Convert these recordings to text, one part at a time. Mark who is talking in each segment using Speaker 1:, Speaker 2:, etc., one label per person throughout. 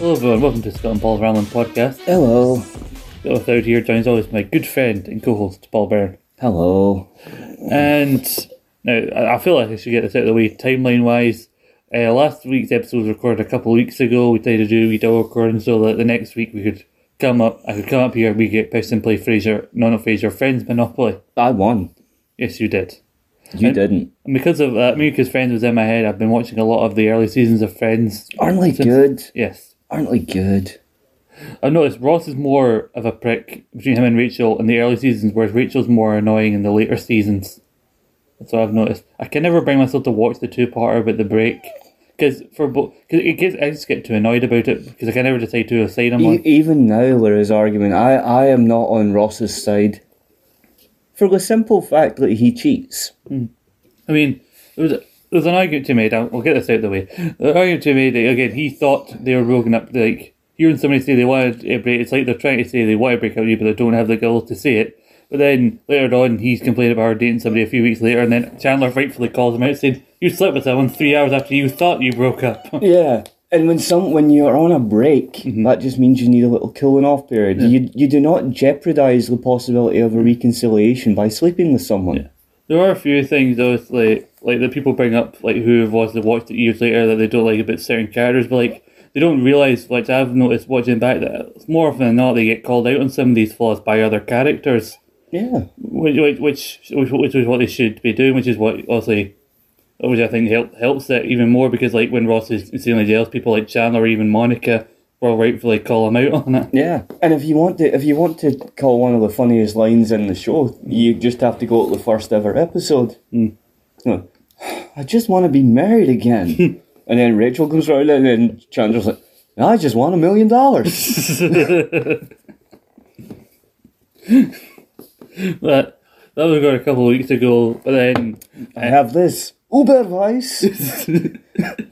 Speaker 1: Hello everyone, welcome to the Scott and Paul Ramon podcast.
Speaker 2: Hello.
Speaker 1: Got a third here, Johnny's always my good friend and co-host Paul Byrne.
Speaker 2: Hello.
Speaker 1: And now I I feel like I should get this out of the way timeline wise. Uh, last week's episode was recorded a couple of weeks ago. We tried to do a wee double recording so that the next week we could come up. I could come up here. We get pissed and play Fraser, no, not Fraser, Friends Monopoly.
Speaker 2: I won.
Speaker 1: Yes, you did.
Speaker 2: You didn't.
Speaker 1: And because of uh, me, because Friends was in my head, I've been watching a lot of the early seasons of Friends.
Speaker 2: Aren't they good?
Speaker 1: Yes.
Speaker 2: Aren't they good?
Speaker 1: I've noticed Ross is more of a prick between him and Rachel in the early seasons, whereas Rachel's more annoying in the later seasons. That's what I've noticed. I can never bring myself to watch the two parter about the break. Because for both, cause it gets, I just get too annoyed about it because I can never decide to assign him
Speaker 2: E-
Speaker 1: one.
Speaker 2: even now, there is argument. I, I am not on Ross's side for the simple fact that he cheats.
Speaker 1: I mean, there was, there was an argument to be made. I'll, I'll get this out of the way. The argument to be made that, again, he thought they were broken up. Like hearing somebody say they wanted to break, it's like they're trying to say they want to break up with you, but they don't have the girls to say it. But then later on, he's complaining about her dating somebody a few weeks later, and then Chandler rightfully calls him out, saying, "You slept with someone three hours after you thought you broke up."
Speaker 2: Yeah. And when some when you're on a break, that just means you need a little cooling off period. You you do not jeopardize the possibility of a reconciliation by sleeping with someone.
Speaker 1: There are a few things obviously like that people bring up like who have watched watched it years later that they don't like about certain characters, but like they don't realise like I've noticed watching back that more often than not they get called out on some of these flaws by other characters.
Speaker 2: Yeah.
Speaker 1: Which which which which, which is what they should be doing, which is what obviously which I think help, helps it even more because like when Ross is insanely jealous, people like Chandler or even Monica will rightfully call him out on it.
Speaker 2: Yeah, and if you want to, if you want to call one of the funniest lines in the show, you just have to go to the first ever episode. No, I just want to be married again. and then Rachel comes round, and then Chandler's like, "No, "I just want a million dollars."
Speaker 1: But that was got a couple of weeks ago, but then
Speaker 2: I have this Uberweiss.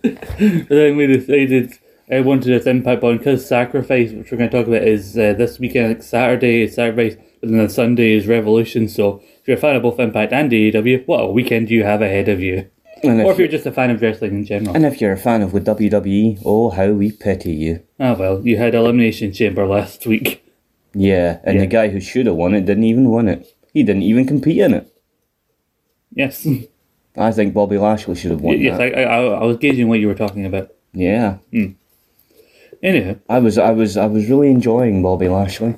Speaker 1: But then we decided I wanted this impact on because sacrifice, which we're going to talk about, is uh, this weekend. Like Saturday is sacrifice, but then on Sunday is revolution. So if you're a fan of both Impact and AEW, what a weekend you have ahead of you.
Speaker 2: and,
Speaker 1: Or if
Speaker 2: if,
Speaker 1: you're just a fan of wrestling in general.
Speaker 2: and if you're a fan of the WWE, oh how we pity you.
Speaker 1: ah well, you had Elimination Chamber last week.
Speaker 2: Yeah, and the guy who should have won it didn't even win it. He didn't even compete in it.
Speaker 1: Yes,
Speaker 2: I think Bobby Lashley should have won
Speaker 1: yes,
Speaker 2: that.
Speaker 1: I, I, I was gauging what you were talking about.
Speaker 2: yeah,
Speaker 1: Anywho,
Speaker 2: I was, I was, I was really enjoying Bobby Lashley.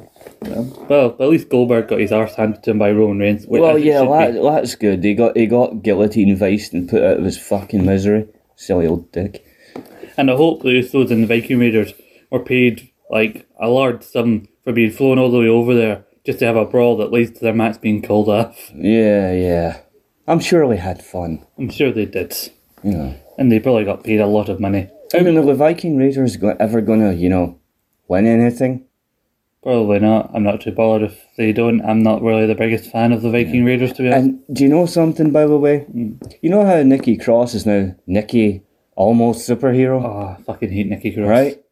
Speaker 1: well, at least Goldberg got his arse handed to him by Roman Reigns. which
Speaker 2: Well,
Speaker 1: as it
Speaker 2: yeah,
Speaker 1: should be.
Speaker 2: that, that's good. He got he got guillotine viced and put out of his fucking misery. Silly old dick.
Speaker 1: And I hope the Usos and the Viking Raiders were paid like a large sum for being flown all the way over there just to have a brawl that leads to their match being called off.
Speaker 2: Yeah, yeah. I'm sure they had fun.
Speaker 1: I'm sure they did.
Speaker 2: You know.
Speaker 1: And they probably got paid a lot of money.
Speaker 2: I mean, are the Viking Raiders go- ever gonna, you know, win anything?
Speaker 1: Probably not. I'm not too bothered if they don't. I'm not really the biggest fan of the Viking Raiders, to be honest.
Speaker 2: And do you know something, by the way? You know how Nikki Cross is now Nikki almost superhero,
Speaker 1: Oh, I fucking hate Nikki Cross.
Speaker 2: right?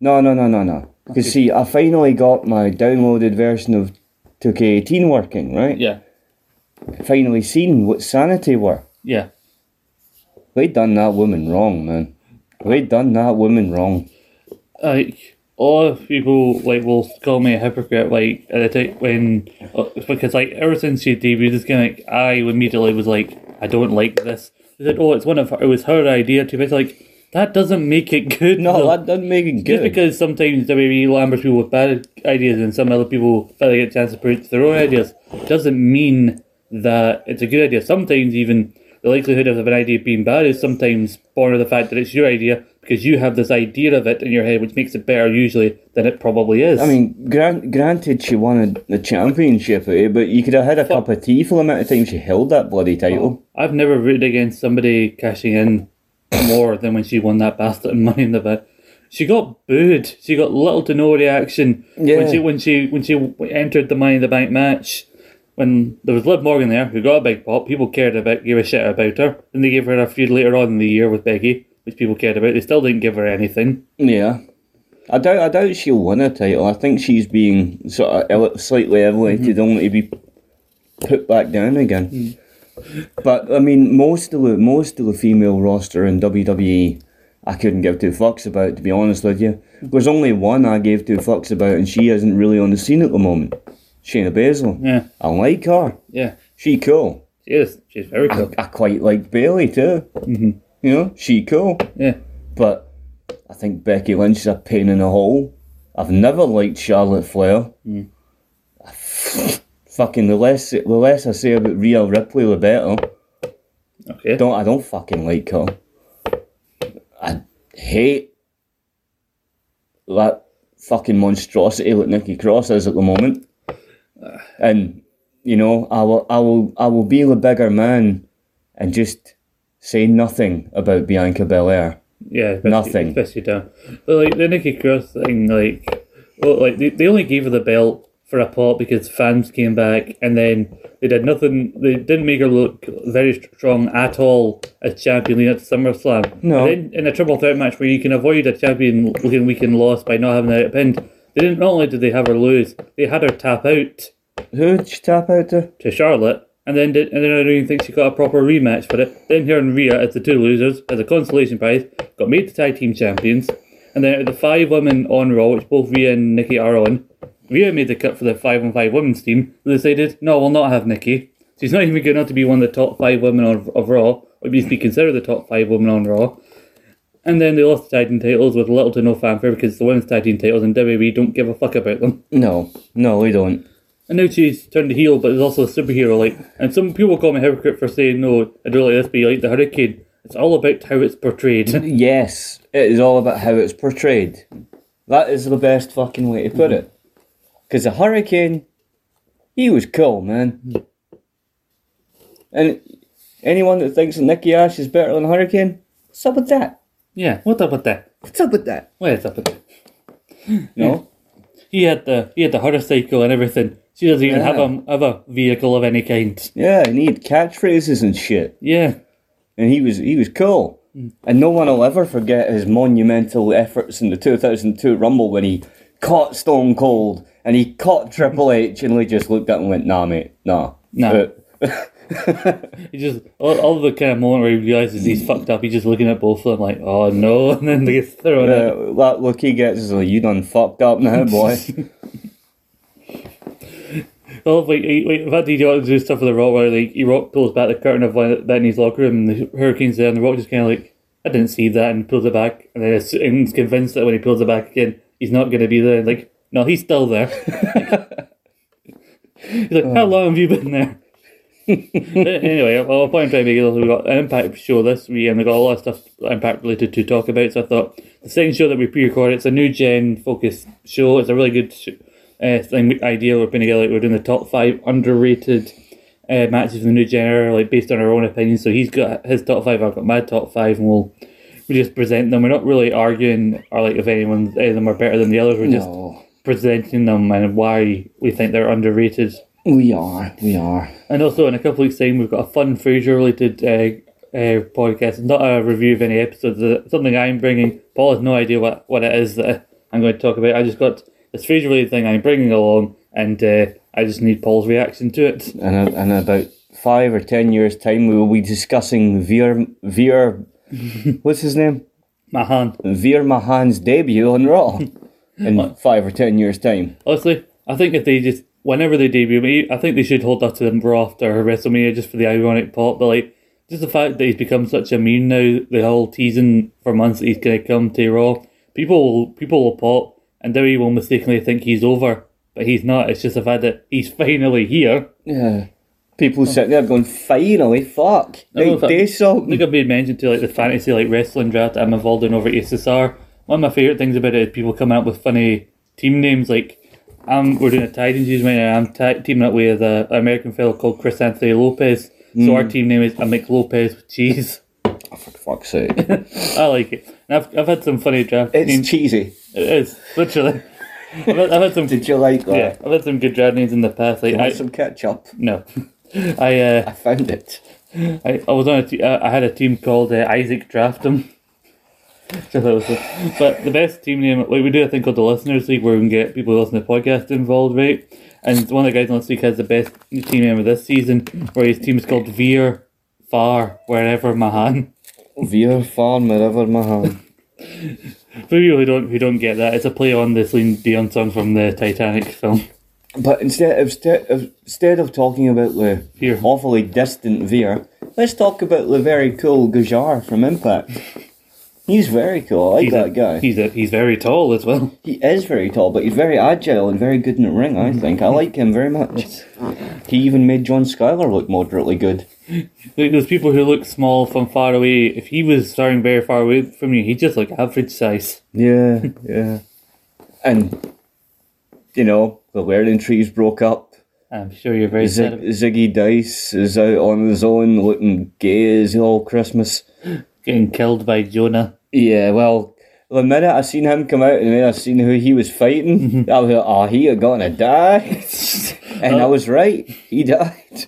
Speaker 2: No, no, no, no, no. Because see, I finally got my downloaded version of 2K18 working, right?
Speaker 1: Yeah.
Speaker 2: Finally seen what sanity were.
Speaker 1: Yeah.
Speaker 2: They done that woman wrong, man. They done that woman wrong.
Speaker 1: like a lot of people like will call me a hypocrite like at the time when uh, because like ever since she debuted this gimmick I immediately was like I don't like this they said oh it's one of her, it was her idea to it's like that doesn't make it good
Speaker 2: No,
Speaker 1: though.
Speaker 2: that doesn't make it
Speaker 1: just
Speaker 2: good.
Speaker 1: because sometimes WWE E lambers people with bad ideas and some other people feel they get a chance to put their own ideas doesn't mean that it's a good idea sometimes even the likelihood of an idea being bad is sometimes born of the fact that it's your idea because you have this idea of it in your head which makes it better usually than it probably is
Speaker 2: I mean, grant, granted, she won a, the championship, eh, but you could have had a cup of tea for the amount of time she held that bloody title.
Speaker 1: I've never rooted against somebody cashing in more than when she won that bastard money in the bank. She got booed. She got little to no reaction when
Speaker 2: Yeah.
Speaker 1: she when she when she entered the Money in the Bank match. When there was Liv Morgan there, who got a big pop, people cared about, gave a shit about her. Then they gave her a feud later on in the year with Becky, which people cared about. They still didn't give her anything.
Speaker 2: Yeah. I doubt, I doubt she'll win a title. I think she's being sort of ele- slightly elevated, only to be put back down again. But I mean, most of the most of the female roster in WWE E, I couldn't give two fucks about, to be honest with you. There's only one I gave two fucks about, and she isn't really on the scene at the moment. Shayna Baszler.
Speaker 1: Yeah.
Speaker 2: I like her.
Speaker 1: Yeah.
Speaker 2: She cool.
Speaker 1: She is. She's very cool.
Speaker 2: I quite like Bailey too. Mm-hmm. You know, she cool.
Speaker 1: Yeah.
Speaker 2: But I think Becky Lynch is a pain in the hole. I've never liked Charlotte Flair. fucking the less the less I say about Rhea Ripley, the better.
Speaker 1: Okay.
Speaker 2: Don't I don't fucking like her. I hate that fucking monstrosity that Nikki Cross is at the moment. And you know, I will, I will, I will be the bigger man, and just say nothing about Bianca Belair.
Speaker 1: Yeah, especially,
Speaker 2: Nothing.
Speaker 1: Especially down. But like the Nikki Cross thing, like, well, like they, they only gave her the belt for a pop because fans came back, and then they did nothing. They didn't make her look very strong at all as champion leading up to SummerSlam.
Speaker 2: No.
Speaker 1: And then in a triple threat match where you can avoid a champion looking weak and lost by not having her pinned, they didn't. Not only did they have her lose, they had her tap out
Speaker 2: Who did she tap out to?
Speaker 1: to Charlotte, and then did, and then I don't even think she got a proper rematch for it. Then her and Rhea as the two losers as a consolation prize got made the tag team champions, and then out of the five women on Raw, which both Rhea and Nikki are on, Rhea made the cut for the five on five women's team. And they decided, no, we'll not have Nikki. She's not even good enough to be one of the top five women on, of Raw, or at least be considered the top five women on Raw. And then they lost the tag team titles with little to no fanfare because the women's tag team titles in WWE don't give a fuck about them.
Speaker 2: No, no, we don't.
Speaker 1: I know she's turned heel, but is also a superhero. Like, and some people call me a hypocrite for saying no. I don't like this, but you like the Hurricane. It's all about how it's portrayed.
Speaker 2: Yes, it is all about how it's portrayed. That is the best fucking way to put it. Because the Hurricane, he was cool, man. And anyone that thinks that Nicky Ash is better than Hurricane, what's up with that?
Speaker 1: yeah, what's up with that?
Speaker 2: What's up with that?
Speaker 1: What is up with that?
Speaker 2: No,
Speaker 1: He had the he had the motorcycle and everything. She doesn't even have a have a vehicle of any kind.
Speaker 2: yeah, and he had catchphrases and shit,
Speaker 1: Yeah,
Speaker 2: and he was he was cool. And no one will ever forget his monumental efforts in the 2002 Rumble when he caught Stone Cold and he caught Triple H, and they just looked at him and went, "Nah, mate, nah,
Speaker 1: Nah.
Speaker 2: Uh,
Speaker 1: he just all, all the kind of moment where he realizes he's fucked up. He's just looking at both of them like, oh no, and then they get thrown out.
Speaker 2: Uh, that look he gets is like, you done fucked up now, boy.
Speaker 1: Well, like, like in fact, he wanted to do stuff with the Rock where like he Rock pulls back the curtain of one- Benny's locker room, and the Hurricane's there, and the Rock just kind of like, I didn't see that, and pulls it back, and then is and is convinced that when he pulls it back again, he's not going to be there. Like, no, he's still there. he's like, how long have you been there? Oh. anyway, well, the point I'm trying to make is we got an Impact show this week, and we got a lot of stuff Impact related to talk about. So I thought the second show that we pre-recorded, it's a new gen focused show. It's a really good sh- uh, thing idea we're putting together. Like we're doing the top five underrated uh, matches from the new gen era, like based on our own opinions. So he's got his top five, I've got my top five, and we'll we just present them. We're not really arguing or like if anyone any of them are better than the others. We're
Speaker 2: No.
Speaker 1: just presenting them and why we think they're underrated.
Speaker 2: we are, we are.
Speaker 1: And also, in a couple weeks' time, we've got a fun Frasier related uh, uh, podcast. It's not a review of any episodes, it's something I'm bringing. Paul has no idea what, what it is that I'm going to talk about. I just got this Frasier related thing I'm bringing along, and uh, I just need Paul's reaction to it.
Speaker 2: And in about five or ten years' time, we will be discussing Veer, Veer, what's his name?
Speaker 1: Mahan.
Speaker 2: Veer Mahan's debut on Raw in five or ten years' time.
Speaker 1: Honestly, I think if they just, whenever they debut, me, I think they should hold that to them raw after WrestleMania just for the ironic part. But like, just the fact that he's become such a meme now, the whole teasing for months that he's going to come to Raw, people will, people will pop and WWE will mistakenly think he's over, but he's not. It's just the fact that he's finally here.
Speaker 2: Yeah. People sitting there going, finally, fuck. They,
Speaker 1: if I-
Speaker 2: they
Speaker 1: I think
Speaker 2: something.
Speaker 1: I've made mention to like the fantasy like wrestling draft that I'm involved in over at SSR. One of my favorite things about it is people come out with funny team names. Like, I'm we're doing a tag team series right now. I'm ta- teaming up with uh, an American fellow called Chris Anthony Lopez. So our team name is a Mick Lopez with cheese.
Speaker 2: Oh, For fuck's sake.
Speaker 1: I like it. And I've, I've had some funny draft
Speaker 2: It's
Speaker 1: names.
Speaker 2: cheesy.
Speaker 1: It is literally. I've, had, I've had some.
Speaker 2: Did you like that?
Speaker 1: Yeah, I've had some good draft names in the past. Like I,
Speaker 2: Want some ketchup?
Speaker 1: no, I uh,
Speaker 2: I found it.
Speaker 1: I, I was on a te- I I had a team called uh, Isaac Draftham. So that was it. But the best team name, like we do a thing called the Listeners League where we can get people who listen to podcasts involved, right? And one of the guys on this week has the best team name of this season, where his team is called Veer Far Wherever Mahan.
Speaker 2: Veer Farm, wherever Mahan.
Speaker 1: For you who don't who don't get that, it's a play on the Celine Dion song from the Titanic film.
Speaker 2: But instead of, ste- of instead of talking about the
Speaker 1: Veer.
Speaker 2: awfully distant Veer, let's talk about the very cool Gujar from Impact. He's very cool. I like
Speaker 1: He's
Speaker 2: that
Speaker 1: a,
Speaker 2: guy.
Speaker 1: He's a, he's very tall as well.
Speaker 2: He is very tall, but he's very agile and very good in the ring. I think I like him very much. He even made John Schuyler look moderately good.
Speaker 1: Like those people who look small from far away, if he was starting very far away from you, he'd just look average size.
Speaker 2: Yeah, yeah. And you know the Learning Trees broke up.
Speaker 1: I'm sure you're very sad.
Speaker 2: Zig-
Speaker 1: about-
Speaker 2: Ziggy Dice is out on his own, looking gay as all Christmas.
Speaker 1: Getting killed by Jonah.
Speaker 2: Yeah, well, the minute I seen him come out and then I seen who he was fighting, I was like, oh, he are gonna die. and I was right, he died.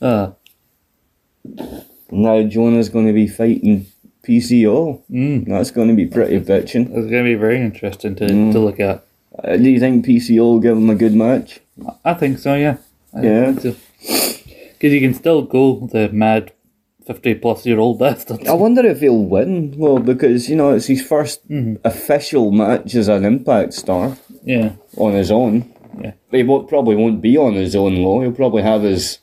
Speaker 1: Uh,
Speaker 2: Now Jonah's gonna be fighting PCO. Mm. That's gonna be pretty bitching.
Speaker 1: it's going to be very interesting to, to look at.
Speaker 2: Uh, do you think PCO will give him a good match?
Speaker 1: I think so, yeah. I
Speaker 2: Yeah.
Speaker 1: Because you can still go the mad 50 plus year old bastard.
Speaker 2: I wonder if he'll win. Well, because, you know, it's his 1st official match as an Impact star.
Speaker 1: Yeah.
Speaker 2: on his own.
Speaker 1: Yeah.
Speaker 2: He won't, probably won't be on his own though. He'll probably have his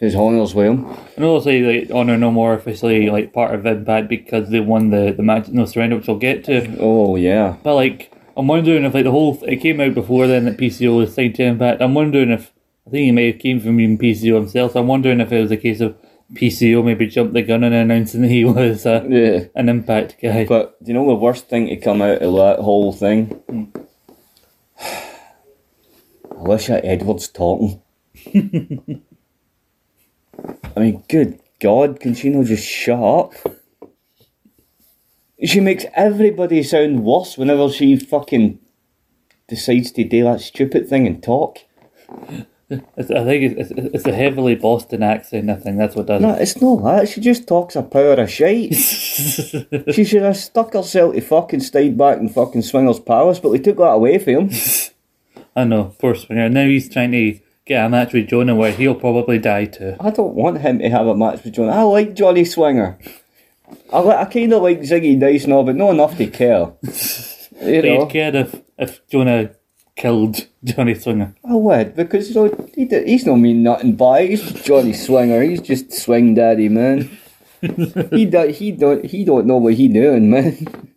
Speaker 2: his honours with him.
Speaker 1: And also, like, Honor No More officially like part of Impact because they won the, the match, no surrender, which we'll get to.
Speaker 2: Oh yeah.
Speaker 1: But like, I'm wondering if like the whole it came out before then that PCO was signed to Impact. I'm wondering if I think he may have came from even PCO himself. So I'm wondering if it was a case of PCO maybe jumped the gun and announcing that he was uh,
Speaker 2: Yeah.
Speaker 1: an Impact guy.
Speaker 2: But you know the worst thing to come out of that whole thing? I wish I Edward's talking. I mean, good God, can she not just shut up? She makes everybody sound worse whenever she fucking decides to do that stupid thing and talk.
Speaker 1: It's, I think it's, it's, it's a heavily Boston accent. I think that's what does
Speaker 2: No,
Speaker 1: it.
Speaker 2: it's not that. She just talks a power of shite. she should have stuck herself to fucking stayed back in fucking Swingers Palace, but they took that away from him.
Speaker 1: I know, poor Springer. Now he's trying to get a match with Jonah where he'll probably die too.
Speaker 2: I don't want him to have a match with Johnny. I like Johnny Swinger. I, li- I kind of like Ziggy Dice now, but not enough to care. You
Speaker 1: But
Speaker 2: know,
Speaker 1: he'd care if, if Jonah killed Johnny Swinger.
Speaker 2: I would because you know he, d- he's not mean nothing by. it. He's Johnny Swinger. He's just swing daddy man. he do, he don't he don't know what he doing man.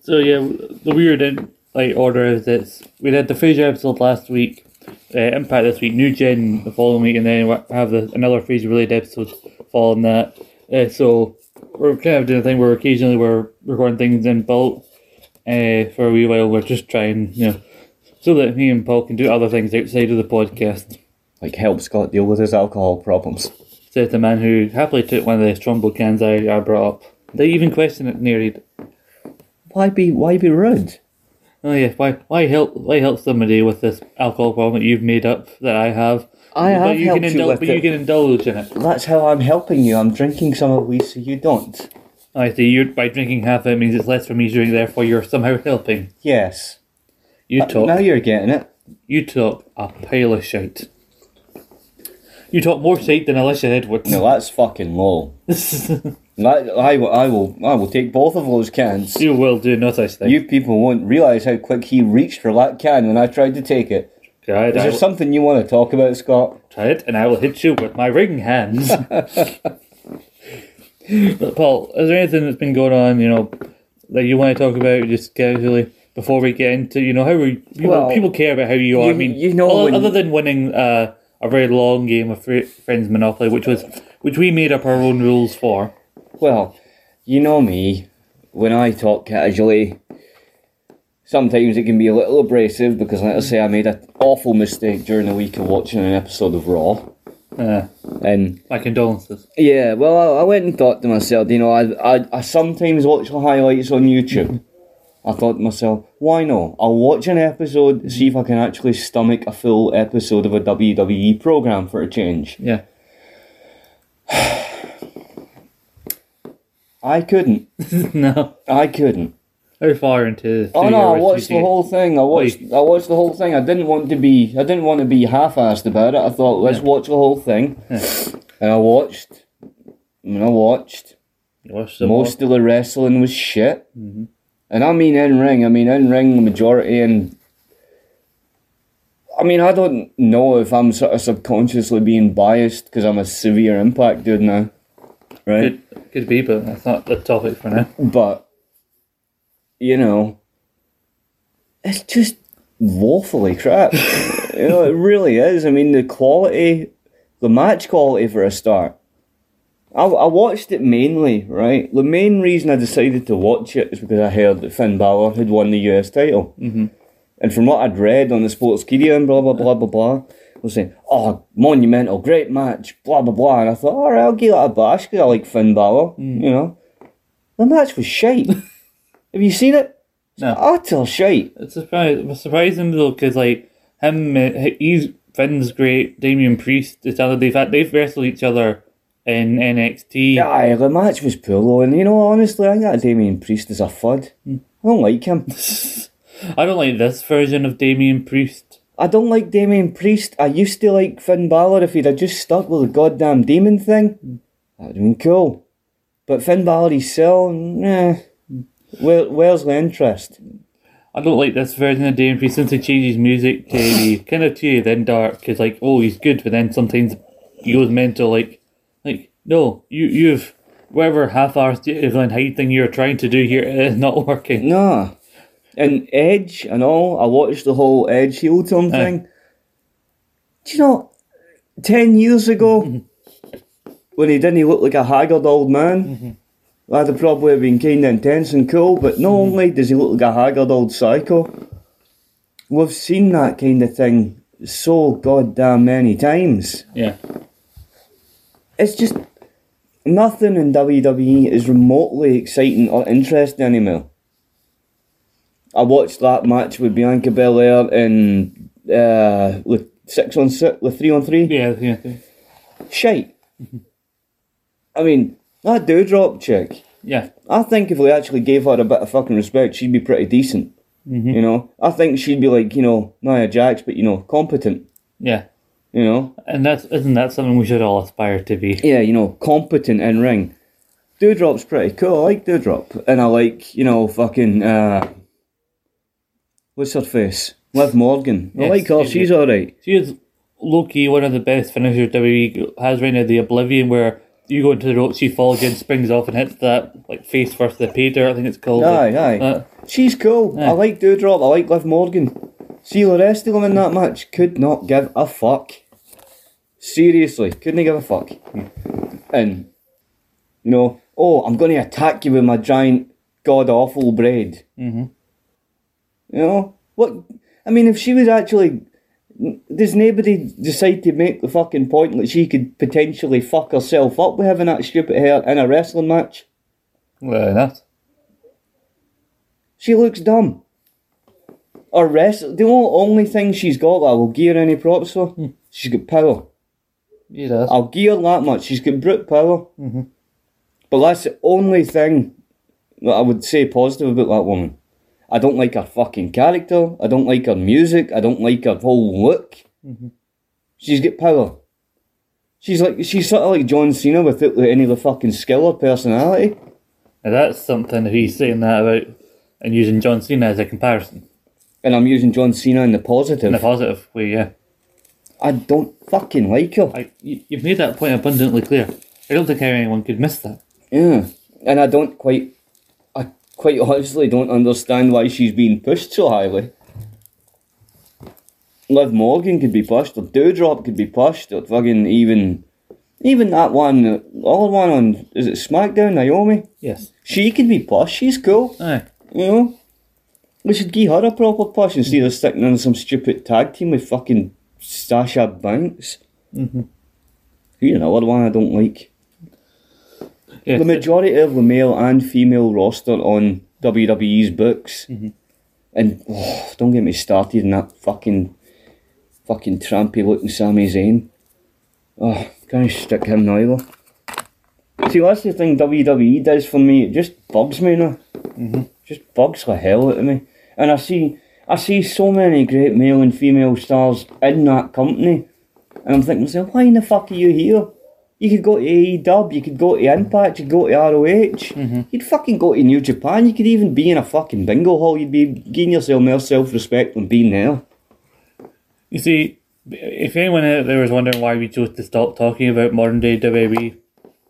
Speaker 1: So yeah, the weird in like order is this: we had the Frasier episode last week, uh, Impact this week, New Gen the following week, and then we have the, another Frasier related episode following that. Uh, so we're kind of doing a thing where occasionally we're recording things in bulk uh, for a wee while. We're just trying, you know, so that me and Paul can do other things outside of the podcast.
Speaker 2: Like help Scott deal with his alcohol problems.
Speaker 1: Says the man who happily took one of the Strombo cans I, I brought up. They even questioned it nearly.
Speaker 2: Why be why be rude?
Speaker 1: Oh yeah, why why help why help somebody with this alcohol problem that you've made up that I have?
Speaker 2: I
Speaker 1: but
Speaker 2: have
Speaker 1: you
Speaker 2: helped
Speaker 1: can
Speaker 2: you
Speaker 1: indulge,
Speaker 2: with
Speaker 1: but you
Speaker 2: it.
Speaker 1: can indulge in it.
Speaker 2: That's how I'm helping you. I'm drinking some of these so you don't.
Speaker 1: I see. You by drinking half of it means it's less for me drink. Therefore, you're somehow helping.
Speaker 2: Yes.
Speaker 1: You talk.
Speaker 2: Now you're getting it.
Speaker 1: You talk a pile of shite. You talk more shite than Alicia Edwards.
Speaker 2: No, that's fucking low. That, I, will- I will I will take both of those cans.
Speaker 1: you will do no such thing.
Speaker 2: You people won't realise how quick he reached for that can when I tried to take it.
Speaker 1: try it.
Speaker 2: Is
Speaker 1: I
Speaker 2: there
Speaker 1: will,
Speaker 2: something you want to talk about, Scott?
Speaker 1: try it, and I will hit you with my ring hands. but Paul, is there anything that's been going on? You know, that you want to talk about just casually before we get into you know how we you know,
Speaker 2: Well,
Speaker 1: people care about how you are. I
Speaker 2: you-
Speaker 1: mean,
Speaker 2: you know
Speaker 1: other,
Speaker 2: when-
Speaker 1: other than winning uh, a very long game of Fri- Friends Monopoly, which was which we made up our own rules for.
Speaker 2: Well, you know me. When I talk casually, sometimes it can be a little abrasive because, like I say, I made an awful mistake during the week of watching an episode of Raw.
Speaker 1: Uh,
Speaker 2: And
Speaker 1: my condolences.
Speaker 2: Yeah, well, I, I went and thought to myself, you know, I, I, I sometimes watch the highlights on YouTube. I thought to myself, why not? I'll watch an episode, see if I can actually stomach a full episode of a WWE program for a change.
Speaker 1: Yeah,
Speaker 2: I couldn't.
Speaker 1: no,
Speaker 2: I couldn't.
Speaker 1: how far into?
Speaker 2: Oh
Speaker 1: to
Speaker 2: no!
Speaker 1: your
Speaker 2: I watched the
Speaker 1: RSVP?
Speaker 2: whole thing. I watched. I watched the whole thing. I didn't want to be. I didn't want to be half-assed about it. I thought, let's watch the whole thing. And I watched. And I watched.
Speaker 1: You watched them
Speaker 2: Most of the Mm-hmm. wrestling was shit. And I mean in ring. I mean in ring, the majority. And I mean, I don't know if I'm sort of subconsciously being biased because I'm a severe impact dude now.
Speaker 1: all.
Speaker 2: Right?
Speaker 1: Could, could be, but that's not the topic for now.
Speaker 2: But, you know, it's just woefully crap. you know, it really is. I mean, the quality, the match quality for a start. I, I watched it mainly, right? The main reason I decided to watch it is because I heard that Finn Balor had won the US title. Mm-hmm. And from what I'd read on the Sportskeeda and blah, blah, blah, blah, blah, was saying, oh, monumental, great match, blah, blah, blah. And I thought, all right, I'll give that a bash because I like Finn Balor, you know. The match was shite. Have you seen it?
Speaker 1: No.
Speaker 2: Utter shite.
Speaker 1: It's surprising, it's surprising though, because like him, uh, he's Finn's great. Damien Priest, the other they've had, they've wrestled each other in NXT.
Speaker 2: Aye, the match was poor though, and you know, honestly, I think that Damien Priest is a fud. I don't like him.
Speaker 1: I don't like this version of Damien Priest.
Speaker 2: I don't like Damien Priest. I used to like Finn Balor if he'd have just stuck with the goddamn demon thing. That'd have been cool. But Finn Balor, he's selling, eh. Where, where's the interest?
Speaker 1: I don't like this version of Damien Priest since he changes music to the kind of to then dark. Cause like, oh, he's good, but then sometimes he goes mental. Like, like no, you you've whatever half-assed Glenn Hyde thing you're trying to do here is not working.
Speaker 2: Nah. And Edge and all, I watched the whole Edge heel turn thing. Do you know, 10 years ago, when he didn't look like a haggard old man, that'd have probably have been kind of intense and cool, but not only does he look like a haggard old psycho, we've seen that kind of thing so goddamn many times.
Speaker 1: Yeah,
Speaker 2: It's just nothing in WWE is remotely exciting or interesting anymore. I watched that match with Bianca Belair and uh, with six on six, with three on three.
Speaker 1: yeah, yeah.
Speaker 2: Shite. I mean, that dewdrop chick.
Speaker 1: yeah.
Speaker 2: I think if we actually gave her a bit of fucking respect, she'd be pretty decent. You know, I think she'd be like you know Nia Jax, but you know competent.
Speaker 1: Yeah,
Speaker 2: You know,
Speaker 1: and that's isn't that something we should all aspire to be?
Speaker 2: yeah, you know, competent in ring. Dewdrop's pretty cool. I like Dewdrop, and I like you know fucking uh, what's her face, Liv Morgan. I
Speaker 1: Yes,
Speaker 2: like her.
Speaker 1: yeah,
Speaker 2: She's
Speaker 1: yeah.
Speaker 2: all right.
Speaker 1: She is low key one of the best finishers WWE has right now. The Oblivion, where you go into the ropes, she falls in, springs off, and hits that like face first the Peter. I think it's called.
Speaker 2: Aye, aye.
Speaker 1: Uh,
Speaker 2: She's cool. I like Dewdrop. I like Liv Morgan. See the rest of them in that match. Could not give a fuck. Seriously, couldn't give a fuck. And you know, oh, I'm going to attack you with my giant god awful braid. Mm-hmm. You know what? I mean, if she was actually, does nobody decide to make the fucking point that she could potentially fuck herself up with having that stupid hair in a wrestling match?
Speaker 1: well, that's
Speaker 2: She looks dumb. Or rest. The o- only thing she's got that I will give her any props for, she's got power.
Speaker 1: you know.
Speaker 2: I'll give her that much. She's got brute power. Mm-hmm. But that's the only thing that I would say positive about that woman. I don't like her fucking character. I don't like her music. I don't like her whole look. She's got power. She's like she's sort of like John Cena without any of the fucking skill or personality.
Speaker 1: Now that's something if he's saying that about and using John Cena as a comparison
Speaker 2: And I'm using John Cena in the positive.
Speaker 1: in a positive way. Yeah,
Speaker 2: I don't fucking like her.
Speaker 1: I, you, you've made that point abundantly clear. I don't think anyone could miss that.
Speaker 2: Yeah, and I don't quite, I quite honestly don't understand why she's being pushed so highly. Liv Morgan could be pushed, or Dewdrop could be pushed, or fucking even, even that one, the other one on is it SmackDown Naomi?
Speaker 1: Yes.
Speaker 2: She could be pushed. She's cool,
Speaker 1: Aye.
Speaker 2: you know. We should give her a proper push instead of sticking on some stupid tag team with fucking Sasha Banks. Mm-hmm. You know, another one I don't like.
Speaker 1: Yes.
Speaker 2: The majority of the male and female roster on WWE's books, and oh, don't get me started on that fucking, fucking trampy looking Sami Zayn. Oh, can't stick him neither. See, that's the thing WWE does for me. It just bugs me now. Just bugs the hell out of me. And I see, I see so many great male and female stars in that company, and I'm thinking, to myself, why in the fuck are you here? You could go to AEW, you could go to Impact, you could go to ROH,
Speaker 1: Mm-hmm.
Speaker 2: you'd fucking go to New Japan, you could even be in a fucking bingo hall, you'd be giving yourself more self respect than being there.
Speaker 1: You see, if anyone out there was wondering why we chose to stop talking about modern day WWE,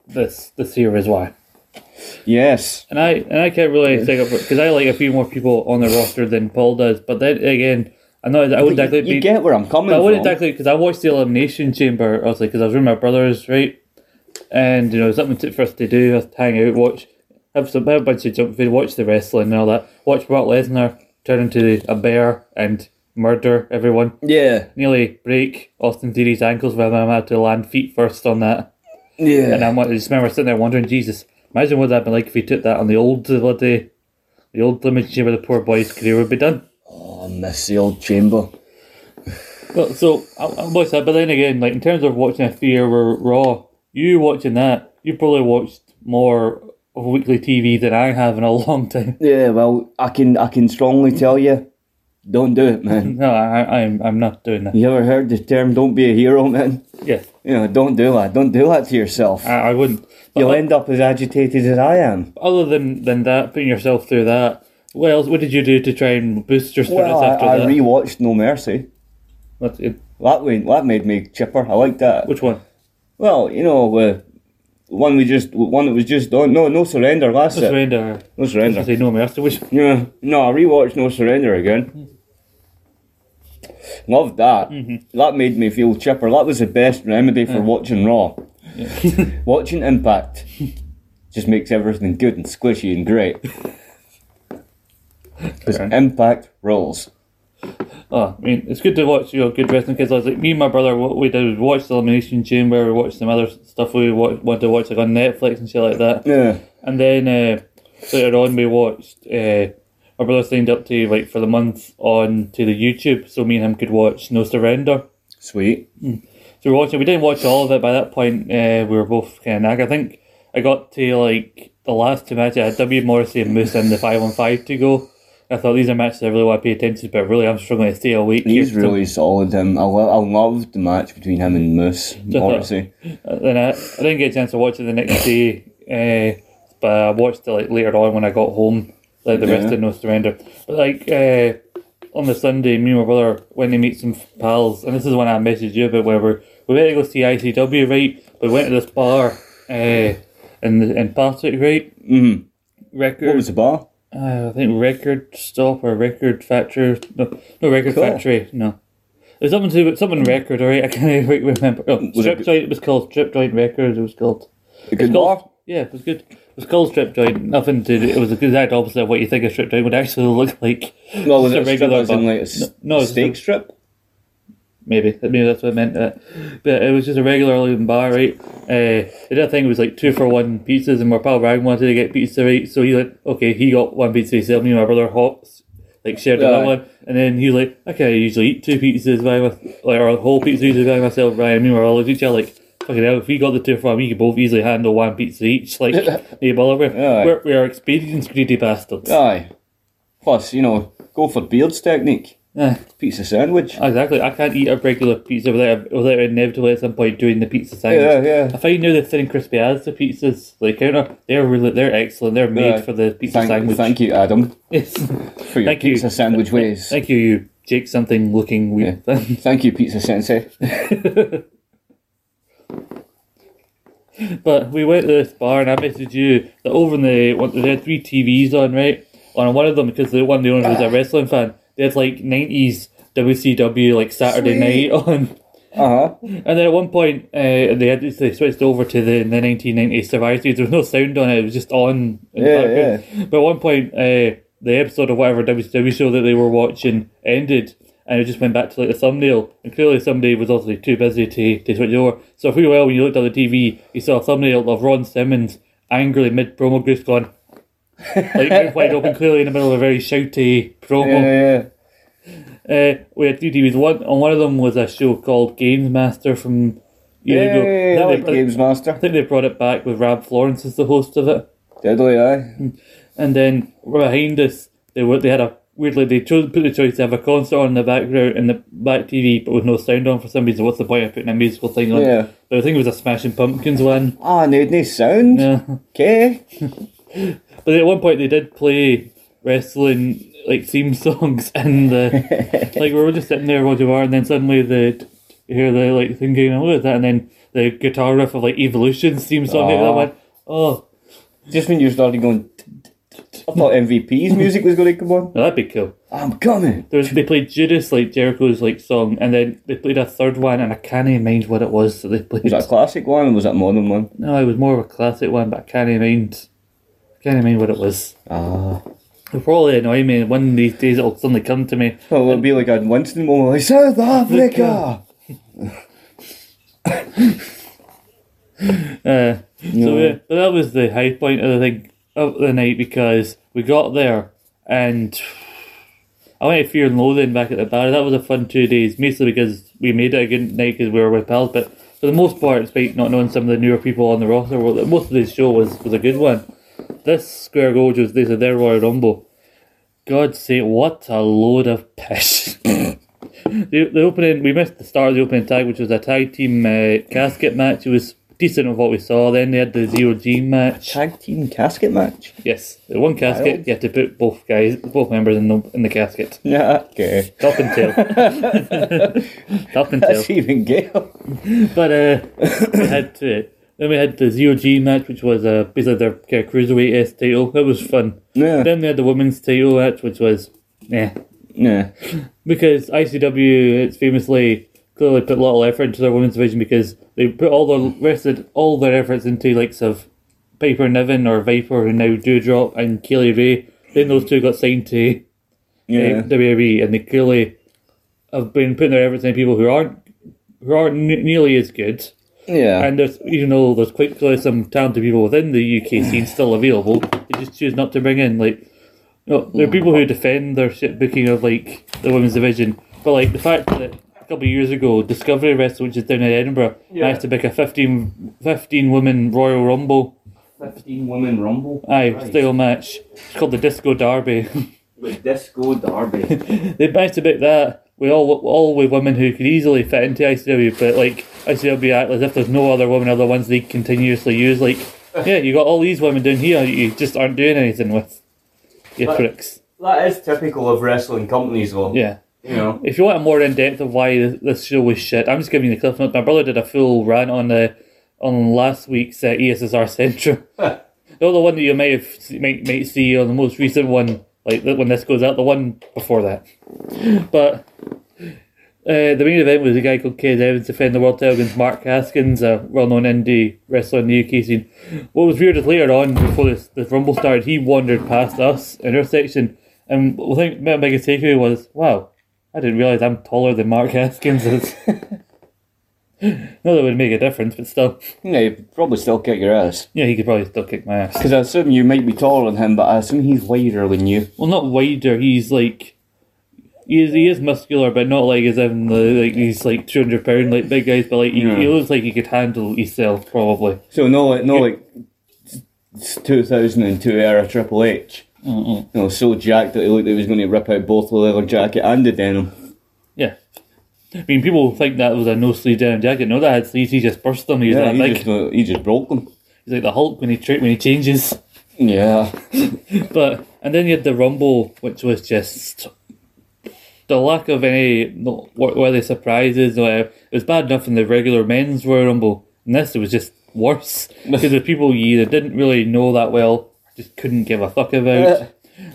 Speaker 1: this this here is why.
Speaker 2: Yes.
Speaker 1: And I and I can't really stick up because I like a few more people on the roster than Paul does. But then again, I'm not. I wouldn't
Speaker 2: You,
Speaker 1: exactly
Speaker 2: you
Speaker 1: be.
Speaker 2: get where I'm coming
Speaker 1: I wouldn't
Speaker 2: from.
Speaker 1: exactly because I watched the Elimination Chamber obviously because I was with my brothers, right? And you know something to, for us to do, us to hang out, watch, have some have a bunch of junk food, watch the wrestling and all that, watch Brock Lesnar turn into a bear and murder everyone
Speaker 2: yeah.
Speaker 1: nearly break Austin Theory's ankles when I had to land feet first on that.
Speaker 2: Yeah.
Speaker 1: And I'm, I just remember sitting there wondering, Jesus, imagine what that'd been like if he took that on the old bloody, the old limited chamber. The poor boy's career would be done.
Speaker 2: oh, I miss the old chamber.
Speaker 1: But so I, I watched that. But then again, like in terms of watching a three hour Raw, you watching that, you probably watched more of weekly TV than I have in a long time.
Speaker 2: Yeah, well, I can I can strongly tell you, don't do it, man.
Speaker 1: No, I, I- I'm I'm not doing that.
Speaker 2: You ever heard the term "don't be a hero," man?
Speaker 1: Yeah,
Speaker 2: You know, don't do that. Don't do that to yourself.
Speaker 1: I, I wouldn't. But
Speaker 2: You'll end up as agitated as I am.
Speaker 1: other than than that, putting yourself through that, what else? What did you do to try and boost your spirits
Speaker 2: Well, I,
Speaker 1: after
Speaker 2: I
Speaker 1: that?
Speaker 2: rewatched No Mercy.
Speaker 1: That's it.
Speaker 2: That way, that made me chipper. I like that.
Speaker 1: Which one?
Speaker 2: Well, you know, uh, one we just one that was just on. No, no surrender. That's
Speaker 1: No
Speaker 2: it.
Speaker 1: surrender.
Speaker 2: No
Speaker 1: I
Speaker 2: surrender.
Speaker 1: say no mercy. Which
Speaker 2: Yeah. No, I rewatched No Surrender again. Loved that.
Speaker 1: Mm-hmm.
Speaker 2: That made me feel chipper. That was the best remedy
Speaker 1: Mm.
Speaker 2: for watching Raw. watching Impact just makes everything good and squishy and great. Because
Speaker 1: Okay.
Speaker 2: Impact rolls.
Speaker 1: Oh, I mean, it's good to watch you know good wrestling kids. I was like me and my brother. What we did was watch the Elimination Chamber. We watched some other stuff we wa- wanted to watch like on Netflix and shit like that.
Speaker 2: Yeah.
Speaker 1: And then uh, later on, we watched. Uh, my brother signed up to like for the month on to the YouTube, so me and him could watch No Surrender.
Speaker 2: Sweet.
Speaker 1: So we watched it. We didn't watch all of it by that point. Uh, we were both kind of nag. I think I got to like the last two matches. I had W Morrissey and Moose in the five on five to go. I thought these are matches I really want to pay attention to, but really I'm struggling to stay awake. here.
Speaker 2: He's really solid. Him. I, lo- I loved the match between him and Moose. Morrissey.
Speaker 1: So, uh, then I, I didn't get a chance to watch it the next day, uh, but I watched it like later on when I got home, like the rest
Speaker 2: Yeah.
Speaker 1: of No Surrender. But like uh, on the Sunday, me and my brother went to meet some pals, and this is when I messaged you about where we're, we went to go see ICW, right? We went to this bar uh, in, the, in Partick, right? Mm-hmm. Record.
Speaker 2: What was the bar?
Speaker 1: Uh, I think record stop or record factory. No, no record
Speaker 2: Cool. Hmm.
Speaker 1: factory. No, it was something to do with something record. All right, I can't even remember. Oh,
Speaker 2: it
Speaker 1: strip
Speaker 2: good-
Speaker 1: joint. It was called strip joint records. It was called.
Speaker 2: A good
Speaker 1: called-
Speaker 2: bar?
Speaker 1: Yeah, it was good. It was called strip joint. Nothing to. do... It was the exact opposite of what you think a strip joint would actually look like.
Speaker 2: Well, was
Speaker 1: Just
Speaker 2: it a strip as in like a s-
Speaker 1: no, no, it's
Speaker 2: steak
Speaker 1: just
Speaker 2: strip?
Speaker 1: maybe. Maybe that's what I meant. uh, But it was just a regular old bar, right? Uh, the other thing was like two for one pizzas, and my pal Ryan wanted to get pizza, right? So he like, okay, he got one pizza himself. Me and my brother hops, like shared another
Speaker 2: Aye.
Speaker 1: one, and then he was like, okay, I usually eat two pizzas by myself, like or a whole pizza usually by myself. Ryan, and me, were all looked at each other like. Fucking hell, if we got the two for one, we could both easily handle one pizza each. Like, no bother. We're,
Speaker 2: Aye.
Speaker 1: we're, we are experienced greedy bastards.
Speaker 2: Aye. Plus, you know, go for Beard's technique.
Speaker 1: Aye.
Speaker 2: Pizza sandwich.
Speaker 1: Exactly. I can't eat a regular pizza without without inevitably at some point doing the pizza sandwich.
Speaker 2: Yeah, yeah.
Speaker 1: I find now the thin and crispy as the pizzas like counter, they're really they're excellent. They're made
Speaker 2: Yeah.
Speaker 1: for the pizza
Speaker 2: Thank,
Speaker 1: sandwich.
Speaker 2: thank you, Adam,
Speaker 1: Yes.
Speaker 2: for your
Speaker 1: Thank you.
Speaker 2: pizza sandwich ways.
Speaker 1: thank you, you Jake something looking weird.
Speaker 2: Thank you, Pizza Sensei.
Speaker 1: But we went to this bar and I messaged you that over in the what- they had three TVs on right on one of them because the one of the owners
Speaker 2: Ah.
Speaker 1: was a wrestling fan. They had like nineties WCW like Saturday
Speaker 2: Sweet.
Speaker 1: night on.
Speaker 2: Uh huh.
Speaker 1: And then at one point, uh, they had they switched over to the, the 1990 Survivor Series. There was no sound on it; it was just on. In
Speaker 2: Yeah,
Speaker 1: the background. But at one point, uh, the episode of whatever WWE show that they were watching ended, and it just went back to like the thumbnail. And clearly, somebody was obviously too busy to, to switch over. So pretty well, when you looked at the TV, you saw a thumbnail of Ron Simmons angrily mid promo goose gone, like mouth wide open, clearly in the middle of a very shouty promo.
Speaker 2: Yeah, yeah.
Speaker 1: Uh, we had two TVs. One on one of them was a show called Games Master from years ago.
Speaker 2: Yay, I
Speaker 1: I
Speaker 2: like
Speaker 1: think, they,
Speaker 2: Games
Speaker 1: I
Speaker 2: Master.
Speaker 1: think they brought it back with Rab Florence as the host of it.
Speaker 2: Deadly, aye.
Speaker 1: And then behind us, they were they had a weirdly they chose put the choice to have a concert on in the background in the back TV, but with no sound on for some reason. What's the point of putting a musical thing on?
Speaker 2: Yeah.
Speaker 1: But I think it was a Smashing Pumpkins one.
Speaker 2: Ah, no, no sound.
Speaker 1: Yeah.
Speaker 2: Okay.
Speaker 1: But at one point they did play wrestling like theme songs and the like we were just sitting there watching war and then suddenly the hear the like thing going on with that and then the guitar riff of like Evolution's theme song and I
Speaker 2: Aw.
Speaker 1: went, Oh
Speaker 2: Just when you started going, t- t- t- t- I thought MVP's music was going to come on.
Speaker 1: now that'd be cool.
Speaker 2: I'm coming.
Speaker 1: There was, they played Judas like Jericho's like song and then they played a third one and I can't even mind what it was that they played.
Speaker 2: Was that a classic one or was that a modern one?
Speaker 1: No, it was more of a classic one, but I can't even mind can't even mind what it was.
Speaker 2: Ah.
Speaker 1: It'll probably annoy me and one of these days it'll suddenly come to me.
Speaker 2: Oh, Well, it'll be like a Winston moment, like South Africa.
Speaker 1: Uh, So
Speaker 2: No.
Speaker 1: yeah, but that was the high point of the thing of the night because we got there and I went to Fear and Loathing back at the bar. That was a fun two days, mostly because we made it a good night because we were with pals. But for the most part, despite not knowing some of the newer people on the roster, well, most of the show was, was a good one. This Square Gorge was this is their Royal Rumble. God's sake, what a load of pish. The, the opening, we missed the start of the opening tag, which was a tag team uh, casket match. It was decent of what we saw. Then they had the zero G match.
Speaker 2: Tag team casket match.
Speaker 1: Yes, the one casket. You had to put both guys, both members in the in the casket,
Speaker 2: Yeah, okay.
Speaker 1: top and tail, top and tail.
Speaker 2: That's even gay.
Speaker 1: But uh, we had to. Then we had the zero G match, which was uh, basically their kind of cruiserweight S title. That was fun.
Speaker 2: Yeah.
Speaker 1: Then they had the women's title match, which was yeah,
Speaker 2: Yeah.
Speaker 1: because ICW it's famously clearly put a lot of effort into their women's division because they put all their rested all their efforts into likes of Piper Niven or Viper who now do drop and Kaylee Ray. Then those two got signed to
Speaker 2: Yeah.
Speaker 1: WWE and they clearly have been putting their efforts into people who aren't who aren't n- nearly as good.
Speaker 2: Yeah.
Speaker 1: And there's even though there's quite clearly some talented people within the UK scene still available, they just choose not to bring in like you know, there are people who defend their shit booking of like the women's division. But like the fact that a couple of years ago Discovery Wrestling, which is down in Edinburgh, managed to pick a 15, 15 women Royal Rumble
Speaker 2: 15 women rumble.
Speaker 1: aye style match. It's called the Disco Derby.
Speaker 2: With Disco Derby.
Speaker 1: they managed to pick that with all all with women who could easily fit into ICW, but like ICW act as if there's no other women other ones they continuously use. Like, yeah, you got all these women down here you just aren't doing anything with. You
Speaker 2: But-
Speaker 1: pricks.
Speaker 2: that is typical of wrestling companies, though.
Speaker 1: Yeah.
Speaker 2: You know.
Speaker 1: If you want a more in depth of why th- this show was shit, I'm just giving you the cliff notes. My brother did a full rant on the on last week's uh, ESSR Central. the other one that you may have might, might see on the most recent one, like the- when this goes out, the one before that. But uh, the main event was a guy called Kaz Evans defending the world title against Mark Haskins, a well-known indie wrestler in the UK scene. What was weird is later on, before this the rumble started, he wandered past us in our section, and I think my biggest takeaway was, "Wow, I didn't realize I'm taller than Mark Haskins is." Not that it would make a difference, but still,
Speaker 2: Yeah, you'd probably still kick your ass.
Speaker 1: yeah, he could probably still kick my ass.
Speaker 2: Because I assume you might be taller than him, but I assume he's wider than you.
Speaker 1: well, not wider. He's like, he is, he is muscular, but not like as in the like he's like two hundred pound like big guys. But like he, he
Speaker 2: Yeah.
Speaker 1: looks like he could handle himself probably.
Speaker 2: So, no, like, no, like, it's 2002 era Triple H. You know, so jacked that he looked like he was going to rip out both the leather jacket and the denim.
Speaker 1: Yeah, I mean people think that was a no sleeve down jacket. No, that had sleeves. He just burst them. He's
Speaker 2: Yeah,
Speaker 1: that
Speaker 2: he
Speaker 1: big.
Speaker 2: just, uh, he just broke them.
Speaker 1: He's like the Hulk when he tra- when he changes.
Speaker 2: Yeah.
Speaker 1: But and then you had the Rumble, which was just the lack of any no- were were they surprises. Or, it was bad enough in the regular men's Royal Rumble, and this it was just worse because the people you either didn't really know that well, just couldn't give a fuck about.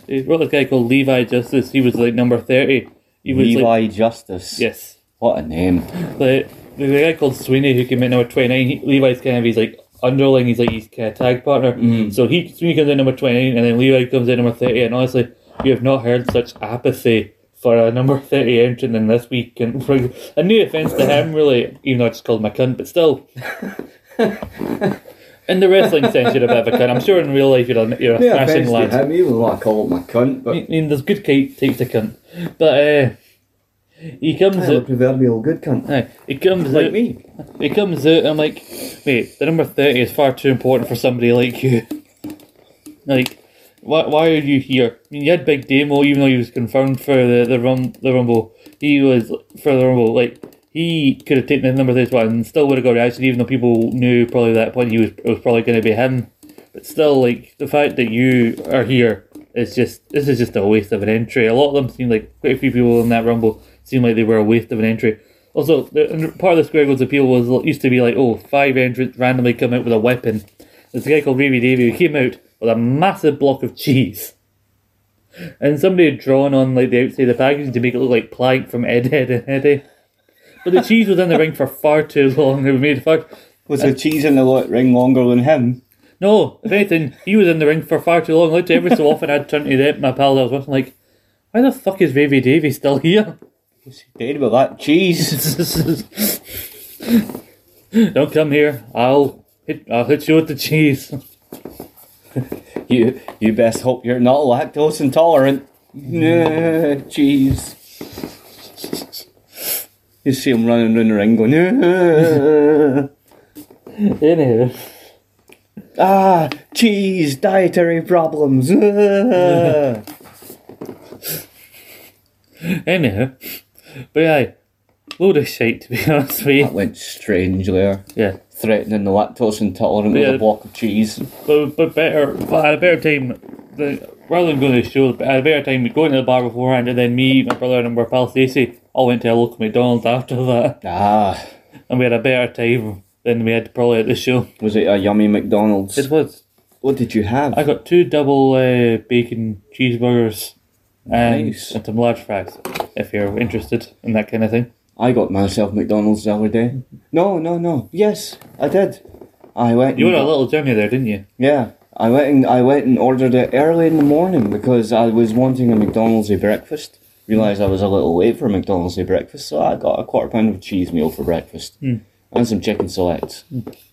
Speaker 1: They brought this guy called Levi Justice. He was like number thirty. He was like
Speaker 2: Levi Justice.
Speaker 1: yes,
Speaker 2: What a name.
Speaker 1: the the guy called Sweeney who came in number twenty nine. Levi's kind of he's like underling. He's like he's kind of tag partner. So he Sweeney comes in number twenty nine, and then Levi comes in number thirty. And honestly, you have not heard such apathy for a number thirty entrant in this week. And for, and no offense to him, really, even though I just called him a cunt, but still. In the wrestling sense, you're a bit of a cunt. I'm sure in real life you're a, you're a smashing lad.
Speaker 2: even though I call him a "Oh, cunt, but
Speaker 1: I mean, there's good ki- types of cunt, but uh, he comes out.
Speaker 2: proverbial good cunt.
Speaker 1: Aye, he comes out.
Speaker 2: me.
Speaker 1: He comes out and I'm like, mate, the number 30 is far too important for somebody like you. Like, why, why are you here? I mean, you had Big Demo, even though he was confirmed for the the, rum, the Rumble. He was for the Rumble. Like he could have taken the number this one and still would have got reaction, even though people knew probably at that point he was it was probably going to be him. But still, like the fact that you are here is just this is just a waste of an entry. A lot of them seem like quite a few people in that Rumble seem like they were a waste of an entry. Also, the, and part of the Square Goals appeal was it used to be like, oh, five entrants randomly come out with a weapon. There's a guy called Ravy Davy who came out with a massive block of cheese. And somebody had drawn on like the outside of the package to make it look like plank from Ed Ed and Eddie. But the cheese was in the ring for far too long. It made far
Speaker 2: Was
Speaker 1: Uh,
Speaker 2: the cheese in the lo- ring longer than him?
Speaker 1: no, if anything, he was in the ring for far too long. Literally, every so often I'd turn to them, my pal that I was with, and like, why the fuck is Ravy Davy still here?
Speaker 2: Was he dead with that cheese?
Speaker 1: Don't come here. I'll hit, I'll hit you with the cheese.
Speaker 2: you you best hope you're not lactose intolerant. Nah, cheese. You see him running around the ring going, "Nah."
Speaker 1: Anyhow.
Speaker 2: ah, cheese, dietary problems. Nah."
Speaker 1: Anyhow. But yeah, load of shit to be honest with
Speaker 2: that
Speaker 1: you.
Speaker 2: went strange there.
Speaker 1: Yeah.
Speaker 2: Threatening the lactose intolerant with
Speaker 1: Yeah.
Speaker 2: a block of cheese.
Speaker 1: But, but better, but at a better time, the, rather than going to the show, but at a better time, going to the bar beforehand, and then me, my brother, and my pal Stacey all went to a local McDonald's after that.
Speaker 2: Ah,
Speaker 1: And we had a better time than we had probably at the show.
Speaker 2: was it a yummy McDonald's?
Speaker 1: It was
Speaker 2: What did you have?
Speaker 1: I got two double uh, bacon cheeseburgers and,
Speaker 2: Nice.
Speaker 1: and some large fries if you're interested in that kind of thing.
Speaker 2: I got myself McDonald's the other day. No, no, no. Yes, I did. I went.
Speaker 1: You
Speaker 2: and
Speaker 1: were on a
Speaker 2: got-
Speaker 1: little journey there, didn't you?
Speaker 2: Yeah, I went and I went and ordered it early in the morning because I was wanting a McDonald's breakfast. Realised I was a little late for a McDonald's breakfast, so I got a quarter pound of cheese meal for breakfast and some chicken selects.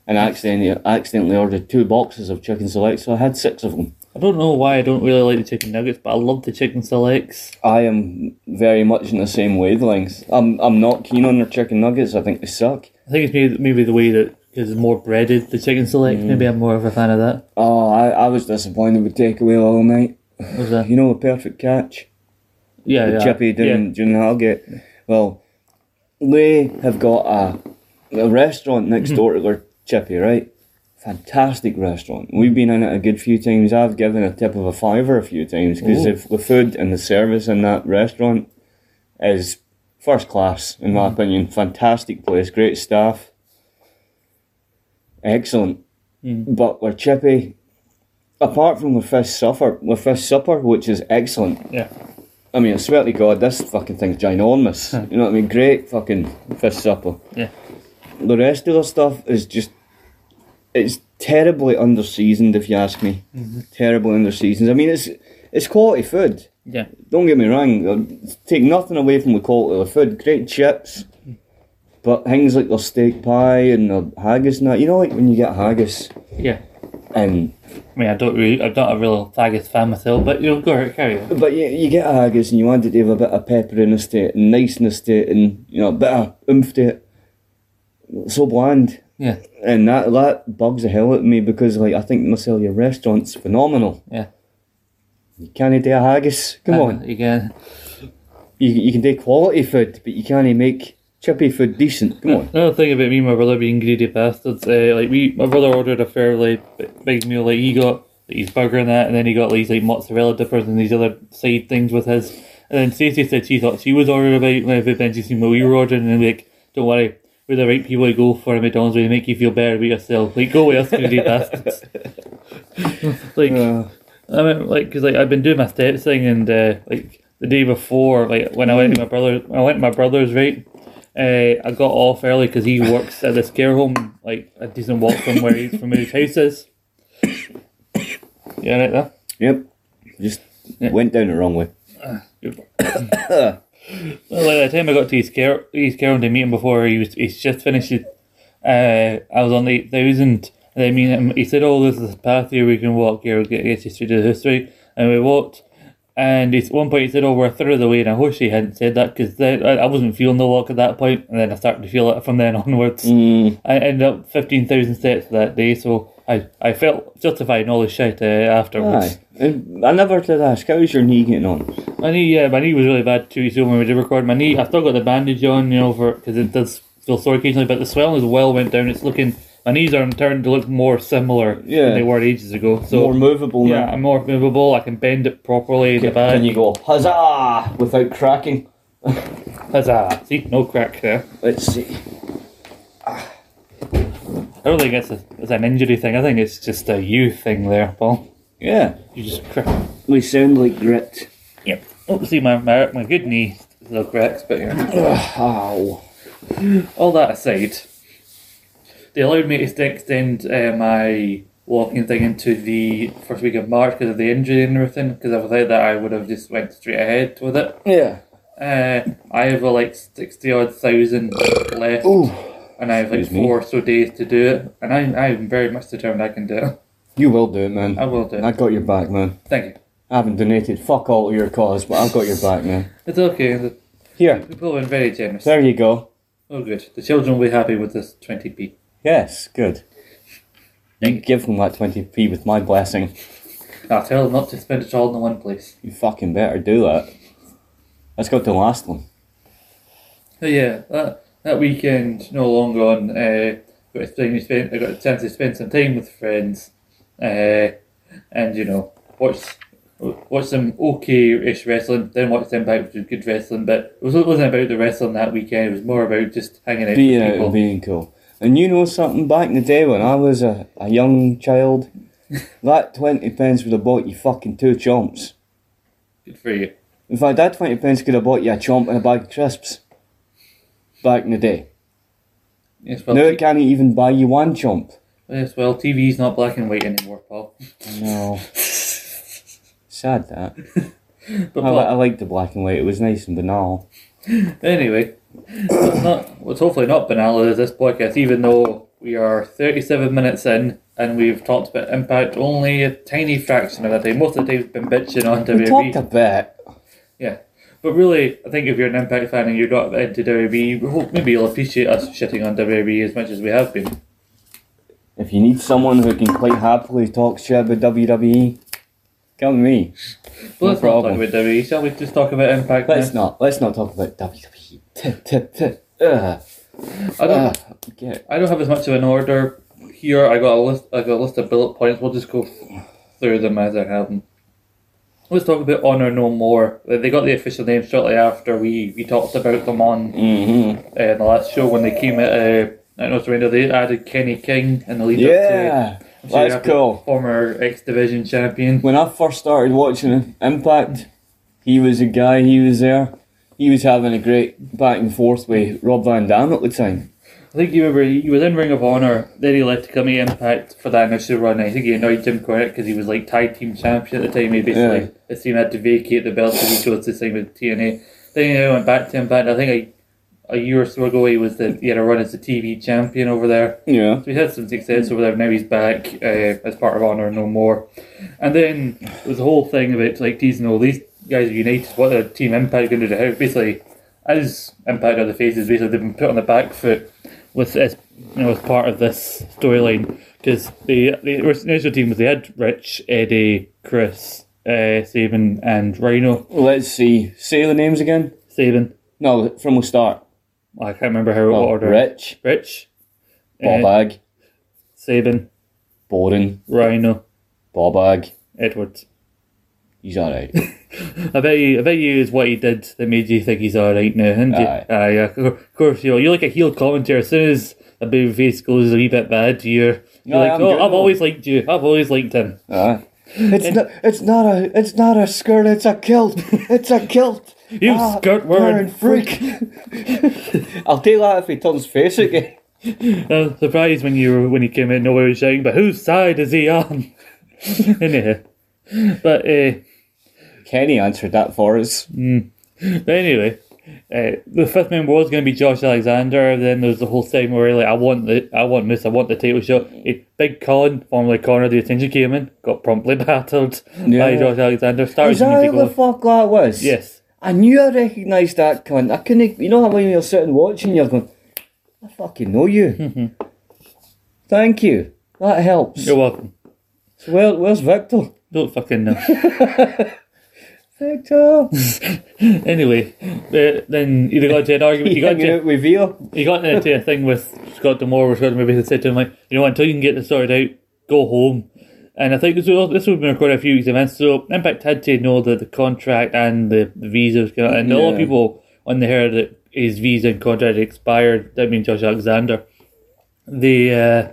Speaker 2: And I accidentally, I accidentally ordered two boxes of chicken selects, so I had six of them.
Speaker 1: I don't know why I don't really like the chicken nuggets, but I love the chicken selects.
Speaker 2: I am very much in the same wavelength. I'm I'm not keen on their chicken nuggets. I think they suck.
Speaker 1: I think it's maybe, maybe the way that is more breaded the chicken
Speaker 2: Mm.
Speaker 1: select. Maybe I'm more of a fan of that.
Speaker 2: Oh, I, I was disappointed with takeaway all night.
Speaker 1: Was that?
Speaker 2: You know the perfect catch.
Speaker 1: Yeah, yeah.
Speaker 2: Chippy
Speaker 1: yeah.
Speaker 2: didn't didn't Hargate. Well, they have got a, a restaurant
Speaker 1: Mm-hmm.
Speaker 2: next door to their Chippy, right? Fantastic restaurant. We've been in it a good few times. I've given a tip of a fiver a few times because
Speaker 1: Ooh.
Speaker 2: the, the food and the service in that restaurant is first class, in
Speaker 1: Mm-hmm.
Speaker 2: my opinion. Fantastic place, great staff, excellent.
Speaker 1: Mm-hmm.
Speaker 2: But their Chippy, apart from the fish supper, the fish supper, which is excellent,
Speaker 1: Yeah.
Speaker 2: I mean, I swear to God, this fucking thing's ginormous. You know what I mean? Great fucking fish supper.
Speaker 1: Yeah.
Speaker 2: The rest of the stuff is just. It's terribly underseasoned, if you ask me. Terribly underseasoned. I mean, it's it's quality food.
Speaker 1: Yeah.
Speaker 2: Don't get me wrong. uh, Take nothing away from the quality of the food. Great chips. But things like their steak pie and their haggis and that. You know, like when you get haggis
Speaker 1: Yeah.
Speaker 2: and
Speaker 1: I mean, I don't really, I'm not a real Thaggis fan myself, but you know, go ahead, carry on.
Speaker 2: But you, you get a haggis and you want it to have a bit of pepper in it and niceness to it and you know a bit of oomph to it. It's so bland.
Speaker 1: Yeah,
Speaker 2: And that, that bugs the hell out of me because like I think to myself your restaurant's phenomenal.
Speaker 1: yeah.
Speaker 2: You can't do a haggis. Come
Speaker 1: Uh,
Speaker 2: on.
Speaker 1: Again.
Speaker 2: You, you can do quality food, but you can't make chippy food decent. Come on.
Speaker 1: Another thing about me and my brother being greedy bastards, uh, like we, my brother ordered a fairly b- big meal. Like he got like, his burger and that, and then he got like, these like mozzarella dippers and these other side things with his. And then Stacey said she thought she was ordering about like, but then she seen what we were ordering, and like, don't worry, we're the right people to go for a McDonald's. We make you feel better about yourself. Like go with us, greedy bastards. like.
Speaker 2: Uh,
Speaker 1: I mean, like, because like I've been doing my steps thing, and uh, like the day before, like when I went to my brother, when I went to my brother's right. Uh, I got off early because he works at this care home, like a decent walk from where he's from where his house is. Yeah, right there.
Speaker 2: yep. Just went down the wrong way.
Speaker 1: Well, like, the time I got to his care, his care home to meet him before he was he's just finished. his- Uh, I was on the eight thousand, and I mean, him, he said, "Oh, there's this path here we can walk here. We'll get, get you straight to the history." And we walked, and he's, at one point he said, "Oh, we're a third of the way," and I wish he hadn't said that because I, I wasn't feeling the walk at that point, and then I started to feel it from then onwards. I ended up fifteen thousand steps that day, so. I, I felt justified in all this shit uh, afterwards.
Speaker 2: Aye. And I never did ask, how's your knee getting on?
Speaker 1: My knee, yeah, my knee was really bad two weeks ago when we did record. My knee, I've still got the bandage on, you know, for because it does feel sore occasionally, but the swelling as well went down. It's looking my knees are starting to look more similar
Speaker 2: Yeah.
Speaker 1: than they were ages ago. So
Speaker 2: More movable
Speaker 1: yeah,
Speaker 2: now.
Speaker 1: I'm more movable. I can bend it properly. in the back.
Speaker 2: Can you go, huzzah, without cracking?
Speaker 1: Huzzah! See, no crack there.
Speaker 2: Let's see.
Speaker 1: I don't think it's, a, it's an injury thing. I think it's just a you thing there, Paul.
Speaker 2: Yeah.
Speaker 1: You just crack.
Speaker 2: We sound like grit.
Speaker 1: Yep. Oh, see, my, my, my good knee still cracks, but yeah.
Speaker 2: Ow.
Speaker 1: all that aside, they allowed me to st- extend uh, my walking thing into the first week of March because of the injury and everything. Because without that, I would have just went straight ahead with it.
Speaker 2: Yeah.
Speaker 1: Uh, I have uh, like sixty odd thousand left,
Speaker 2: Ooh.
Speaker 1: and I have like
Speaker 2: Excuse me.
Speaker 1: four or so days to do it. And I, I'm very much determined I can do it.
Speaker 2: You will do it, man.
Speaker 1: I will do it.
Speaker 2: I got your back, man.
Speaker 1: Thank you.
Speaker 2: I haven't donated fuck all to your cause, but I've got your back, man.
Speaker 1: It's okay. The
Speaker 2: Here,
Speaker 1: people have been very generous.
Speaker 2: there you go.
Speaker 1: Oh, good. The children will be happy with this twenty p.
Speaker 2: Yes, good. You give them that 20p with my blessing.
Speaker 1: I'll tell them not to spend it all in one place.
Speaker 2: You fucking better do that. Let's go to the last one.
Speaker 1: So yeah, that that weekend no longer on. Uh, got a time to spend. I got a chance to spend some time with friends, uh, and you know watch watch some okay-ish wrestling. Then watch them back to good wrestling, but it was it wasn't about the wrestling that weekend. It was more about just hanging out
Speaker 2: Being
Speaker 1: with
Speaker 2: out
Speaker 1: people.
Speaker 2: and uh, being cool. And you know something, back in the day when I was a, a young child, that 20 pence would have bought you fucking two chomps.
Speaker 1: Good for you.
Speaker 2: In fact, that 20 pence could have bought you a chomp and a bag of crisps. Back in the day.
Speaker 1: Yes, well,
Speaker 2: Now it can't even buy you one chomp.
Speaker 1: yes, well, TV's not black and white anymore, Paul.
Speaker 2: No. Sad that.
Speaker 1: But
Speaker 2: I,
Speaker 1: Paul,
Speaker 2: li- I liked the black and white, it was nice and banal.
Speaker 1: Anyway, what's not what's hopefully not banal is this podcast, even though we are thirty-seven minutes in and we've talked about impact only a tiny fraction of that day. Most of the E. day we've been bitching on
Speaker 2: We talked a
Speaker 1: WWE.
Speaker 2: bit.
Speaker 1: Yeah. But really, I think if you're an Impact fan and you're not into WWE, we hope maybe you'll appreciate us shitting on WWE as much as we have been.
Speaker 2: If you need someone who can quite happily talk shit about WWE, come to me.
Speaker 1: But let's not talk
Speaker 2: problem.
Speaker 1: about WWE, shall we just talk about Impact?
Speaker 2: Let's
Speaker 1: now?
Speaker 2: not. Let's not talk about WWE. T- t- t- Ugh.
Speaker 1: I don't
Speaker 2: Ugh. Get-
Speaker 1: I don't have as much of an order here. I got a list. I got a list of bullet points. We'll just go through them as I have them. Let's talk about Honor No More. They they got the official name shortly after we, we talked about them on
Speaker 2: Mm-hmm.
Speaker 1: uh, the last show when they came at uh, I don't know surrender. They added Kenny King in the lead up
Speaker 2: Yeah,
Speaker 1: to so you
Speaker 2: that's
Speaker 1: have the
Speaker 2: cool.
Speaker 1: Former X Division champion.
Speaker 2: When I first started watching Impact, he was a guy. He was there. He was having a great back and forth with Rob Van Dam at the time.
Speaker 1: I think you remember he was in Ring of Honor. Then he left to come to Impact for that initial run. I think he annoyed Jim Cornette because he was like tag team champion at the time. He basically
Speaker 2: Yeah.
Speaker 1: his team had to vacate the belt because he chose to sign with TNA. Then he went back to Impact. I think a, a year or so ago he was the he had a run as the TV champion over there.
Speaker 2: Yeah.
Speaker 1: So he had some success over there. Now he's back uh, as part of Honor No More. And then there was the whole thing about like teasing all these guys are united. What are Team Impact going to do? How basically, as Impact are the faces, basically they've been put on the back foot with this, you know, as part of this storyline because the the initial team was they had Rich, Eddie, Chris, uh, Saban, and Rhino.
Speaker 2: Let's see. Say the names again.
Speaker 1: Saban.
Speaker 2: No, from the start.
Speaker 1: I can't remember how
Speaker 2: Oh,
Speaker 1: what order.
Speaker 2: Rich,
Speaker 1: Rich, uh,
Speaker 2: Bobag,
Speaker 1: Saban,
Speaker 2: Borden,
Speaker 1: Rhino,
Speaker 2: Bobag.
Speaker 1: Edwards.
Speaker 2: He's alright.
Speaker 1: I bet you, I bet you is what he did that made you think he's all right now, isn't you?
Speaker 2: Aye.
Speaker 1: Aye, yeah, of cour- of course you. are. You're like a heel commentator. As soon as a babyface goes a wee bit bad, you're, you're
Speaker 2: Aye,
Speaker 1: like,
Speaker 2: I'm
Speaker 1: oh,
Speaker 2: good,
Speaker 1: I've
Speaker 2: though."
Speaker 1: always liked you. I've always liked him.
Speaker 2: Aye. It's not. It's not a. It's not a skirt. It's a kilt. It's a kilt. Ah,
Speaker 1: You skirt wearing
Speaker 2: freak. I'll take that if he turns face again.
Speaker 1: I was surprised when you were, when he came in. Nobody was shouting, but whose side is he on? anyway, but uh,
Speaker 2: Kenny answered that for us.
Speaker 1: But anyway, uh, the fifth member was going to be Josh Alexander. Then there's the whole thing where like I want the I want this, I want the title shot. Eh, Big Colin, formerly Connor, the attention came in, got promptly battered by
Speaker 2: Yeah.
Speaker 1: Josh Alexander. Started
Speaker 2: Is that
Speaker 1: to
Speaker 2: who the
Speaker 1: go.
Speaker 2: fuck that was?
Speaker 1: Yes,
Speaker 2: I knew I recognised that cunt. I couldn't. You know how when you're sitting watching, you're going, "I fucking know you." Thank you. That helps.
Speaker 1: You're welcome.
Speaker 2: So where, where's Victor?
Speaker 1: Don't fucking know.
Speaker 2: Victor!
Speaker 1: anyway, uh, then either got into an argument, you got
Speaker 2: Hanging
Speaker 1: into,
Speaker 2: out with Veer.
Speaker 1: you got into a thing with Scott Demore where Scott maybe said to him like, you know, what, until you can get this sorted out, go home. And I think this was this would have been recorded a few weeks events, so Impact had to know that the contract and the, the visa was going, and a lot of
Speaker 2: Yeah.
Speaker 1: people when they heard that his visa and contract had expired, that means Josh Alexander, the uh,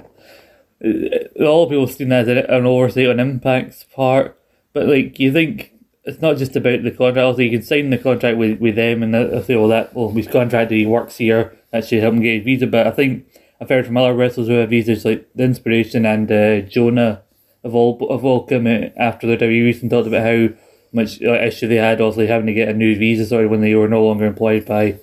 Speaker 1: a lot of people seen that as an oversight on Impact's part, but like you think it's not just about the contract. Also, you can sign the contract with, with them, and they'll say, "Well, that well, he's contracted. He works here. That should help him get his visa." But I think I've heard from other wrestlers who have visas, like the inspiration and uh, Jonah, have all have all come out after their debuts and talked about how much uh, issue they had, also having to get a new visa, sorry, when they were no longer employed by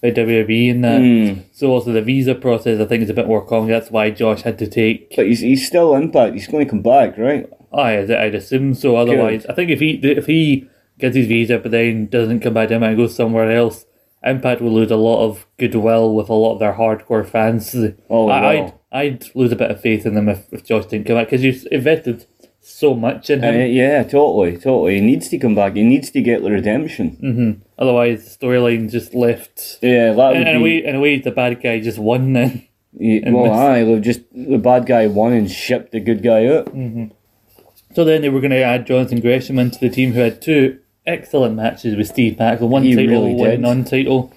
Speaker 1: by WWE and that. So also the visa process, I think, is a bit more common. That's why Josh had to take
Speaker 2: But he's, he's still impact. He's going to come back, right?
Speaker 1: I I'd assume so. Otherwise, I think if he if he gets his visa but then doesn't come back to Impact and goes somewhere else, Impact will lose a lot of goodwill with a lot of their hardcore fans.
Speaker 2: Oh,
Speaker 1: I,
Speaker 2: wow.
Speaker 1: I'd I'd lose a bit of faith in them if, if Josh didn't come back because you've invested so much in
Speaker 2: Uh,
Speaker 1: him.
Speaker 2: yeah, totally, totally. He needs to come back. He needs to get the redemption.
Speaker 1: Otherwise, the storyline just left.
Speaker 2: Yeah, that would
Speaker 1: And in
Speaker 2: be.
Speaker 1: a way, in a way, the bad guy just won then.
Speaker 2: yeah, well,
Speaker 1: this-
Speaker 2: aye, they've just the bad guy won and shipped the good guy out.
Speaker 1: So then they were going to add Jonathan Gresham into the team, who had two excellent matches with Steve Macklin, one
Speaker 2: He
Speaker 1: title,
Speaker 2: really
Speaker 1: one
Speaker 2: did.
Speaker 1: non-title.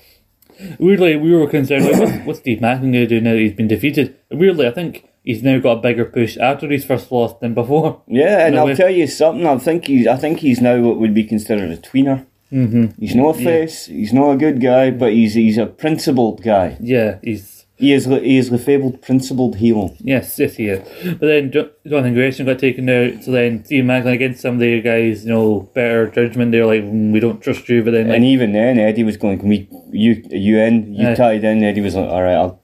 Speaker 1: Weirdly, we were concerned, like, what's, what's Steve Macklin going to do now that he's been defeated? Weirdly, I think he's now got a bigger push after his first loss than before.
Speaker 2: Yeah, and
Speaker 1: No,
Speaker 2: I'll
Speaker 1: we've-
Speaker 2: tell you something. I think he's. I think he's now what would be considered a tweener. Mm-hmm. He's not a face. He's not a good guy, but he's he's a principled guy.
Speaker 1: Yeah, he's
Speaker 2: He is the- he is the fabled principled heel.
Speaker 1: Yes, yes, he is. But then Jo- Jonathan Gresham got taken out, so then Steve Macklin against some of the guys, you know, better judgment. They're like, "Mm, we don't trust you, but then like,
Speaker 2: And even then, Eddie was going, "Can we you you in? You
Speaker 1: Aye.
Speaker 2: tied in?" Eddie was like, "All right, I'll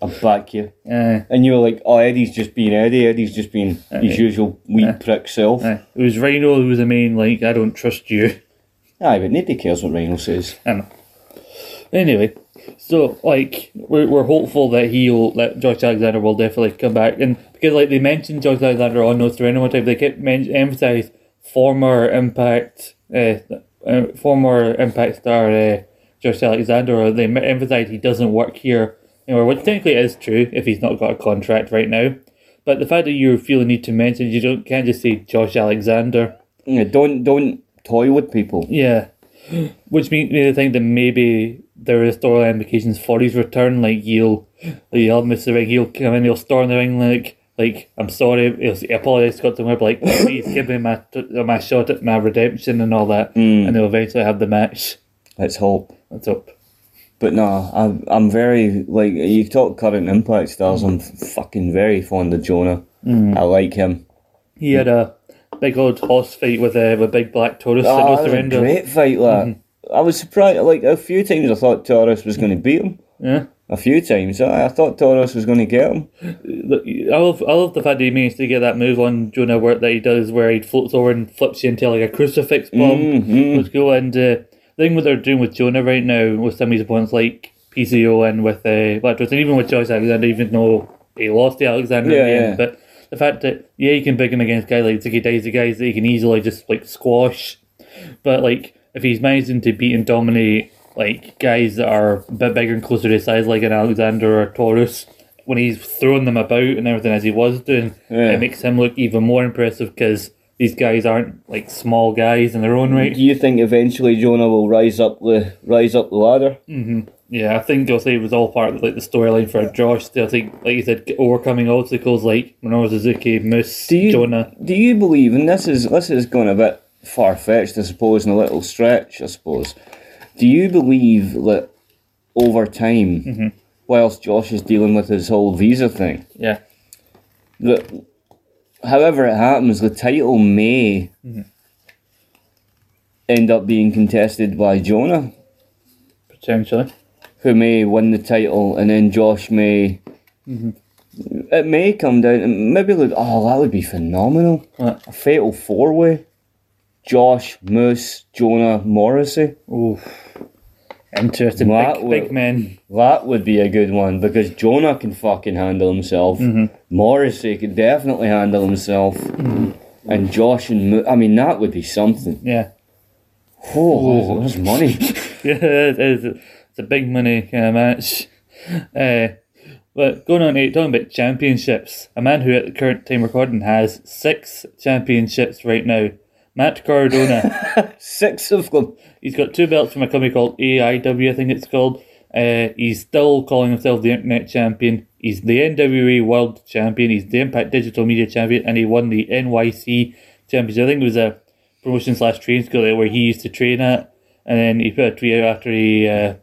Speaker 2: I'll back you."
Speaker 1: eh.
Speaker 2: And you were like, "Oh, Eddie's just being Eddie. Eddie's just being his usual wee prick self."
Speaker 1: eh. it was Rhino who was the main like, I don't trust you.
Speaker 2: Aye, but nobody cares what Rhino says.
Speaker 1: I know. Anyway, so like we're, we're hopeful that he'll that Josh Alexander will definitely come back, and because like they mentioned Josh Alexander on No Surrender one time, they kept men- emphasized former Impact, uh, uh, former Impact star uh, Josh Alexander. Or they em- emphasized he doesn't work here anymore, which technically is true if he's not got a contract right now. But the fact that you feel the need to mention you don't can't just say Josh Alexander.
Speaker 2: Yeah, don't don't toy with people.
Speaker 1: Yeah, which makes me think that maybe there is storyline implications for his return. Like he'll, he'll miss the ring. He'll come in. He'll storm the ring. Like, like I'm sorry. He'll apologize, Scott Demore. Like, please give me my uh, my shot at my redemption and all that.
Speaker 2: Mm.
Speaker 1: And they'll eventually have the match.
Speaker 2: Let's hope.
Speaker 1: That's up.
Speaker 2: But no, I'm I'm very like you talk current impact stars. I'm fucking very fond of Jonah. I like him.
Speaker 1: He had a big old horse fight with a with big black Taurus. at
Speaker 2: Mm.
Speaker 1: no
Speaker 2: Oh, that was a
Speaker 1: surrender. Mm-hmm.
Speaker 2: great fight, that. I was surprised. Like a few times, I thought Torres was going to beat him.
Speaker 1: Yeah.
Speaker 2: A few times, I, I thought Torres was going to get him.
Speaker 1: Look, I love, I love the fact that he managed to get that move on Jonah work that he does where he floats over and flips you into like a crucifix bomb.
Speaker 2: Mm-hmm.
Speaker 1: Let's go. And uh, the thing what they're doing with Jonah right now with some of his opponents like PCO and with uh, Black Dress, and even with Joyce Alexander, even though he lost to Alexander in
Speaker 2: Yeah,
Speaker 1: the end.
Speaker 2: yeah.
Speaker 1: But the fact that, yeah, you can pick him against guys like Ziggy Daisy, guys that he can easily just like squash. But like, if he's managing to beat and dominate like guys that are a bit bigger and closer to his size, like an Alexander or a Taurus, when he's throwing them about and everything as he was doing,
Speaker 2: Yeah.
Speaker 1: it makes him look even more impressive because these guys aren't like small guys in their own right.
Speaker 2: Do you think eventually Jonah will rise up the rise up the ladder?
Speaker 1: Yeah, I think I'll say it was all part of like the storyline for Josh. I think, like you said, overcoming obstacles like Minoru Suzuki, Moose,
Speaker 2: Do you
Speaker 1: Jonah.
Speaker 2: do you believe? And this is this is going a bit far fetched, I suppose, and a little stretch, I suppose. Do you believe that over time,
Speaker 1: Mm-hmm.
Speaker 2: whilst Josh is dealing with his whole visa thing,
Speaker 1: Yeah,
Speaker 2: that however it happens, the title may end up being contested by Jonah,
Speaker 1: potentially.
Speaker 2: who may win the title, and then Josh may. It may come down, and maybe look. Oh, that would be phenomenal.
Speaker 1: What?
Speaker 2: A fatal four way. Josh, Moose, Jonah, Morrissey.
Speaker 1: Oof. Interesting.
Speaker 2: That
Speaker 1: big,
Speaker 2: will-
Speaker 1: big men.
Speaker 2: That would be a good one because Jonah can fucking handle himself. Morrissey could definitely handle himself. And Josh and Mo- I mean that would be something.
Speaker 1: Yeah.
Speaker 2: Oh, there's money.
Speaker 1: Yeah, it is. It's a big money kind of match. Uh, but going on to talking about championships, a man who at the current time recording has six championships right now. Matt Cardona.
Speaker 2: Six of them.
Speaker 1: he's got two belts from a company called AIW, I think it's called. Uh, he's still calling himself the Internet Champion. He's the NWA World Champion. He's the Impact Digital Media Champion, and he won the NYC Championship. I think it was a promotion slash train school there where he used to train at. And then he put a tweet out after he uh,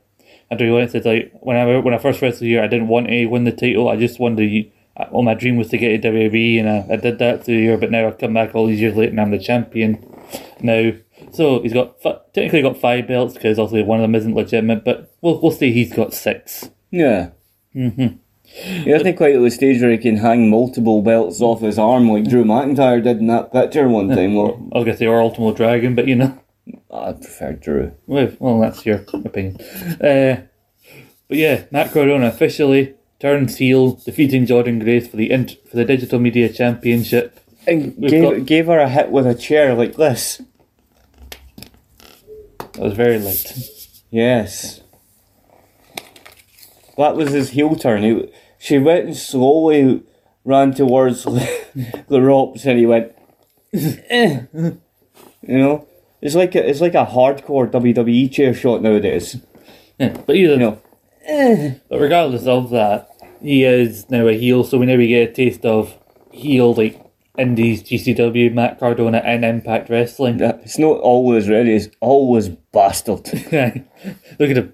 Speaker 1: after he went said like when I when I first wrestled here, I didn't want to win the title. I just wanted to. All my dream was to get to WWE, and I, I did that through the year. But now I've come back all these years later, and I'm the champion now. So he's got fi- technically got five belts because obviously one of them isn't legitimate. But we'll we'll say he's got six.
Speaker 2: Yeah. Mm-hmm. He isn't quite at the stage where he can hang multiple belts off his arm like Drew McIntyre did in that picture one time. Well,
Speaker 1: I was gonna say or Ultimo Dragon, but you know.
Speaker 2: I prefer Drew.
Speaker 1: Well, well, that's your opinion. Uh, but yeah, Matt Cardona officially turns heel, defeating Jordan Grace for the int- for the Digital Media Championship.
Speaker 2: And
Speaker 1: We've
Speaker 2: gave,
Speaker 1: got-
Speaker 2: gave her a hit with a chair like this.
Speaker 1: That was very late.
Speaker 2: Yes. That was his heel turn. He, she went and slowly ran towards the ropes and he went, "Eh." you know? It's like a, it's like a hardcore WWE chair shot nowadays.
Speaker 1: Yeah, but either
Speaker 2: You know,
Speaker 1: But regardless of that, he is now a heel, so whenever you get a taste of heel like Indies, GCW, Matt Cardona, and Impact Wrestling.
Speaker 2: that- it's not always ready. It's always bastard.
Speaker 1: Look at him.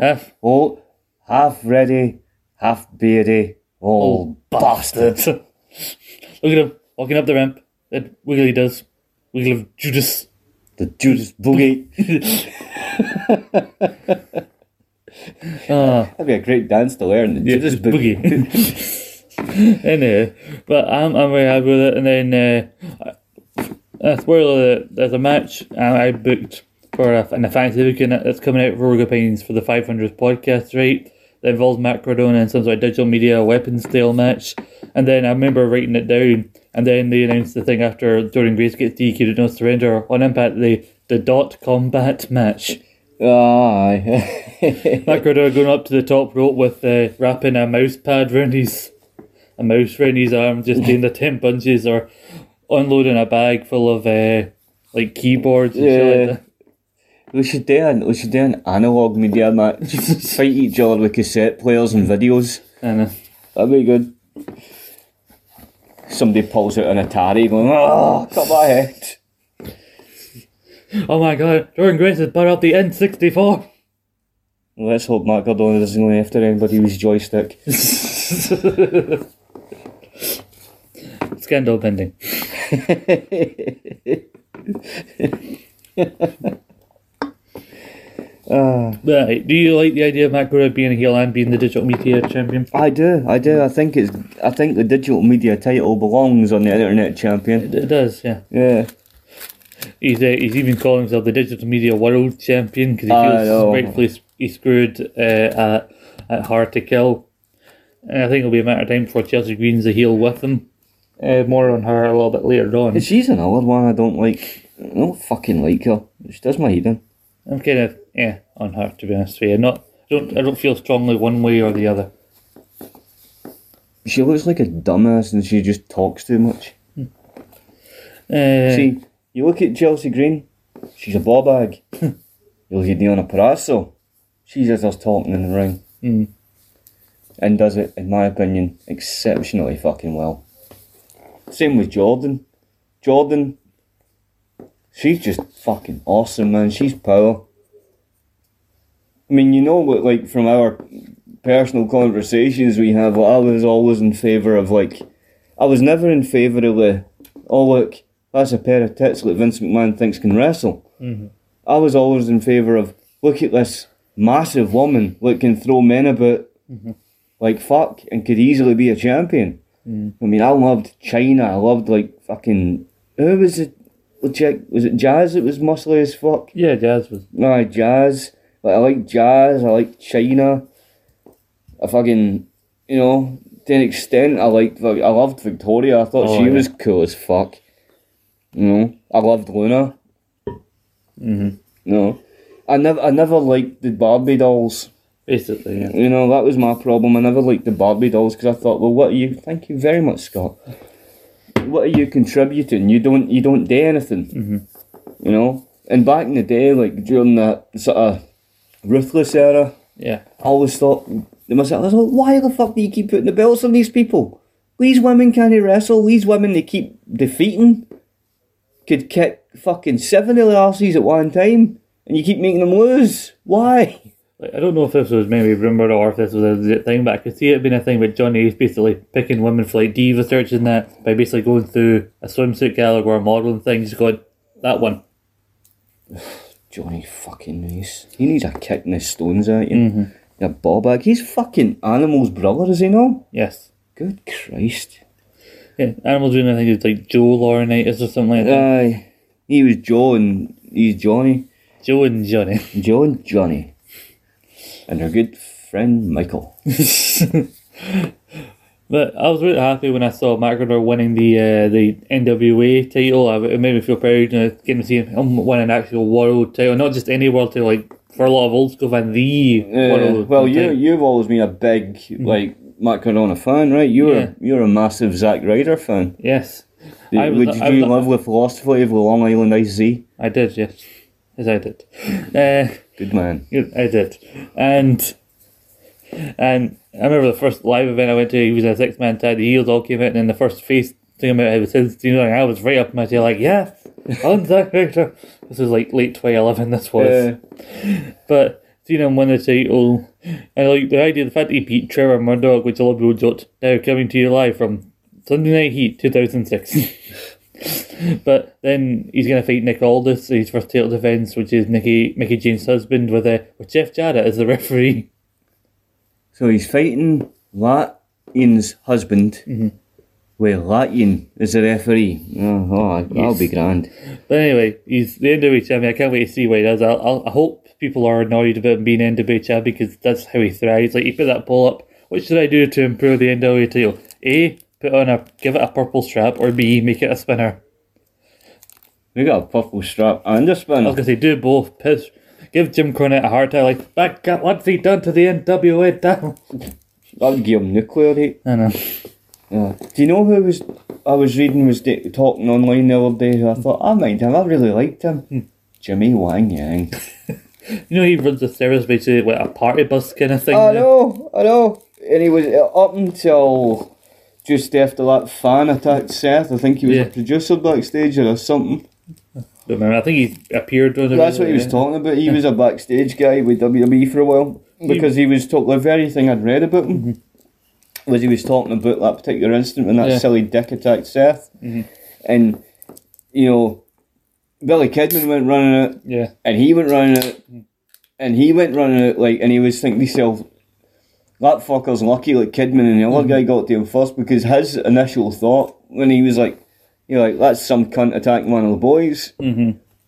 Speaker 1: Ah,
Speaker 2: All half ready, half beardy, all bastard.
Speaker 1: Look at him walking up the ramp. That Wiggly does. Wiggly of Judas.
Speaker 2: The Judas Boogie. That'd be a great dance to learn. The Judas
Speaker 1: Just boogie. anyway, but I'm, I'm very happy with it. And then uh, uh, spoiler: there's a match I, I booked for a, in a fantasy weekend that's coming out for Rogue Opinions for the 500th podcast, right? That involves Matt Cardona and some sort of digital media weapons sale match. And then I remember writing it down, and then they announced the thing after Jordan Grace gets DQ'd at No Surrender on Impact, the, the dot combat match.
Speaker 2: Aye.
Speaker 1: Matt Cardona going up to the top rope with uh, wrapping a mouse pad round his a mouse round his arm, just doing the ten punches or unloading a bag full of uh, like keyboards and shit
Speaker 2: Yeah.
Speaker 1: like that.
Speaker 2: we should do an we should do an analog media match. Fight each other with cassette players and videos.
Speaker 1: And uh,
Speaker 2: That'd be good. Somebody pulls out an Atari going, Oh, cut my head.
Speaker 1: oh my god, Jordan Grace has brought out the N sixty four.
Speaker 2: Let's hope Matt Cardona doesn't go after anybody with his joystick.
Speaker 1: Scandal pending. Right, uh, do you like the idea of Matt Cardona being a heel and being the digital media champion?
Speaker 2: I do, I do. I think it's I think the digital media title belongs on the internet champion.
Speaker 1: It does, yeah.
Speaker 2: Yeah.
Speaker 1: He's, uh, he's even calling himself the digital media world champion because he
Speaker 2: I
Speaker 1: feels
Speaker 2: know.
Speaker 1: rightfully s- he screwed uh, at, at Hard to Kill. And I think it'll be a matter of time before Chelsea Green's a heel with him. Uh, more on her a little bit later on.
Speaker 2: She's another one I don't like. I don't fucking like her. She does my head in.
Speaker 1: I'm kind of yeah on her to be honest with you. Not I don't I don't feel strongly one way or the other.
Speaker 2: She looks like a dumbass and she just talks too much.
Speaker 1: Uh,
Speaker 2: See, you look at Chelsea Green, she's a ball bag. you look at Diana Parazzo, she's just us talking in the ring. And does it, in my opinion, exceptionally fucking well. Same with Jordan. Jordan, she's just fucking awesome, man. She's power. I mean, you know what, like, from our personal conversations we have, I was always in favour of, like, I was never in favour of the, oh, look, that's a pair of tits that Vince McMahon thinks can wrestle. I was always in favour of, look at this massive woman that can throw men about like fuck and could easily be a champion. I mean, I loved China. I loved, like, fucking. Who was it? the chick- Was it Jazz that was muscly as fuck?
Speaker 1: yeah, Jazz was
Speaker 2: Aye, Jazz. Like I like jazz. I like China. I fucking you know to an extent I liked. I loved Victoria. I thought
Speaker 1: Oh,
Speaker 2: she
Speaker 1: yeah.
Speaker 2: was cool as fuck. You know I loved Luna. Mm-hmm. No, I never I never liked the Barbie dolls.
Speaker 1: Basically, yeah.
Speaker 2: You know that was my problem. I never liked the Barbie dolls because I thought, well, what are you? Thank you very much, Scott. What are you contributing? You don't you don't do anything. You know. And back in the day, like during that sort of ruthless era,
Speaker 1: Yeah.
Speaker 2: I always thought to myself, I thought, why the fuck do you keep putting the belts on these people? These women can't wrestle. These women they keep defeating could kick fucking seven of the arses at one time, and you keep making them lose. Why?
Speaker 1: Like, I don't know if this was maybe rumored or if this was a legit thing, but I could see it being a thing with Johnny Ace basically picking women for like diva search and that by basically going through a swimsuit gallery or a modelling thing. He's going, that one.
Speaker 2: Johnny fucking Ace. He needs a kick in the stones out you.
Speaker 1: Mm-hmm.
Speaker 2: A ball bag. He's fucking Animal's brother, is he not?
Speaker 1: Yes.
Speaker 2: Good Christ.
Speaker 1: Yeah. Animal June, I think it's like Joe Laurinaitis or something like that.
Speaker 2: Aye. he was Joe and he's Johnny.
Speaker 1: Joe and Johnny.
Speaker 2: Joe and Johnny. And their good friend Michael.
Speaker 1: But I was really happy when I saw McGregor winning the uh, the NWA title. I- It made me feel proud, you know, getting to see him win an actual world title, not just any world title. Like for a lot of old school fans, the
Speaker 2: Uh,
Speaker 1: world.
Speaker 2: well, you,
Speaker 1: title.
Speaker 2: you've always been a big, like, Macarona fan, right? You're,
Speaker 1: Yeah.
Speaker 2: you're a massive Zack Ryder fan.
Speaker 1: yes, I
Speaker 2: Did,
Speaker 1: was-
Speaker 2: would
Speaker 1: I
Speaker 2: you
Speaker 1: was-
Speaker 2: love the philosophy of the Long Island IZ?
Speaker 1: I did. Yes, yes, I did. Uh,
Speaker 2: Good man.
Speaker 1: yeah, I did, and and I remember the first live event I went to. He was a six man tag. The heels all came out, and then the first face came out. It was his. You know, and I was right up my tail, like, yeah, I'm Zack Ryder. This was like late twenty eleven. This was.
Speaker 2: Uh,
Speaker 1: But seeing him win the title, and oh, like the idea, the fact that he beat Trevor Murdoch, which a lot of people joked, now coming to you live from Sunday Night Heat 2006. but then he's going to fight Nick Aldis, his first title defence, which is Nicky, Mickey James' husband, with, uh, with Jeff Jarrett as the referee.
Speaker 2: So he's fighting Latian's husband. mm Well, Latian is the referee. Oh, oh, that'll be grand.
Speaker 1: But anyway, he's the NWA champion. I can't wait to see what he does. I, I, I hope people are annoyed about him being NWA champion because that's how he thrives. Like, he put that poll up. What should I do to improve the NWA title? A, put on a, give it a purple strap, or B, make it a spinner.
Speaker 2: We got a purple strap and a
Speaker 1: I was
Speaker 2: spinner.
Speaker 1: gonna say do both. Piss, give Jim Cornette a hard time. Like that guy, what's he done to the NWA? Down.
Speaker 2: That would give him nuclear heat.
Speaker 1: I know.
Speaker 2: Yeah. Do you know who was I was reading was da- talking online the other day? Who I thought I mind him. I really liked him. Jimmy Wang Yang.
Speaker 1: You know he runs a service basically like a party bus kind of thing.
Speaker 2: I
Speaker 1: now.
Speaker 2: know, I know. And he was uh, up until just after that fan attacked Seth. I think he was
Speaker 1: Yeah.
Speaker 2: a producer backstage or something.
Speaker 1: Don't remember. I think he appeared on. the-
Speaker 2: That's what he was talking about. He was a backstage guy with WWE for a while because he was talking. The very thing I'd read about him was he was talking about that particular incident when that
Speaker 1: Yeah.
Speaker 2: silly dick attacked Seth, and you know, Billy Kidman went running it,
Speaker 1: Yeah.
Speaker 2: and he went running it, and he went running it like, and he was thinking to himself. That fucker's lucky like Kidman and the other guy got to him first because his initial thought when he was like, you're like, that's some cunt attacking one of the boys.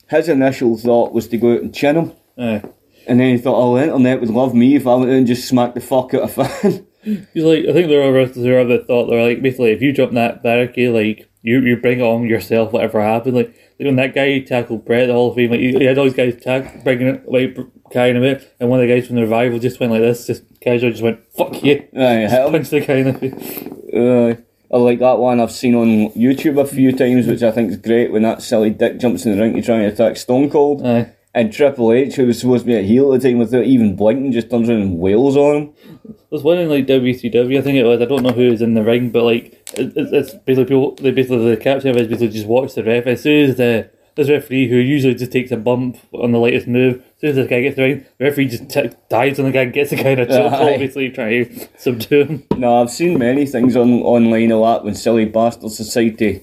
Speaker 2: His initial thought was to go out and chin him.
Speaker 1: Aye.
Speaker 2: And then he thought, oh, the internet would love me if I went out and just smacked the fuck out of a fan.
Speaker 1: He's like, I think there are wrestlers who have that thought. They're like, basically, if you jump that barricade, like you, you bring it on yourself, whatever happened. Like, like when that guy tackled Brett, the Hall of Fame, like he he had all these guys tag bringing it, like br- carrying him out, and one of the guys from the revival just went like this, just casual, just went fuck you,
Speaker 2: Aye, hit him.
Speaker 1: punched the guy in the face.
Speaker 2: Uh, I like that one I've seen on YouTube a few times, which I think is great when that silly dick jumps in the ring to try and attack Stone Cold.
Speaker 1: Aye.
Speaker 2: And Triple H, who was supposed to be a heel at the time without even blinking, just turns around and wails on him.
Speaker 1: There's one in like WCW, I think it was. I don't know who was in the ring, but like it, it's it's basically people. They basically the captain of it is basically just watch the ref. As soon as the this referee who usually just takes a bump on the latest move, as soon as this guy gets the ring, the referee just t- dives on the guy and gets the guy in a chokehold,
Speaker 2: Aye.
Speaker 1: basically trying to subdue him.
Speaker 2: No, I've seen many things on online a lot when silly bastards decide to,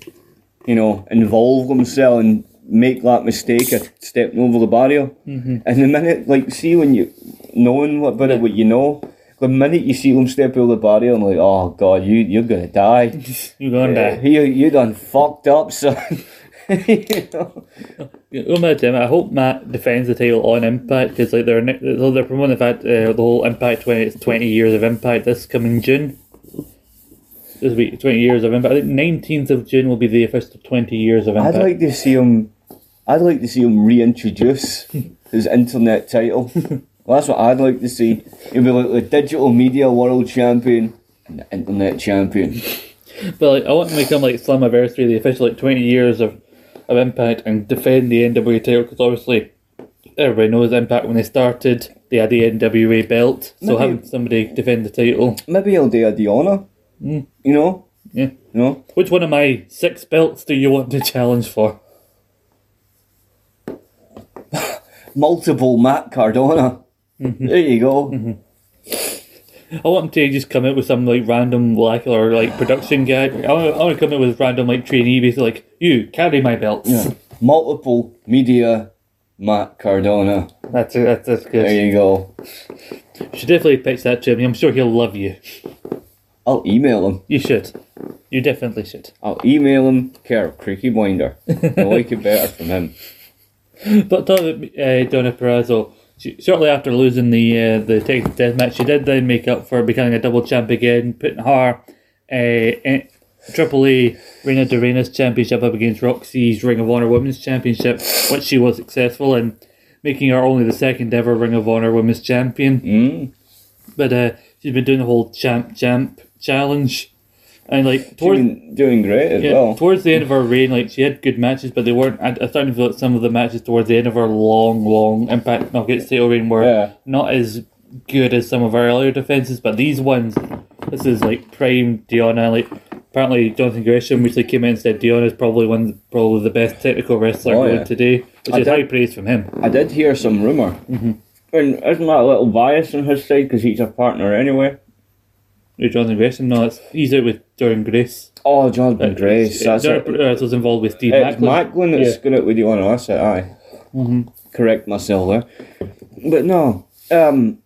Speaker 2: you know, involve themselves and make that mistake of stepping over the barrier. Mm-hmm. And the minute, like, see when you knowing what about it, what you know, the minute you see them step over the barrier, I'm like, oh god, you you're gonna die.
Speaker 1: You're going
Speaker 2: Uh,
Speaker 1: back.
Speaker 2: you you done fucked up, son. You know?
Speaker 1: Yeah, well, Matt, Jim, I hope Matt defends the title on Impact because like they're ne- so they're promoting the fact uh, the whole Impact twenty it's twenty years of Impact this coming June. This will be twenty years of Impact. I think nineteenth of June will be the official twenty years of
Speaker 2: I'd
Speaker 1: Impact.
Speaker 2: like to see him. I'd like to see him reintroduce his internet title. well, that's what I'd like to see. He'd be like the digital media world champion and the internet champion.
Speaker 1: But like, I want to become like Slammiversary, the official like twenty years of, of Impact, and defend the NWA title because obviously everybody knows Impact when they started. They had the NWA belt, so
Speaker 2: Maybe-
Speaker 1: having somebody defend the title.
Speaker 2: Maybe he'll do a Diana. You know.
Speaker 1: Mm. Yeah.
Speaker 2: You know.
Speaker 1: Which one of my six belts do you want to challenge for?
Speaker 2: Multiple Matt Cardona.
Speaker 1: Mm-hmm.
Speaker 2: There you go.
Speaker 1: I want him to just come out with some like random like or like production guy. I want, I want to come out with random like trainee, basically like you carry my belts.
Speaker 2: Yeah. Multiple media Matt Cardona.
Speaker 1: That's it. That's, that's good.
Speaker 2: There you go.
Speaker 1: You should definitely pitch that to him. I'm sure he'll love you.
Speaker 2: I'll email him.
Speaker 1: You should. You definitely should.
Speaker 2: I'll email him. Care of Creaky Winder. I like it better from him.
Speaker 1: But talking about uh, Donna Perazzo, she, shortly after losing the uh, the Texas Death Match, she did then make up for becoming a double champ again, putting her uh, in- Triple A Reina de Reina's championship up against Roxy's Ring of Honor Women's Championship, which she was successful in, making her only the second ever Ring of Honor Women's Champion. But uh, she's been doing the whole champ champ challenge, and like towards
Speaker 2: Doing, doing great as
Speaker 1: yeah,
Speaker 2: well.
Speaker 1: towards the end of her reign, like she had good matches, but they weren't. I, I started to feel that some of the matches towards the end of her long, long Impact Knockouts title reign were
Speaker 2: Yeah.
Speaker 1: not as good as some of her earlier defenses. But these ones, this is like prime Diana. Like apparently Jonathan Gresham recently came in and said Diana's probably one, of the- probably the best technical wrestler
Speaker 2: Oh,
Speaker 1: going
Speaker 2: yeah.
Speaker 1: today, which
Speaker 2: I
Speaker 1: is
Speaker 2: don't-
Speaker 1: high praise from him.
Speaker 2: I did hear some rumor
Speaker 1: Mm-hmm.
Speaker 2: And isn't that a little bias on his side because he's a partner anyway?
Speaker 1: Jonathan Gresham, no, it's, he's out with Jordan Grace.
Speaker 2: Oh, Jonathan Grace. That's
Speaker 1: Jonathan
Speaker 2: it.
Speaker 1: Grace was uh, involved with Steve
Speaker 2: It's
Speaker 1: Macklin.
Speaker 2: Macklin that's
Speaker 1: Yeah.
Speaker 2: good at with you on us. Aye. Mm-hmm. Correct myself there. But no, um,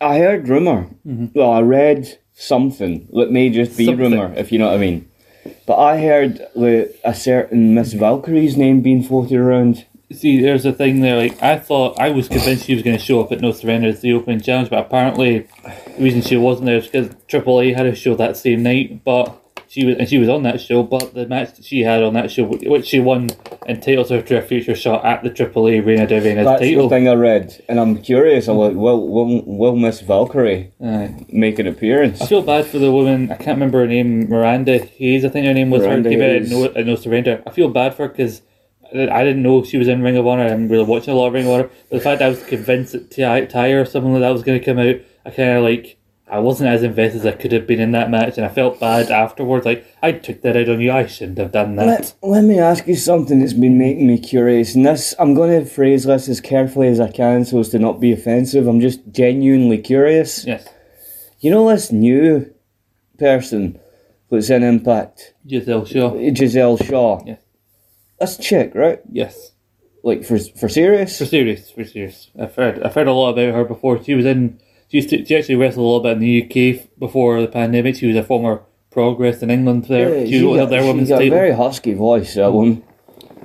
Speaker 2: I heard rumor. Well, I read something that may just be
Speaker 1: Mm-hmm. Something.
Speaker 2: rumor, if you know what I mean. But I heard the, a certain Miss Valkyrie's name being floated around.
Speaker 1: See, there's a thing there. Like I thought, I was convinced she was going to show up at No Surrender as the opening challenge, but apparently, the reason she wasn't there is because AAA had a show that same night. But she was, and she was on that show. But the match that she had on that show, wh- which she won, entitles her to a future shot at the AAA Reina de Reina's
Speaker 2: That's
Speaker 1: title.
Speaker 2: the thing I read, and I'm curious. I'm like, will will, will Miss Valkyrie
Speaker 1: Aye.
Speaker 2: make an appearance?
Speaker 1: I feel bad for the woman. I can't remember her name. Miranda Hayes, I think her name was. her
Speaker 2: Miranda
Speaker 1: came out at
Speaker 2: Hayes.
Speaker 1: no, at no surrender. I feel bad for her because I didn't know she was in Ring of Honor. I didn't really watch a lot of Ring of Honor. But the fact that I was convinced that Ty, Ty or someone like that was going to come out, I kind of like. I wasn't as invested as I could have been in that match, and I felt bad afterwards. Like I took that out on you. I shouldn't have done that.
Speaker 2: Let, let me ask you something that's been making me curious, and this I'm going to phrase this as carefully as I can so as to not be offensive. I'm just genuinely curious.
Speaker 1: Yes,
Speaker 2: You know this new person that's in Impact,
Speaker 1: Giselle Shaw.
Speaker 2: Giselle Shaw.
Speaker 1: Yeah.
Speaker 2: That's chick, right?
Speaker 1: Yes,
Speaker 2: Like for for serious.
Speaker 1: for serious, for serious. I've heard, I've heard a lot about her before. She was in, she used to, she actually wrestled a little bit in the UK f- before the pandemic. She was a former Progress in England player.
Speaker 2: Yeah,
Speaker 1: she was
Speaker 2: got,
Speaker 1: their
Speaker 2: she's
Speaker 1: women's
Speaker 2: got a
Speaker 1: title.
Speaker 2: very husky voice. That one.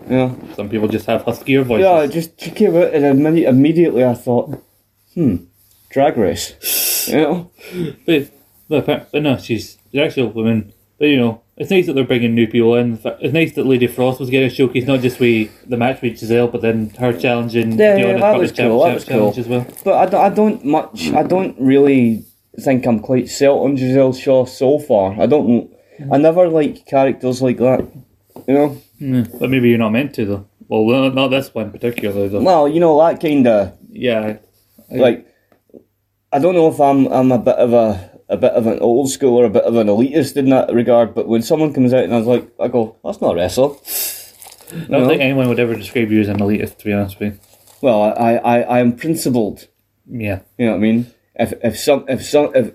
Speaker 2: Yeah.
Speaker 1: Some people just have huskier voices.
Speaker 2: Yeah, it just she came out and imme- immediately I thought, hmm, drag race. You know?
Speaker 1: But, but, appa- but no, she's the actual woman. But you know, it's nice that they're bringing new people in. In fact, It's nice that Lady Frost was getting a showcase, not just we the match with Giselle, but then her challenging
Speaker 2: Yeah,
Speaker 1: Dionne as
Speaker 2: that
Speaker 1: part of
Speaker 2: was
Speaker 1: the
Speaker 2: cool, that
Speaker 1: champ-
Speaker 2: was
Speaker 1: challenge
Speaker 2: cool.
Speaker 1: as well.
Speaker 2: But I, d- I don't much, I don't really think I'm quite set on Giselle Shaw so far. I don't, I never like characters like that. You know?
Speaker 1: But maybe you're not meant to though. Well, not- not this one particularly though.
Speaker 2: Well, you know, that kind of,
Speaker 1: Yeah,
Speaker 2: like, I don't know if I'm, I'm a bit of a, a bit of an old school or a bit of an elitist in that regard, but when someone comes out and I was like, I go, that's not a wrestler.
Speaker 1: I don't think anyone would ever describe you as an elitist, to be honest with
Speaker 2: Well, I, I, I, I am principled.
Speaker 1: you. Yeah.
Speaker 2: You know what I mean? If if some if some if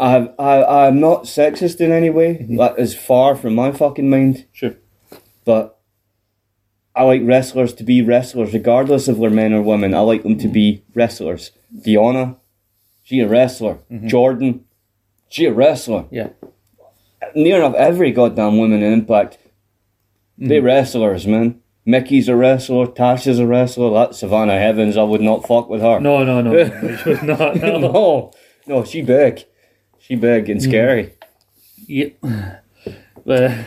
Speaker 2: I have I I'm not sexist in any way. That is far from my fucking mind.
Speaker 1: Sure.
Speaker 2: But I like wrestlers to be wrestlers, regardless of they're men or women. I like them to be wrestlers. Diona, she a wrestler.
Speaker 1: Mm-hmm.
Speaker 2: Jordan, she a wrestler.
Speaker 1: Yeah.
Speaker 2: Near enough every goddamn woman in Impact They
Speaker 1: Mm-hmm.
Speaker 2: wrestlers, man. Mickey's a wrestler. Tasha's a wrestler. That's Savannah Evans. I would not fuck with her.
Speaker 1: No, no, no. no, she was not. No. Mm.
Speaker 2: no, no, she big, she big and scary.
Speaker 1: yeah. But,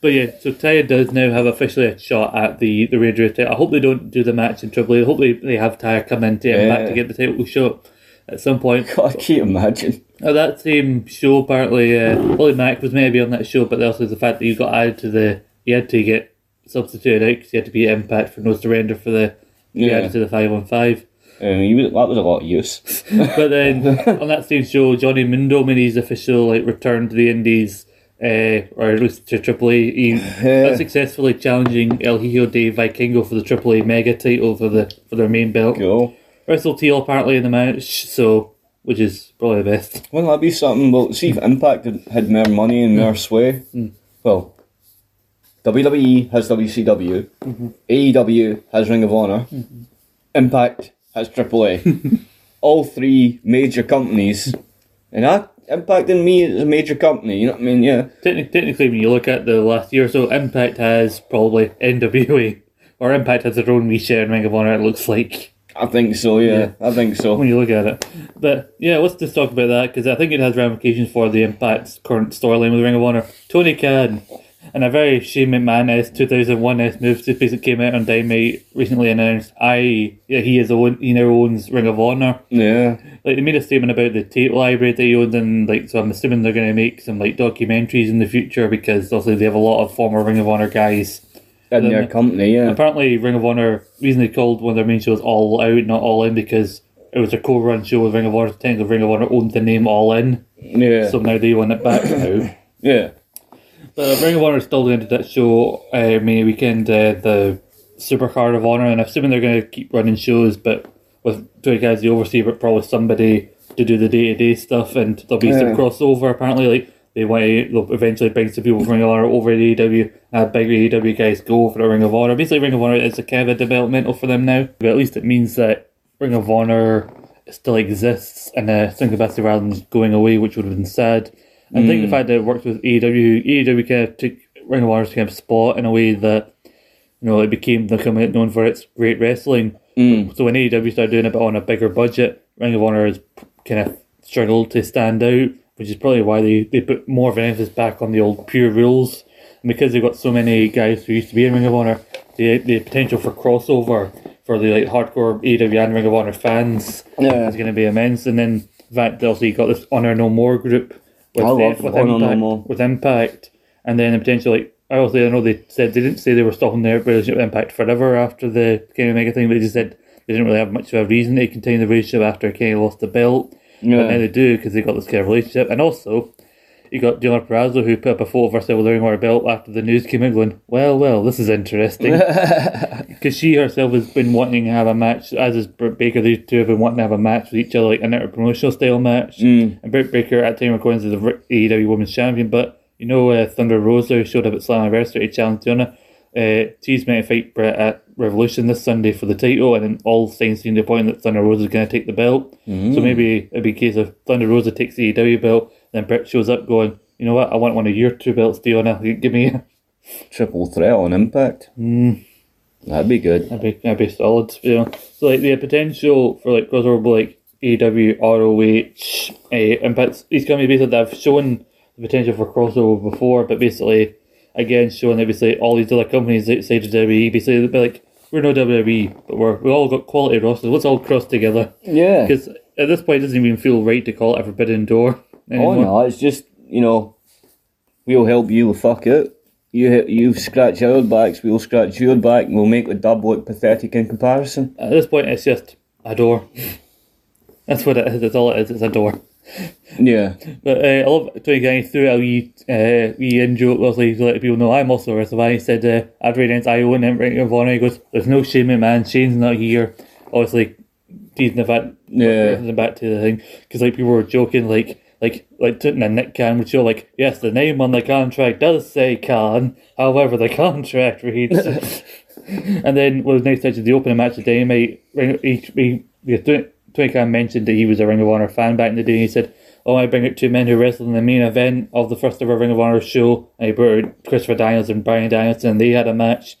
Speaker 1: but yeah, so Taya does now have officially a shot at the, the Raider title. I hope they don't do the match in Triple A. Hopefully they have Taya come into it back
Speaker 2: Yeah.
Speaker 1: to get the title shot at some point.
Speaker 2: God, I can't imagine.
Speaker 1: Now, that same show, apparently, uh, Willie Mack was maybe on that show, but also the fact that you got added to the. You had to get substituted out because you had to be impact for no surrender for the. You
Speaker 2: Yeah.
Speaker 1: added to the 515.
Speaker 2: Um, you, that was a lot of use.
Speaker 1: But then on that same show, Johnny Mundo made his official like return to the Indies, uh, or at least to AAA. He that's successfully challenging El Hijo de Vikingo for the AAA Mega title for the for their main belt.
Speaker 2: Cool.
Speaker 1: Wrestle Teal apparently in the match, so which is probably the best.
Speaker 2: Wouldn't that be something? Well, see if Impact had, had more money and more sway. Well, WWE has WCW, AEW E has Ring of Honor, Impact has AAA. All three major companies, and that Impact and me is a major company. You know what I mean? Yeah,
Speaker 1: Techni- technically, when you look at the last year or so, Impact has probably NWA or Impact has their own niche in Ring of Honor. It looks like.
Speaker 2: I think so. Yeah, I think so.
Speaker 1: when you look at it. But yeah, let's just talk about that because I think it has ramifications for the Impact's current storyline with Ring of Honor. Tony Khan and a very Shane McMahon S 2001 S move just basically came out on Dynamite recently announced I yeah, he is own, he now owns Ring of Honor.
Speaker 2: Yeah,
Speaker 1: Like they made a statement about the tape library that he owns and like so I'm assuming they're gonna make some like documentaries in the future because obviously they have a lot of former Ring of Honor guys
Speaker 2: in their
Speaker 1: Then-
Speaker 2: company. Yeah,
Speaker 1: Apparently, Ring of Honor reason they called one of their main shows All Out, not All In, because it was a co-run show with Ring of Honor. Technically, Ring of Honor owned the name All In,
Speaker 2: yeah,
Speaker 1: so now they own it back now.
Speaker 2: yeah.
Speaker 1: But Ring of Honor is still going to that show. Uh, May weekend, uh, the Supercard of Honor, and I'm assuming they're going to keep running shows, but with two guys the oversee, but probably somebody to do the day to day stuff, and there'll be some
Speaker 2: Yeah.
Speaker 1: crossover. Apparently, like they want to they'll eventually bring some people from Ring of Honor over to AEW, have uh, big AEW guys go for the Ring of Honor. Basically, Ring of Honor is a kind of a developmental for them now, but at least it means that Ring of Honor still exists uh, in a some capacity rather than going away, which would have been sad. I think the fact that it worked with E AEW, AEW kind of took Ring of Honor's kind of spot in a way that you know, it became the coming known for its great wrestling.
Speaker 2: Mm.
Speaker 1: So when AEW started doing it but on a bigger budget, Ring of Honor has kind of struggled to stand out, which is probably why they, they put more of an emphasis back on the old pure rules. And because they've got so many guys who used to be in Ring of Honor, the the potential for crossover for the like hardcore AEW and Ring of Honor fans
Speaker 2: Yeah.
Speaker 1: is going to be immense. And then the fact that also you got this Honor No More group with,
Speaker 2: I
Speaker 1: the-
Speaker 2: love
Speaker 1: with
Speaker 2: Honor No
Speaker 1: Impact,
Speaker 2: More.
Speaker 1: with Impact, and then potentially. Like, I also I know they said they didn't say they were stopping their relationship with Impact forever after the Kenny Omega thing, but they just said they didn't really have much of a reason to continue the relationship after Kenny lost the belt. But
Speaker 2: Yeah.
Speaker 1: now they do because they got this kind of relationship, and also you got Diana Perazzo who put up a photo of herself with a Ring of Honor belt after the news came out, going, "Well, well, this is interesting," because she herself has been wanting to have a match, as is Britt Baker. These two have been wanting to have a match with each other, like an interpromotional style match. And Britt Baker at the time of recording is the R- AEW Women's Champion, but you know uh, Thunder Rosa who showed up at Slammiversary to challenge Diana. Uh, she's meant to fight Britt at Revolution this Sunday for the title, and then all signs seem to point that Thunder Rosa is going to take the belt. So maybe it'd be a case of Thunder Rosa takes the AEW belt, then Britt shows up going, you know what, I want one of your two belts, Diana. Give me.
Speaker 2: Triple threat on Impact. That'd be good.
Speaker 1: That'd be, that'd be solid, you know. So like the potential for like crossover with, like AEW, ROH, uh, Impact. These companies basically that have shown the potential for crossover before, but basically again showing that basically all these other companies outside of WWE basically they'd be like we're no WWE, but we're we all got quality rosters. Let's all cross together
Speaker 2: Yeah.
Speaker 1: because at this point it doesn't even feel right to call it a forbidden door
Speaker 2: Oh
Speaker 1: anymore.
Speaker 2: no, it's just you know, we'll help you the fuck out. You he- you scratch our backs, we'll scratch your back, and we'll make the dub look pathetic in comparison.
Speaker 1: At this point, it's just a door. That's what it is. That's all it is. It's a door.
Speaker 2: Yeah,
Speaker 1: But uh, I love Tony Gang threw out a wee, uh, wee in joke, obviously, to let people know I'm also a wrestler. He said, uh, I'd rate against Iowa and Ring of Honor. He goes, There's no shame in man. Shane's not here. Obviously, teasing the fact,
Speaker 2: Yeah.
Speaker 1: referencing back to the thing. Because, like, people were joking, like, like, like, Tootin and Nick Khan would show, like, yes, the name on the contract does say Khan. However, the contract reads. And then what was next touch is the opening match today. Mate, Ring- he, he, he, Tony Khan mentioned that he was a Ring of Honor fan back in the day. He said, oh, I bring up two men who wrestled in the main event of the first ever Ring of Honor show. I brought out Christopher Daniels and Brian Daniels, and they had a match.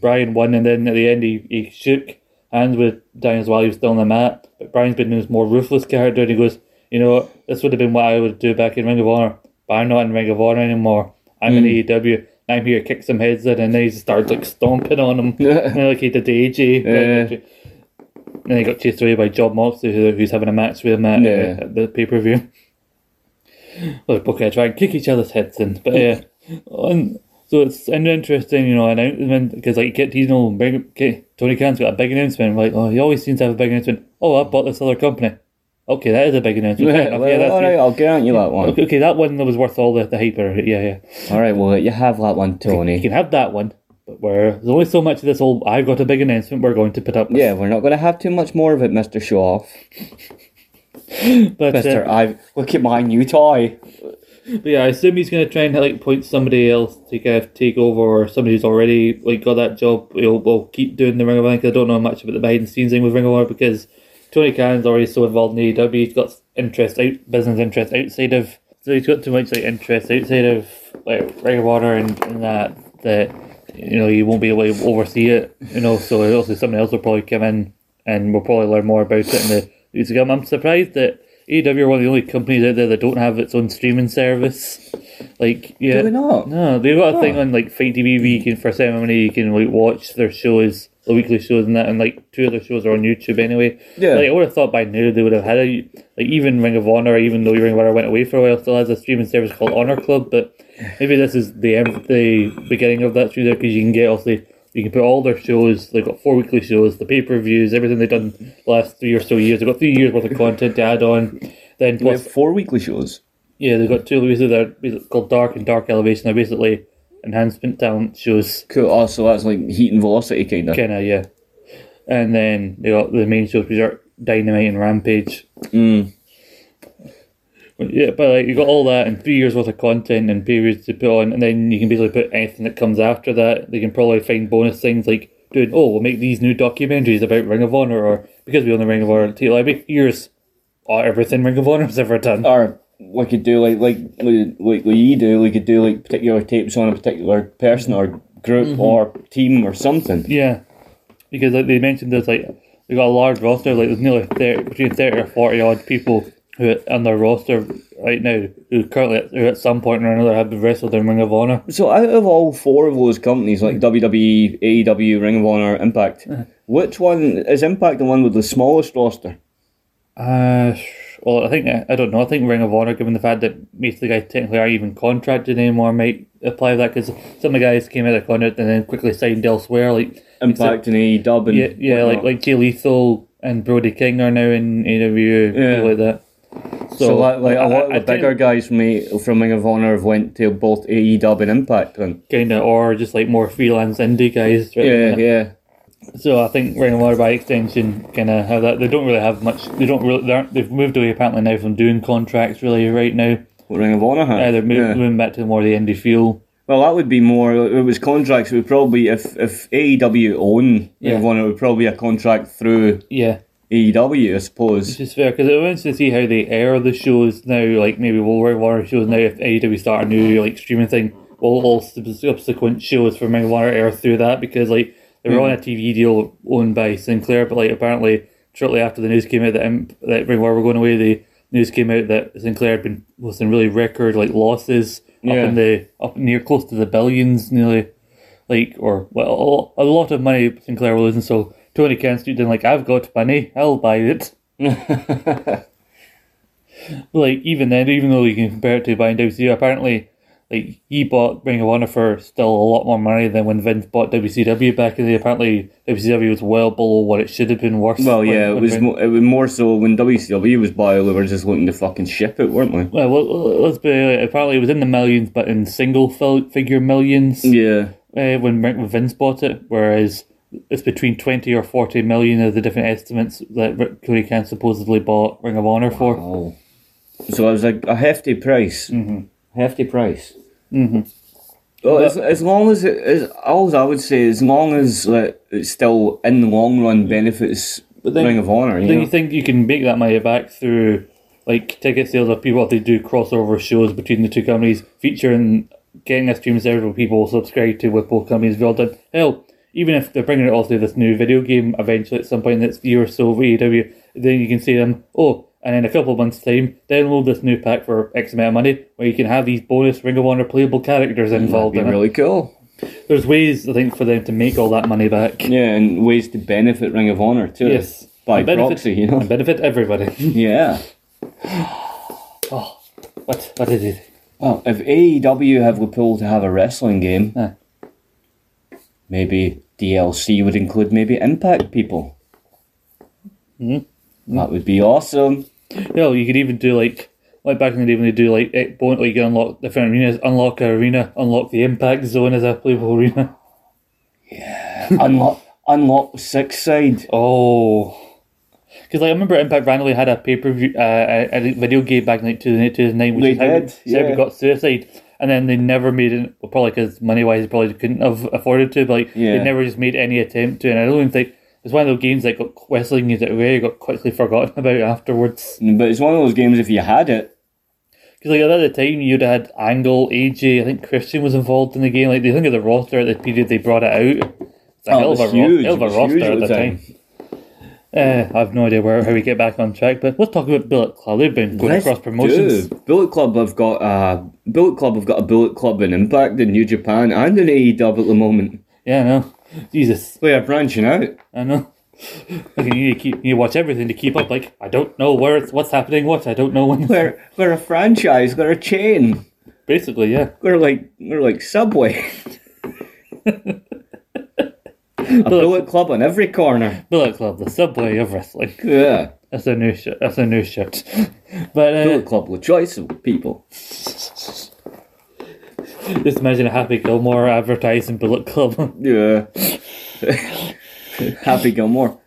Speaker 1: Brian won, and then at the end, he, he shook hands with Daniels while he was still on the mat. But Brian's been his more ruthless character, and he goes, You know, what? this would have been what I would do back in Ring of Honor, but I'm not in Ring of Honor anymore. I'm in AEW. I'm here to kick some heads in, and then he starts like stomping on him, you know, like he did to AJ.
Speaker 2: Yeah.
Speaker 1: And he got chased away by John Moxley, who, who's having a match with him at,
Speaker 2: Yeah.
Speaker 1: uh, at the pay per view. Well, they're both gonna try and kick each other's heads in, but yeah, and so it's an interesting, you know, announcement because like get you know, big, get, Tony Khan's got a big announcement. Like, oh, he always seems to have a big announcement. Oh, I bought this other company. Okay, that is a big announcement. Fair enough, yeah, that's-
Speaker 2: all right, I'll grant you that one.
Speaker 1: okay, okay, that one was worth all the, the hype around it. Yeah, yeah.
Speaker 2: All right, well, you have that one,
Speaker 1: You
Speaker 2: Tony.
Speaker 1: can have that one, but where there's only so much of this whole I've got a big announcement we're going to put up with.
Speaker 2: Yeah, we're not going to have too much more of it, Mr. Shaw.
Speaker 1: but, uh,
Speaker 2: Mr. I've. Look at my new toy.
Speaker 1: but yeah, I assume he's going to try and like point somebody else to kind of take over or somebody who's already like got that job. He'll, will keep doing the Ring of Honor 'cause I don't know much about the behind the scenes thing with Ring of Honor because Tony Khan's already so involved in AEW. He's got interest out business interest outside of so he's got too much like interest outside of like Ring of Honor and, and that that you know he won't be able to oversee it. You know, so also somebody else will probably come in and we'll probably learn more about it in the years to come. I'm surprised that AEW are one of the only companies out there that don't have its own streaming service. Like yeah,
Speaker 2: Do we not?
Speaker 1: no, they've got a thing on like Fight TV where you can for ceremony you can like watch their shows, the weekly shows and that, and like two of their shows are on YouTube anyway.
Speaker 2: Yeah.
Speaker 1: like I would have thought by now they would have had a like even Ring of Honor, even though Ring of Honor went away for a while, still has a streaming service called Honor Club. But maybe this is the end, the beginning of that through there because you can get obviously you can put all their shows. They've got four weekly shows, the pay per views, everything they've done the last three or so years. They've got three years worth of content to add on. Then
Speaker 2: We
Speaker 1: plus
Speaker 2: have four weekly shows.
Speaker 1: yeah, they've got two basically they're basically called Dark and Dark Elevation. They're basically enhancement talent shows,
Speaker 2: Cool. Oh, so that's like heat and velocity, kind of.
Speaker 1: kind of yeah. And then they got the main shows, which are Dynamite and Rampage. Mm. Yeah, but like you got all that and three years worth of content and periods to put on, and then you can basically put anything that comes after that. They can probably find bonus things like doing oh, we'll make these new documentaries about Ring of Honor, or because we own the Ring of Honor, it'll be years. Oh, everything Ring of Honor's ever done.
Speaker 2: Or we could do like like like like you do. We could do like particular tapes on a particular person or group
Speaker 1: Mm-hmm.
Speaker 2: or team or something.
Speaker 1: Yeah, because like they mentioned, there's like they got a large roster. Like there's nearly 30, between thirty or forty odd people who are on their roster right now who currently at- who at some point or another have been wrestled in Ring of Honor.
Speaker 2: So out of all four of those companies, like E, WWE, AEW, Ring of Honor, Impact,
Speaker 1: Uh-huh.
Speaker 2: which one is Impact the one with the smallest roster?
Speaker 1: Uh, well, I think I don't know. I think Ring of Honor, given the fact that most of the guys technically aren't even contracted anymore, might apply that because some of the guys came out of contract and then quickly signed elsewhere. Like
Speaker 2: Impact and AEW. And
Speaker 1: Yeah, yeah, like
Speaker 2: whatnot.
Speaker 1: like Jay Lethal and Brody King are now in AEW,
Speaker 2: Yeah.
Speaker 1: people like that.
Speaker 2: so, like, like a lot of
Speaker 1: I- I
Speaker 2: the
Speaker 1: think-
Speaker 2: bigger guys from A- E, from Ring of Honor have went to both AEW and Impact. Then.
Speaker 1: kind of, or just like more freelance indie guys. Right?
Speaker 2: Yeah, yeah.
Speaker 1: So I think Ring of Honor by extension kind of have that. They don't really have much. They don't really. They aren't, they've moved away apparently now from doing contracts really right now.
Speaker 2: What Ring of Honor
Speaker 1: Uh,
Speaker 2: had.
Speaker 1: they're moving,
Speaker 2: Yeah.
Speaker 1: moving back to more the indie feel.
Speaker 2: Well, that would be more. It was contracts. It would probably if if AEW own
Speaker 1: Yeah.
Speaker 2: one, it would probably be a contract through
Speaker 1: Yeah,
Speaker 2: AEW, I suppose.
Speaker 1: which is fair because I wants to see how they air the shows now. Like maybe we'll Ring of Honor shows now if AEW start a new like streaming thing. Will all sub- subsequent shows from Ring of Honor air through that because like they were on a TV deal owned by Sinclair, but like apparently shortly after the news came out that um, that Ring of Honor were going away, the news came out that Sinclair had been was in really record like losses
Speaker 2: Yeah.
Speaker 1: up in the up near close to the billions nearly like or well a lot of money Sinclair was losing. So Tony Khan stood then like I've got money, I'll buy it. like even then, even though you can compare it to buying WCW, apparently like he bought Ring of Honor for still a lot more money than when Vince bought WCW back in the day. Apparently WCW was well below what it should have been worth.
Speaker 2: Well,
Speaker 1: when-
Speaker 2: yeah, it
Speaker 1: when
Speaker 2: was
Speaker 1: Vince-
Speaker 2: mo- it was more so when WCW was by, they were just looking to fucking ship it, weren't they?
Speaker 1: Well, well, well, let's be apparently it was in the millions, but in single fil- figure millions.
Speaker 2: Yeah,
Speaker 1: uh, when Rick- when Vince bought it, whereas it's between 20 or 40 million of the different estimates that Rick Cody Khan supposedly bought Ring of Honor for.
Speaker 2: Oh. So it was a, a hefty price. Mm-hmm. Hefty price. Mm-hmm. Well, as, as long as it is, all I would say, as long as like, it still in the long run benefits
Speaker 1: then-
Speaker 2: Ring of Honor. You
Speaker 1: Then
Speaker 2: know?
Speaker 1: you think you can make that money back through like ticket sales of people if they do crossover shows between the two companies, featuring getting a stream service where people subscribe to with both companies well done. Hell, even if they're bringing it all through this new video game eventually at some point next year or so for AEW, then you can see them, oh, and in a couple of months' time, download this new pack for X amount of money where you can have these bonus Ring of Honor playable characters involved
Speaker 2: Be
Speaker 1: in
Speaker 2: really cool.
Speaker 1: it. There's ways, I think, for them to make all that money back.
Speaker 2: Yeah, and ways to benefit Ring of Honor too.
Speaker 1: Yes.
Speaker 2: by
Speaker 1: And benefit,
Speaker 2: proxy, you know.
Speaker 1: and benefit everybody.
Speaker 2: Yeah.
Speaker 1: what? What is it?
Speaker 2: Well, if AEW have the pull to have a wrestling game,
Speaker 1: Huh.
Speaker 2: maybe DLC would include maybe Impact people.
Speaker 1: Mm-hmm.
Speaker 2: That would be awesome.
Speaker 1: Well, you could even do like like back in the day when they do like it point, like you can unlock different arenas, unlock an arena, unlock the impact zone as a playable arena.
Speaker 2: unlock, unlock six side.
Speaker 1: Oh, because like, I remember Impact randomly had a pay per view, uh, a, a video game back in like 2009, which
Speaker 2: They
Speaker 1: is how
Speaker 2: did,
Speaker 1: we- how we
Speaker 2: yeah.
Speaker 1: got Suicide. And then they never made it, well, probably because money wise, they probably couldn't have afforded to, but like,
Speaker 2: Yeah.
Speaker 1: they never just made any attempt to. And I don't even think it's one of those games that got wrestling games that really got quickly forgotten about afterwards.
Speaker 2: But it's one of those games. If you had it,
Speaker 1: Because like at the time you'd had Angle, AJ, I think Christian was involved in the game. Like they think of the roster at the period they brought it out. It's a
Speaker 2: Oh, it
Speaker 1: hell of
Speaker 2: was
Speaker 1: a, ro-
Speaker 2: huge.
Speaker 1: hell of a
Speaker 2: It was
Speaker 1: roster
Speaker 2: huge
Speaker 1: at the time. Uh, I've no idea where how we get back on track, but let's talk about Bullet Club. They've been going
Speaker 2: Let's
Speaker 1: across promotions.
Speaker 2: do. Bullet Club. I've got a Bullet Club. I've got a Bullet Club in Impact in New Japan and in AEW at the moment.
Speaker 1: Yeah, I know. Jesus,
Speaker 2: We are branching out.
Speaker 1: I know. Like, you need to keep, you need to watch everything to keep up. Like I don't know where it's, what's happening. What I don't know when.
Speaker 2: We're we're a franchise. We're a chain.
Speaker 1: Basically, yeah.
Speaker 2: We're like we're like Subway. a Bullet Club on every corner.
Speaker 1: Bullet Club, the subway of wrestling.
Speaker 2: Yeah.
Speaker 1: That's a new shirt. That's a new shirt. But uh,
Speaker 2: Bullet Club with choice of people.
Speaker 1: just imagine a Happy Gilmore advertising Bullet Club.
Speaker 2: Yeah. Happy Gilmore.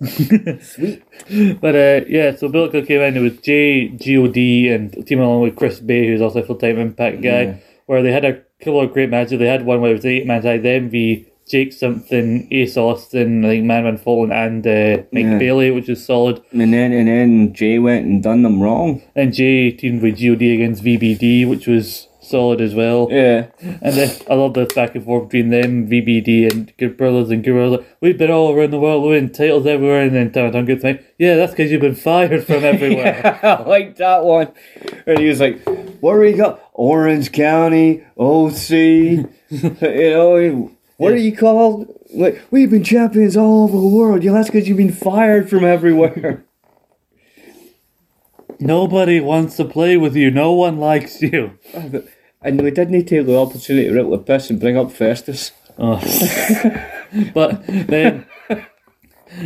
Speaker 1: But uh, yeah, so Bullet Club came in. It was Jay, God, and teaming along with Chris Bay, who's also a full time Impact guy. Where they had a couple of great matches. They had one where it was eight man tag, then v Jake something, Ace Austin, I think Man Man Fulton, and uh, Mike
Speaker 2: Yeah.
Speaker 1: Bailey, which is solid.
Speaker 2: And then and then Jay went and done them wrong.
Speaker 1: And Jay teamed with God against VBD, which was solid as well.
Speaker 2: Yeah.
Speaker 1: And then I love the back and forth between them, VBD, and Good Brothers and Good Brothers. Like, We've been all around the world, we winning titles everywhere, and then Tom Duncan's like, yeah, that's because you've been fired from everywhere.
Speaker 2: I like that one. And he was like, Where do you go? Orange County, OC. you know, what are you called? Like, we've been champions all over the world. Yeah, that's because you've been fired from everywhere.
Speaker 1: Nobody wants to play with you. No one likes you.
Speaker 2: and we didn't take the opportunity to rip the piss and bring up Festus.
Speaker 1: Oh. but then,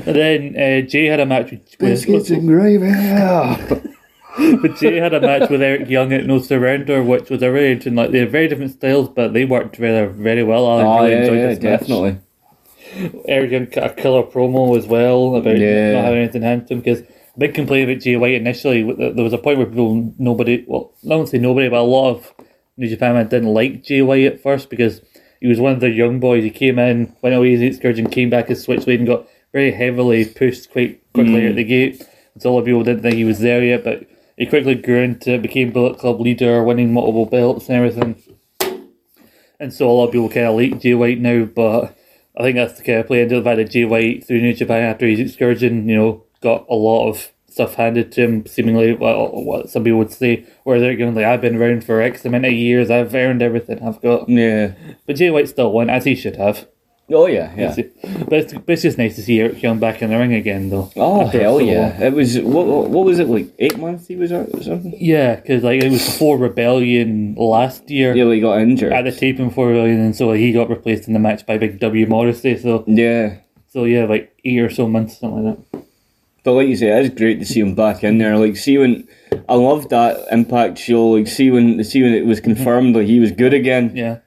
Speaker 1: then uh, Jay had a match with, with,
Speaker 2: and gravy. Yeah.
Speaker 1: but Jay had a match with Eric Young at No Surrender, which was a really interesting. Like they had very different styles, but they worked together very well. I
Speaker 2: Oh,
Speaker 1: really
Speaker 2: yeah,
Speaker 1: enjoyed
Speaker 2: yeah,
Speaker 1: this match.
Speaker 2: definitely.
Speaker 1: Eric Young cut a killer promo as well about
Speaker 2: Yeah.
Speaker 1: not having anything handed to him because big complaint about Jay White initially. w- th- There was a point where people nobody, well, I won't say nobody, but a lot of New Japan men didn't like Jay White at first because he was one of the young boys. He came in, went away as an excursion, came back as Switchblade, and got very heavily pushed quite quickly out the gate. So a lot of people didn't think he was there yet, but he quickly grew into it, became Bullet Club leader, winning multiple belts and everything. And so a lot of people kind of like Jay White now, but I think that's the kind of play into the fact that Jay White through New Japan after his excursion, you know, got a lot of stuff handed to him, seemingly well, what some people would say, where they're going like, I've been around for X amount of years, I've earned everything I've got.
Speaker 2: Yeah.
Speaker 1: But Jay White still won, as he should have.
Speaker 2: Oh, yeah, yeah.
Speaker 1: But it's, but it's just nice to see Eric Young back in the ring again, though.
Speaker 2: Oh,
Speaker 1: After
Speaker 2: hell
Speaker 1: so
Speaker 2: yeah.
Speaker 1: long.
Speaker 2: It was, what, what was it, like eight months he was out or something?
Speaker 1: Yeah, because like, it was before Rebellion last year.
Speaker 2: Yeah, he got injured.
Speaker 1: At the taping for Rebellion, and so he got replaced in the match by Big W Morrissey, so...
Speaker 2: Yeah.
Speaker 1: So yeah, like eight or so months, something like that.
Speaker 2: But like you say, it is great to see him back in there. Like see when I loved that impact show, like see when see when it was confirmed like he was good again.
Speaker 1: Yeah,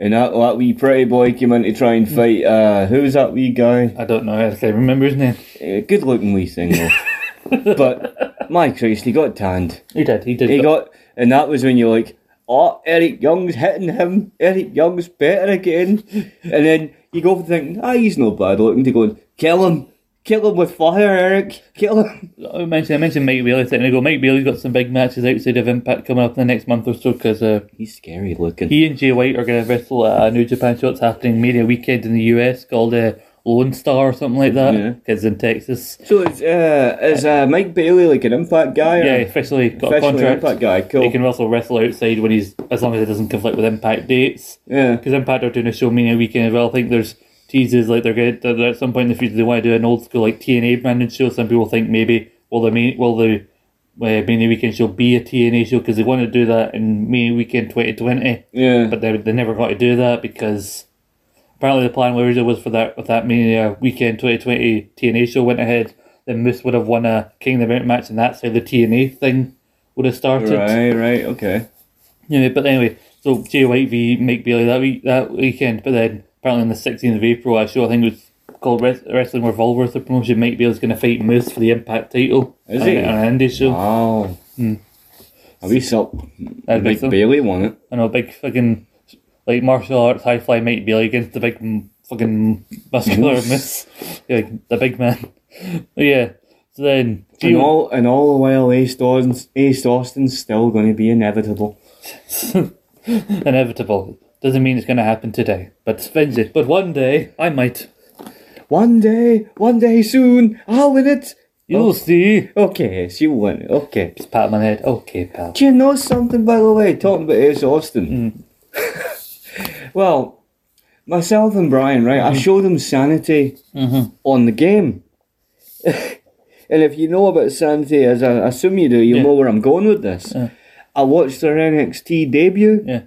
Speaker 2: And that, that wee pretty boy came in to try and fight uh who was that wee guy?
Speaker 1: I don't know. I can't remember his name.
Speaker 2: Uh, good looking wee thing though. but my Christ, he got tanned.
Speaker 1: He did. He did.
Speaker 2: He got and that was when you're like, Oh, Eric Young's hitting him, Eric Young's better again and then you go from thinking, ah he's no bad looking to going, Kill him, Kill him with fire, Eric. Kill him.
Speaker 1: I mentioned, I mentioned Oh, Mike Bailey a second ago. Mike Bailey's got some big matches outside of Impact coming up in the next month or so because uh,
Speaker 2: He's scary looking.
Speaker 1: he and Jay White are going to wrestle at a New Japan show that's happening maybe a weekend in the US called uh, Lone Star or something like that.
Speaker 2: Yeah.
Speaker 1: It's in Texas.
Speaker 2: so is, uh, is uh, Mike Bailey like an impact guy? or-
Speaker 1: Yeah, officially got
Speaker 2: Officially
Speaker 1: a
Speaker 2: Impact
Speaker 1: contract.
Speaker 2: guy, cool.
Speaker 1: He can also wrestle outside when he's as long as it doesn't conflict with Impact dates.
Speaker 2: Yeah.
Speaker 1: Because Impact are doing a show mania weekend as well. I think there's teases like they're going that at some point in the future they want to do an old school like TNA branded show. Some people think maybe will the main will the uh, mania weekend show be a TNA show because they want to do that in mania weekend twenty twenty.
Speaker 2: Yeah.
Speaker 1: But they, they never got to do that because apparently the plan originally was for that with that mania weekend twenty twenty TNA show went ahead. Then Moose would have won a King of the Mountain match, and that's how the TNA thing would have started.
Speaker 2: Right, right, okay.
Speaker 1: Yeah, but anyway, so Jay White v Mike Bailey that week that weekend, but then apparently on the sixteenth of April, I show I think it was called Res- Wrestling Revolver. The promotion Mike Bailey's going to fight Moose for the Impact title.
Speaker 2: Is
Speaker 1: on,
Speaker 2: he?
Speaker 1: on an indie show?
Speaker 2: Wow. Are we up?
Speaker 1: I'd be
Speaker 2: Mike
Speaker 1: Hmm. so.
Speaker 2: Bailey won it.
Speaker 1: I know, big fucking like martial arts high fly Mike Bailey against the big m- fucking muscular Moose, yeah, like the big man. But yeah, so then
Speaker 2: And all, and all the while, Ace Austin's, Ace Austin's still going to be inevitable.
Speaker 1: inevitable. Doesn't mean it's going to happen today, but Spencer. But one day I might.
Speaker 2: One day, one day soon, I'll win it.
Speaker 1: You'll
Speaker 2: Oh.
Speaker 1: see.
Speaker 2: Okay, yes, you won it. Okay.
Speaker 1: Just pat my head. Okay, pal.
Speaker 2: Do you know something, by the way, talking about Ace Austin?
Speaker 1: Mm.
Speaker 2: well, myself and Brian, right,
Speaker 1: Mm-hmm.
Speaker 2: I showed him Sanity on the game. and if you know about Sanity, as I assume you do, you
Speaker 1: Yeah.
Speaker 2: know where I'm going with this. I watched their NXT debut.
Speaker 1: Yeah.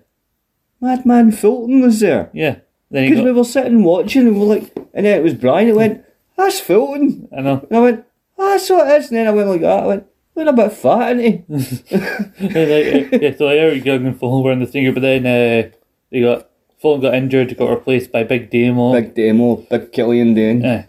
Speaker 2: Madman Fulton was there.
Speaker 1: Yeah. Then he
Speaker 2: Because we
Speaker 1: got,
Speaker 2: were sitting watching and we're like, and then it was Brian, it went, that's Fulton.
Speaker 1: I know.
Speaker 2: And I went, "Ah, that's what it is. And then I went like that. I went, "Look a bit fat, isn't
Speaker 1: Mm.
Speaker 2: he?
Speaker 1: Yeah, like, uh, yeah, so Eric Young and Fulham were in the singer, but then uh, they got Fulham got injured, got replaced by Big Demo.
Speaker 2: Big demo, big Killian Dane.
Speaker 1: Yeah.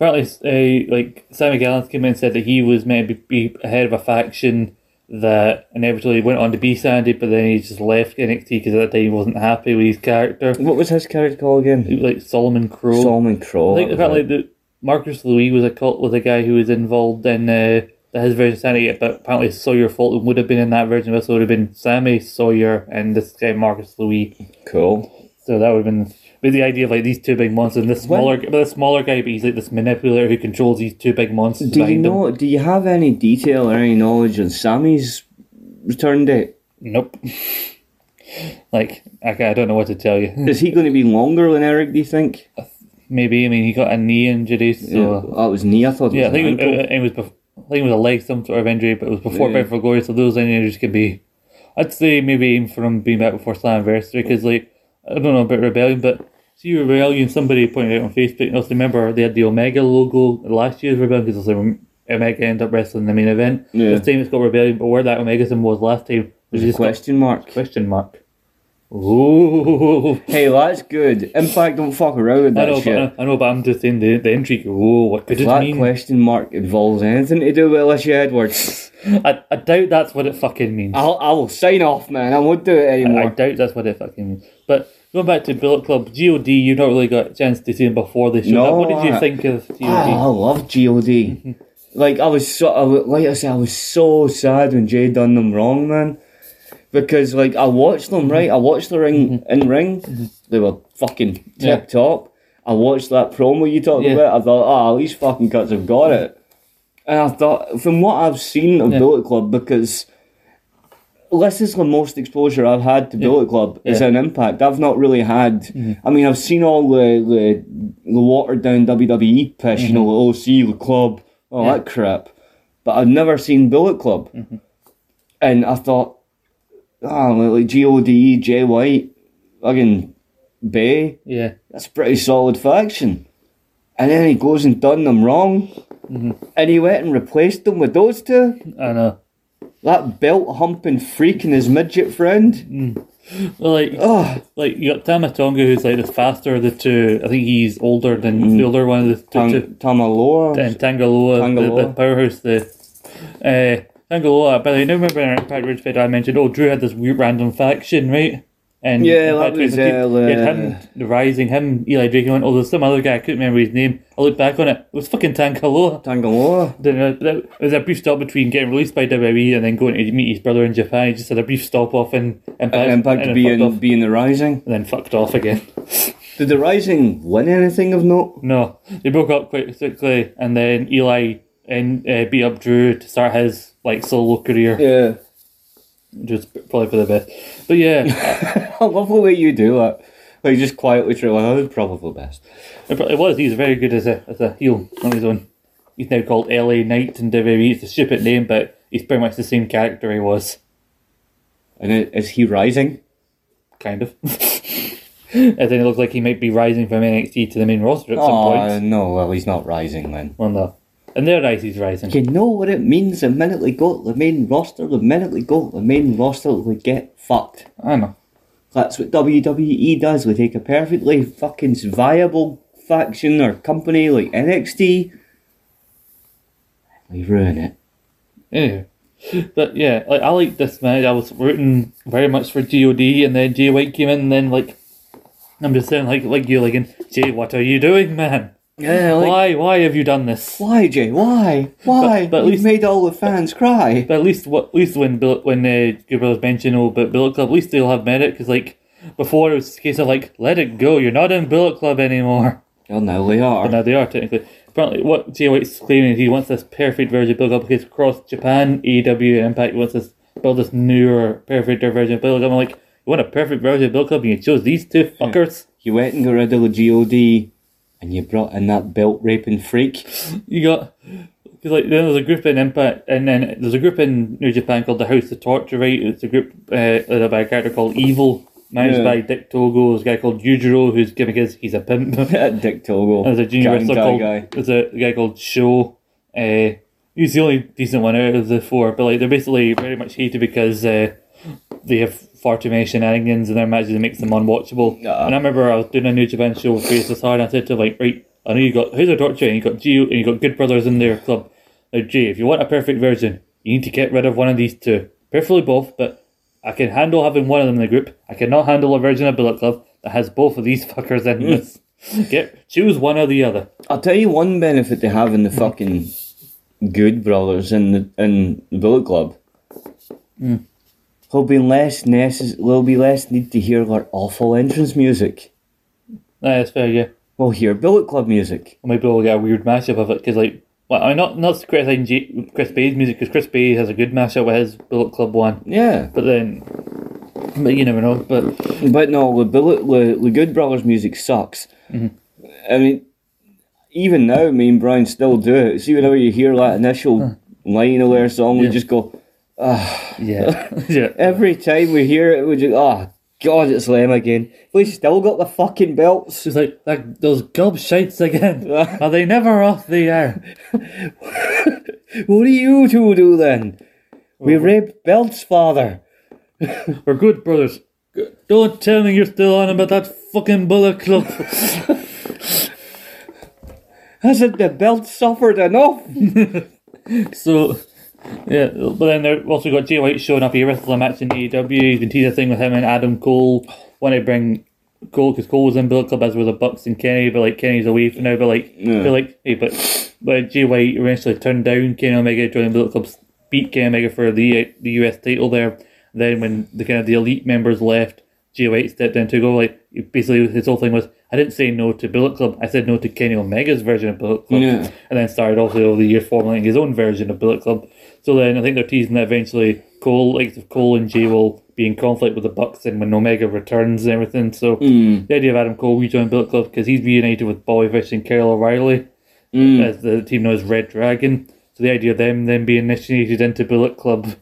Speaker 1: Apparently, uh, like Sammy Gallagher came in and said that he was meant to be, be ahead of a faction that inevitably went on to be Sandy, but then he just left NXT because at that time he wasn't happy with his character.
Speaker 2: What was his character called again?
Speaker 1: He was like Solomon Crow.
Speaker 2: Solomon Crow.
Speaker 1: I think
Speaker 2: that was
Speaker 1: apparently the Marcus Louis was a cult was a guy who was involved in uh, his version of Sanity, but apparently Sawyer Fulton would have been in that version. So it would have been Sammy Sawyer and this guy Marcus Louis.
Speaker 2: it. Cool.
Speaker 1: So that would have been but the idea of like these two big monsters and this smaller, but the smaller guy, but he's like this manipulator who controls these two big monsters
Speaker 2: Do you
Speaker 1: behind him.
Speaker 2: know? Do you have any detail or any knowledge on Sammy's return date?
Speaker 1: Nope. like okay, I don't know what to tell you.
Speaker 2: Is he going to be longer than Eric? Do you think?
Speaker 1: Maybe I mean he got a knee injury, so
Speaker 2: oh, it was knee. I thought it
Speaker 1: Yeah, I
Speaker 2: was an
Speaker 1: think it,
Speaker 2: ankle.
Speaker 1: it, it was uh, bef- I think it was a leg, some sort of injury, but it was before
Speaker 2: Yeah.
Speaker 1: Bound for Glory, so those injuries could be. I'd say maybe aim for him being back before Slammiversary, because like I don't know about Rebellion, but see Rebellion. Somebody pointed out on Facebook. And also remember they had the Omega logo last year's Rebellion because Omega ended up wrestling the main event.
Speaker 2: Yeah.
Speaker 1: This time it's got Rebellion, but where that Omega symbol was last time was just a
Speaker 2: Question mark.
Speaker 1: question mark. Ooh.
Speaker 2: Hey, that's good. Impact don't fuck around with
Speaker 1: I
Speaker 2: that
Speaker 1: know,
Speaker 2: shit.
Speaker 1: but, I know, but I'm just saying the, the intrigue. Whoa, what could
Speaker 2: If
Speaker 1: it
Speaker 2: that
Speaker 1: mean?
Speaker 2: question mark involves anything to do with Alicia Edwards,
Speaker 1: I, I doubt that's what it fucking means.
Speaker 2: I'll, I will sign off, man. I won't do it
Speaker 1: I
Speaker 2: anymore.
Speaker 1: doubt that's what it fucking means. But going back to Bullet Club, God, you not really got a chance to see him before they showed
Speaker 2: No,
Speaker 1: up. What did you
Speaker 2: I-
Speaker 1: think of God?
Speaker 2: Ah, I love God. like I was so, I, wa- like I said, I was so sad when Jay done them wrong, man. Because like I watched them right, I watched the ring in ring, they were fucking tip
Speaker 1: Yeah.
Speaker 2: top. I watched that promo you talked
Speaker 1: Yeah.
Speaker 2: about. I thought, oh, these fucking cuts have got it. And I thought, from what I've seen of
Speaker 1: Yeah.
Speaker 2: Bullet Club, because this is the most exposure I've had to Bullet Club is
Speaker 1: Yeah. Mm-hmm.
Speaker 2: an impact. I've not really had. I mean, I've seen all the the, the watered down WWE pish, you know,
Speaker 1: Mm-hmm.
Speaker 2: the OC, the club, all that crap. But I've never seen Bullet Club,
Speaker 1: Mm-hmm.
Speaker 2: and I thought, ah, like God, Jay White, fucking Bay,
Speaker 1: Yeah.
Speaker 2: that's a pretty solid faction. And then he goes and done them wrong,
Speaker 1: Mm-hmm.
Speaker 2: and he went and replaced them with those two.
Speaker 1: I know.
Speaker 2: That belt humping freak and his midget
Speaker 1: Mm.
Speaker 2: friend.
Speaker 1: Well, like,
Speaker 2: Oh,
Speaker 1: like you got Tamatonga, who's like the faster of the two. I think he's older than
Speaker 2: Mm.
Speaker 1: the older one of the two. two.
Speaker 2: Tam- Tamaloa.
Speaker 1: and Tangaloa,
Speaker 2: Tangaloa.
Speaker 1: The, the powerhouse, the Eh, uh, Tangaloa. By the way, now remember in our Impact Ridge video I mentioned, oh, Drew had this weird random faction, right? And
Speaker 2: Yeah,
Speaker 1: it
Speaker 2: that
Speaker 1: had- it
Speaker 2: was,
Speaker 1: had-
Speaker 2: uh,
Speaker 1: it had him, the Rising, him, Eli Drake, and although some other guy, I couldn't remember his name. I looked back on it, it was fucking Tangaloa.
Speaker 2: Tangaloa.
Speaker 1: Then, uh, that- It was a brief stop between getting released by WWE and then going to meet his brother in Japan. He just had a brief stop off in Impact,
Speaker 2: Impact
Speaker 1: and, then fucked
Speaker 2: being
Speaker 1: off,
Speaker 2: being the Rising.
Speaker 1: and then fucked off again.
Speaker 2: Did the Rising win anything of note?
Speaker 1: No, they broke up quite quickly, and then Eli and uh, beat up Drew to start his like solo career,
Speaker 2: Yeah.
Speaker 1: which was probably for the best. But yeah,
Speaker 2: I love the way you do that. Like just quietly through like, oh, probably best.
Speaker 1: it pro- it was. He was very good as a as a heel on his own. He's now called LA Knight in WWE. It's a stupid name, but he's pretty much the same character he was,
Speaker 2: And i- is he rising?
Speaker 1: kind of. and then it looks like he might be rising from NXT to the main roster at some
Speaker 2: Oh
Speaker 1: point.
Speaker 2: no, well he's not rising then.
Speaker 1: Well, no. And their eyes, he's rising.
Speaker 2: You know what it means the minute we go to the main roster, the minute we go to the main roster we get fucked.
Speaker 1: I know.
Speaker 2: That's what WWE does. They take a perfectly fucking viable faction or company like NXT. They ruin it.
Speaker 1: Anyway. But yeah, like I like this match. I was rooting very much for God, and then Jay White came in, and then like I'm just saying, like like you, like and Jay, what are you doing, man?
Speaker 2: Yeah,
Speaker 1: why why have you done this?
Speaker 2: Why, Jay? Why? Why?
Speaker 1: But- but at
Speaker 2: You've
Speaker 1: least-
Speaker 2: made all the fans cry.
Speaker 1: But at least what at least when Bill, when uh, Good Brothers mentioned oh, but Bullet Club, at least they'll have merit because like before it was a case of like let it go, you're not in Bullet Club anymore.
Speaker 2: Well, Oh, now they are.
Speaker 1: But now they are technically. Apparently, what Jay White's claiming is he wants this perfect version of Build Up because across Japan, AEW, and Impact he wants this build this newer, perfecter version of Build Up. I'm like, you want a perfect version of Build Up and you chose these two fuckers?
Speaker 2: You went and got rid of the God, and you brought in that belt raping freak.
Speaker 1: You got. Because like then there's a group in Impact, and then there's a group in New Japan called the House of Torture, right? It's a group uh, led by a character called Evil, managed
Speaker 2: Yeah.
Speaker 1: by Dick Togo. There's a guy called Yujiro, who's gimmick is he's a pimp.
Speaker 2: That Dick Togo.
Speaker 1: There's a junior
Speaker 2: giant
Speaker 1: wrestler
Speaker 2: guy
Speaker 1: called
Speaker 2: guy.
Speaker 1: there's a guy called Show. Uh, he's the only decent one out of the four, but like they're basically very much hated because uh, they have far too many shenanigans in their matches that makes them unwatchable.
Speaker 2: Nah.
Speaker 1: And I remember I was doing a New Japan show with Faces Hard and I said to him, like, right, I know you got who's a torture and you got Geo and you got Good Brothers in their club. Now Jay, if you want a perfect version, you need to get rid of one of these two. Preferably both, but I can handle having one of them in the group. I cannot handle a version of Bullet Club that has both of these fuckers in this. Get choose one or the other.
Speaker 2: I'll tell you one benefit they have in the fucking Good Brothers in the in the Bullet Club. There'll be less necess- There'll be less need to hear their awful entrance music.
Speaker 1: Nah, that's fair, yeah.
Speaker 2: We'll hear Bullet Club music.
Speaker 1: Or maybe we'll get a weird mashup of it because, like, well, I mean, not not criticizing J- Chris Bay's music because Chris Bay has a good mashup with his Bullet Club one,
Speaker 2: Yeah,
Speaker 1: but then, but you never know. But
Speaker 2: but no, the Bullet the, the Good Brothers music sucks. I mean, even now, me and Brian still do it. See whenever you hear that initial line of their song, we just go.
Speaker 1: yeah, yeah,
Speaker 2: Every time we hear it, we just oh god, it's them again. We still got the fucking belts.
Speaker 1: just like like those gobshites again. Are they never off the air?
Speaker 2: What do you two do then? We rape belts, father.
Speaker 1: We're good brothers. Don't tell me you're still on about that fucking Bullet Club.
Speaker 2: Hasn't the belt suffered enough?
Speaker 1: So, yeah, but then they've also got Jay White showing up. He wrestled a E match in AEW. He's been teasing a thing with him and Adam Cole. When they bring Cole, because Cole was in Bullet Club as were the Bucks and Kenny, but like Kenny's away for now. But like, they're like, hey, but but Jay White eventually turned down Kenny Omega joining Bullet Club, beat Kenny Omega for the uh, the US title there. Then when the kind of the elite members left, Jay White stepped in to go like basically his whole thing was I didn't say no to Bullet Club, I said no to Kenny Omega's version of Bullet Club.
Speaker 2: Yeah.
Speaker 1: And then started also over the year formulating his own version of Bullet Club. So then I think they're teasing that eventually Cole, like if Cole and Jay will be in conflict with the Bucks and when Omega returns and everything. So the idea of Adam Cole rejoining Bullet Club because he's reunited with Bobby Fish and Carol O'Reilly as the team knows Red Dragon. So the idea of them then being initiated into Bullet Club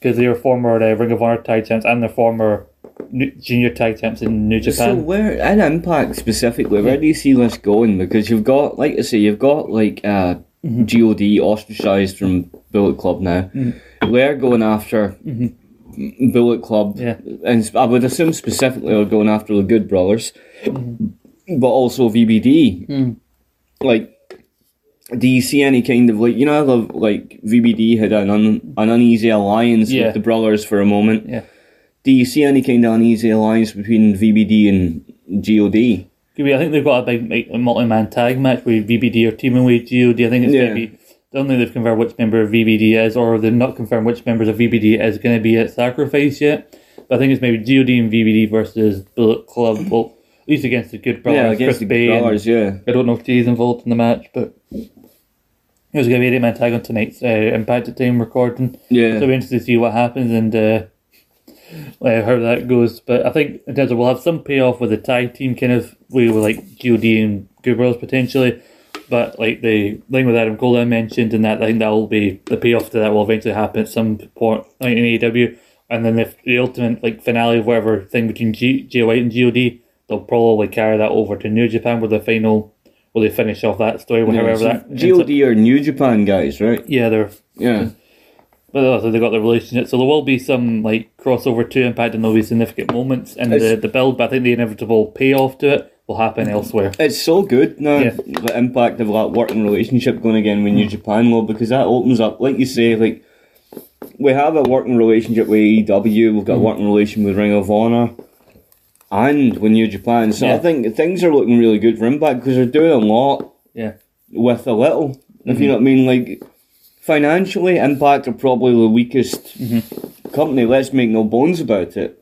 Speaker 1: because they were former uh, Ring of Honor tag champs and they're former nu- junior tag champs in New
Speaker 2: So
Speaker 1: Japan.
Speaker 2: where in Impact specifically, where do you see this going? Because you've got, like I say, you've got like uh, God ostracized from Bullet Club now. They're going after Bullet Club,
Speaker 1: Yeah.
Speaker 2: and s- I would assume specifically they're going after the Good Brothers, but also VBD. Like, do you see any kind of like you know how the, like VBD had an un, an uneasy alliance
Speaker 1: Yeah.
Speaker 2: with the brothers for a moment?
Speaker 1: Yeah.
Speaker 2: Do do you see any kind of uneasy alliance between VBD and God?
Speaker 1: Could be- I think they've got a big like, a multi-man tag match where VBD are teaming with GOD. I think it's
Speaker 2: Yeah.
Speaker 1: going to be. I don't think they've confirmed which member of VBD is, or they've not confirmed which members of VBD is going to be at Sacrifice yet. But I think it's maybe GOD and VBD versus Bullet Club. Well, at least against the Good Brothers, Chris Bay and-
Speaker 2: Brothers, yeah.
Speaker 1: I don't know if Jay's involved in the match, but it was going to be an eight man tag on tonight's uh, Impact at Time recording.
Speaker 2: Yeah.
Speaker 1: So we're interested to see what happens and uh, uh, how that goes. But I think in terms of we'll have some payoff with the tag team kind of way with like God and Good Brothers potentially. But like the thing with Adam Cole I mentioned and that I think that'll be the payoff to that will eventually happen at some point like in AEW. And then the, the ultimate like finale of whatever thing between G, Jay White and God, they'll probably carry that over to New Japan with the final will they finish off that story, however
Speaker 2: So
Speaker 1: that ends
Speaker 2: God
Speaker 1: up-
Speaker 2: are New Japan guys, right?
Speaker 1: Yeah, they're
Speaker 2: Yeah.
Speaker 1: but also they've got the relationship, so there will be some like crossover to Impact, and there'll be significant moments in the,
Speaker 2: It's-
Speaker 1: the build. But I think the inevitable payoff to it will happen elsewhere.
Speaker 2: It's so good now,
Speaker 1: Yeah. Mm.
Speaker 2: the impact of that working relationship going again with New Japan, though, because that opens up, like you say, like, we have a working relationship with AEW, we've got
Speaker 1: Mm.
Speaker 2: a working relation with Ring of Honor, and with New Japan. So I
Speaker 1: Yeah.
Speaker 2: think things are looking really good for Impact because they're doing a lot
Speaker 1: Yeah,
Speaker 2: with a little,
Speaker 1: Mm-hmm.
Speaker 2: if you know what I mean. Like, financially, Impact are probably the weakest
Speaker 1: Mm-hmm.
Speaker 2: company, let's make no bones about it.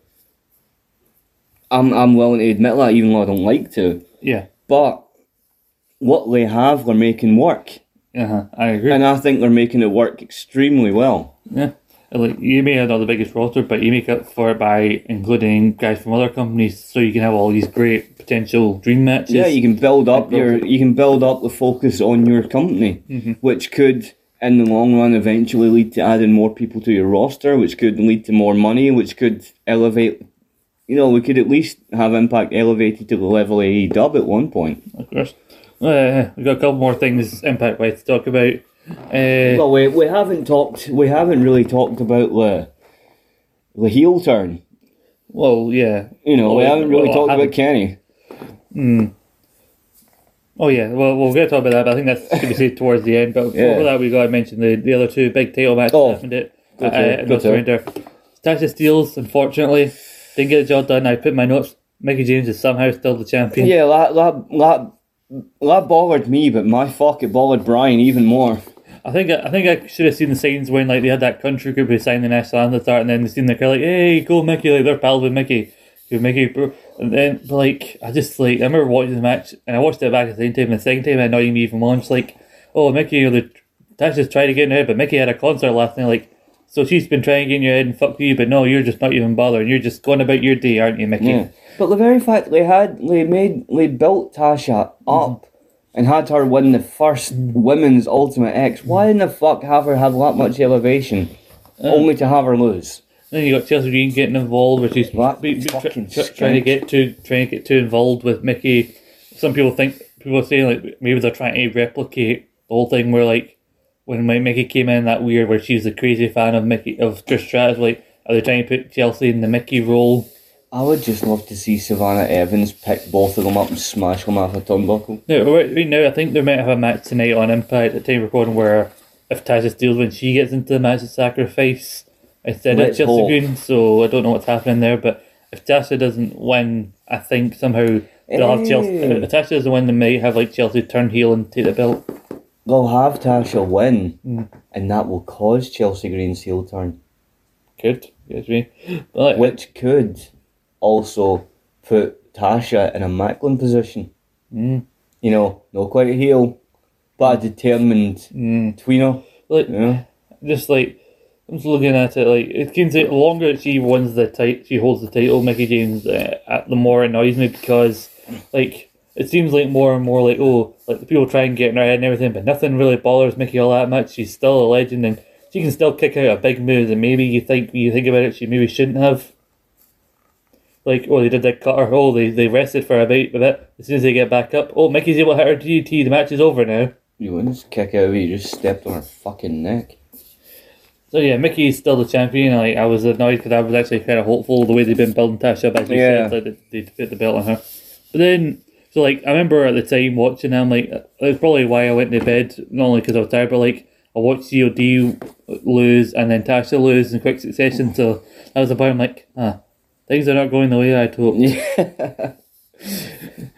Speaker 2: I'm, I'm willing to admit that, even though I don't like to.
Speaker 1: yeah,
Speaker 2: But what they have, they're making work.
Speaker 1: uh-huh. I agree.
Speaker 2: And I think they're making it work extremely well.
Speaker 1: yeah, And, like you may have not the biggest roster, but you make up for it by including guys from other companies, so you can have all these great potential dream matches.
Speaker 2: Yeah, you can build up your, you can build up the focus on your company, which could, in the long run, eventually lead to adding more people to your roster, which could lead to more money, which could elevate. You know, we could at least have Impact elevated to the level of AEW at one point.
Speaker 1: of course. Uh, we've got a couple more things Impact wise to talk about. Uh,
Speaker 2: Well, we, we haven't talked, we haven't really talked about the, the heel turn.
Speaker 1: well, yeah.
Speaker 2: You know, we
Speaker 1: Well,
Speaker 2: haven't really
Speaker 1: well,
Speaker 2: talked
Speaker 1: haven't-
Speaker 2: about Kenny.
Speaker 1: Oh yeah, well we'll get to talk about that, but I think that's going to be saved towards the end. But
Speaker 2: Yeah.
Speaker 1: before that, we got to mention the, the other two big title matches.
Speaker 2: Oh,
Speaker 1: that happened at
Speaker 2: good
Speaker 1: uh,
Speaker 2: to-
Speaker 1: at
Speaker 2: good
Speaker 1: No
Speaker 2: to.
Speaker 1: Surrender. Stasha Steels, unfortunately, didn't get the job done. I put my notes. Mickey James is somehow still the champion.
Speaker 2: Yeah, that that that that bothered me, but my fuck, it bothered Brian even more.
Speaker 1: I think I think I should have seen the signs when like they had that country group who signed the national anthem at the start, and then they seen the crowd like, "Hey, go Mickey!" Like they're pals with Mickey, with Mickey, bro. And then but, like I just like I remember watching the match, and I watched it back at the same time. And the second time, it annoyed me even more. It's like, "Oh, Mickey, you're the that's just trying to get in your head," but Mickey had a concert last night, like. So she's been trying to get in your head and fuck you, but no, you're just not even bothering. You're just going about your day, aren't you, Mickey?
Speaker 2: But the very fact they had they made they built Tasha up and had her win the first women's Ultimate X. Why in the fuck have her have that much elevation, only to have her lose?
Speaker 1: Then you got Chelsea Green getting involved, which is
Speaker 2: That
Speaker 1: be- be- tr-
Speaker 2: fucking
Speaker 1: tr- trying to
Speaker 2: skank.
Speaker 1: get too trying to get too involved with Mickey. Some people think people are saying like maybe they're trying to replicate the whole thing where like when Mi- Mickey came in that weird where she's a crazy fan of Mickey of Trish Stratus. Like, are they trying to put Chelsea in the Mickey role?
Speaker 2: I would just love to see Savannah Evans pick both of them up and smash them off a turnbuckle.
Speaker 1: No, right, right now I think they might have a match tonight on Impact at time recording where if Tasha Steele when she gets into the match of sacrifice instead
Speaker 2: Let's
Speaker 1: of Chelsea
Speaker 2: hope.
Speaker 1: Green, so I don't know what's happening there. But if Tasha doesn't win, I think somehow they'll have Chelsea.
Speaker 2: Hey.
Speaker 1: If Tasha doesn't win, they may have like Chelsea turn heel and take the belt.
Speaker 2: They'll have Tasha win, and that will cause Chelsea Green's heel turn.
Speaker 1: Could you know what I mean? But like,
Speaker 2: which could also put Tasha in a Macklin position.
Speaker 1: Mm.
Speaker 2: You know, not quite a heel, but a determined
Speaker 1: Mm.
Speaker 2: tweener.
Speaker 1: like,
Speaker 2: You know?
Speaker 1: just like I'm just looking at it like it seems like the longer that she wins the title, she holds the title, Mickey James, uh, at- the more it annoys me because like it seems like more and more like oh like the people try and get in her head and everything, but nothing really bothers Mickey all that much. She's still a legend and she can still kick out a big move that maybe you think you think about it she maybe shouldn't have. Like oh they did that cut her oh they they rested for a bit, but that- as soon as they get back up oh Mickey's able to hit her DDT the match is over now.
Speaker 2: You wouldn't just kick out, you just stepped on her fucking neck.
Speaker 1: So yeah, Mickey is still the champion. Like I was annoyed because I was actually kind of hopeful the way they've been building Tasha up. As you
Speaker 2: Yeah.
Speaker 1: said, like they, they put the belt on her. But then, so like I remember at the time watching, I'm like, that's probably why I went to bed. Not only because I was tired, but like I watched COD lose and then Tasha lose in quick succession. So that was the point. I'm like, ah, things are not going the way I hoped.
Speaker 2: Yeah.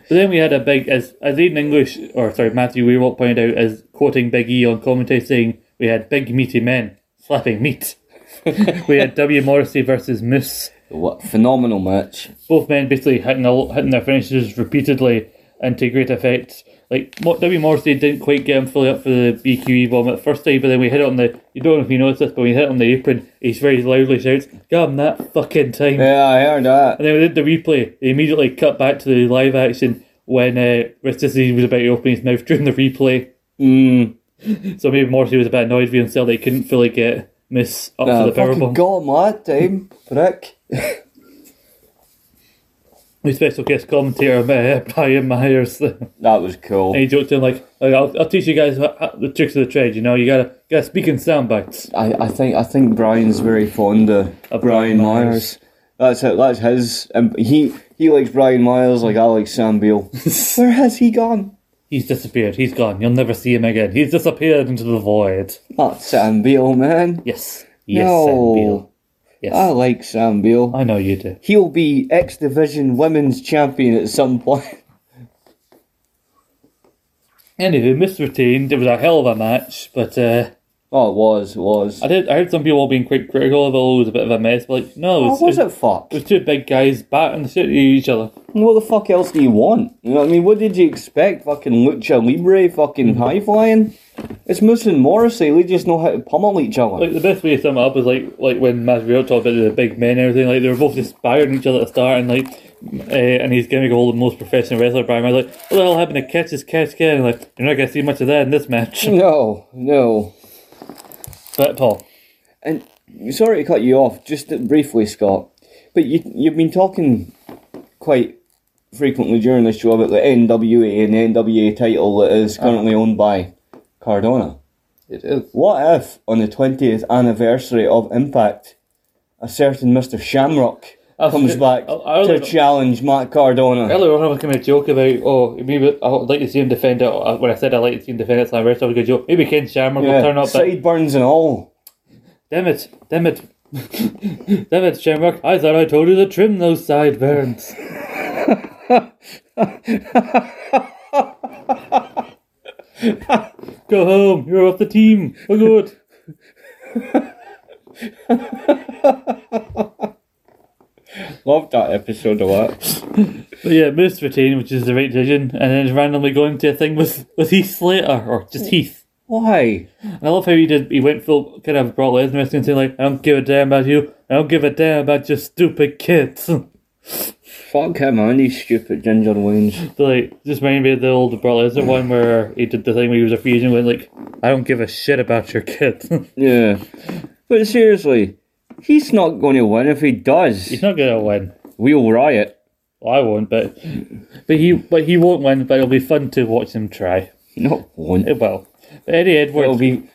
Speaker 1: But then we had a big, as as Aiden English, or sorry, Matthew Weirwalt pointed out, as quoting Big E on commentary, saying, We had big meaty men slapping meat. we had W. Morrissey versus Moose.
Speaker 2: What phenomenal match.
Speaker 1: Both men basically hitting, a, lo- hitting their finishes repeatedly and to great effect. Like, Mo- W. Morrissey didn't quite get him fully up for the BQE bomb at first time, but then we hit it on the, you don't know if you noticed this, but we hit it on the apron, he very loudly shouts, Got him that fucking time.
Speaker 2: Yeah, I heard that.
Speaker 1: And then we did the replay. They immediately cut back to the live action when uh, Ristisi was about to open his mouth during the replay. Mm. So maybe Morrissey was a bit annoyed with himself that he couldn't fully get Miss up
Speaker 2: Uh,
Speaker 1: to the
Speaker 2: fucking
Speaker 1: powerbomb.
Speaker 2: got him that time, prick.
Speaker 1: With special guest commentator uh, Brian Myers. and
Speaker 2: That was cool.
Speaker 1: he joked to him like, "Oh, I'll, I'll teach you guys wha- how- the tricks of the trade, you know, you gotta, gotta speak in sound bites.
Speaker 2: I, I think I think Brian's very fond of Brian
Speaker 1: Brian
Speaker 2: Myers. That's it. That's his. And he he likes Brian Myers like I like Sam Beale. Where has he gone?
Speaker 1: He's disappeared, he's gone, you'll never see him again. He's disappeared into the void.
Speaker 2: Not Sam Beale, man.
Speaker 1: Yes. Yes,
Speaker 2: No. Oh.
Speaker 1: Sam Beale. Yes.
Speaker 2: I like Sam Beale.
Speaker 1: I know you do.
Speaker 2: He'll be X Division Women's Champion at some point.
Speaker 1: Anywho, Miss retained. It was a hell of a match, but uh,
Speaker 2: Oh, it was, it was.
Speaker 1: I did. I heard some people being quite critical of it. Oh, it was a bit of a mess, but like, no, it
Speaker 2: Oh,
Speaker 1: was,
Speaker 2: was
Speaker 1: it,
Speaker 2: it fuck?
Speaker 1: it was two big guys batting the shit at each other.
Speaker 2: What the fuck else do you want? You know what I mean? What did you expect? Fucking lucha libre, fucking
Speaker 1: Mm-hmm.
Speaker 2: high flying. It's Moose and Morrissey. They just know how to pummel each other.
Speaker 1: Like the best way to sum it up is like like when Masvidal talked about the big men and everything. Like they were both inspiring each other at the start, and like, uh, and he's gonna go the most professional wrestler. Brian was like, what the hell happened to catch is catch can? And like, you're not gonna see much of that in this match.
Speaker 2: no, no.
Speaker 1: but Paul,
Speaker 2: And sorry to cut you off, just briefly, Scott. But you you've been talking quite frequently during this show about the NWA and the NWA title that is currently owned by Cardona.
Speaker 1: Uh-huh. it is.
Speaker 2: What if on the twentieth anniversary of Impact, a certain Mister Shamrock
Speaker 1: I
Speaker 2: comes
Speaker 1: think-
Speaker 2: back
Speaker 1: I- I
Speaker 2: to
Speaker 1: only-
Speaker 2: challenge Matt Cardona?
Speaker 1: Earlier on, I was making a joke about, oh, maybe I would like to see him defend it. Uh, When I said I'd like to see him defend it, so I was going to joke. Maybe Ken Shamrock will turn
Speaker 2: Yeah,
Speaker 1: up. But,
Speaker 2: sideburns and all.
Speaker 1: damn it, damn it. damn it, Shamrock. I thought I told you to trim those sideburns. Go home. You're off the team. We're good.
Speaker 2: Loved that episode a lot.
Speaker 1: But yeah, Moose retain, which is the right decision, and then randomly going to a thing with, with Heath Slater, or just Heath.
Speaker 2: Why?
Speaker 1: I love how he did. He went full kind of Brock Lesnar and saying like, "I don't give a damn about you. I don't give a damn about your stupid kids." so
Speaker 2: Fuck him and these stupid ginger wings.
Speaker 1: like, just reminded me of the old Brock Lesnar one where he did the thing where he was a free agent and went like, "I don't give a shit about your kids."
Speaker 2: Yeah. But seriously, he's not going to win if he does.
Speaker 1: He's not gonna win.
Speaker 2: We'll riot.
Speaker 1: Well, I won't, but but he but he won't win. But it'll be fun to watch him try.
Speaker 2: No, won't.
Speaker 1: It will. But Eddie
Speaker 2: It'll
Speaker 1: Edwards,
Speaker 2: be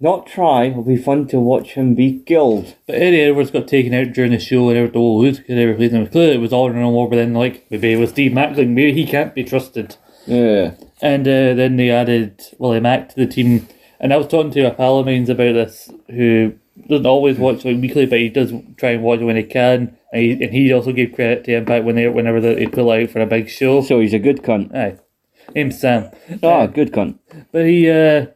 Speaker 2: not try. It'll be fun to watch him be killed.
Speaker 1: but Eddie Edwards got taken out during the show, and everything. Oh, who's gonna replace him? Clearly, it was all in a war. But then, like, maybe it was Steve Macklin. Maybe he can't be trusted.
Speaker 2: Yeah.
Speaker 1: And uh, then they added Willie Mack to the team. And I was talking to a pal of mine's about this, who doesn't always watch like weekly, but he does try and watch it when he can. And he, and he also gave credit to Impact when they whenever they, they pull out for a big show.
Speaker 2: So he's a good cunt.
Speaker 1: Aye, name's Sam.
Speaker 2: Ah, good cunt.
Speaker 1: But he, uh,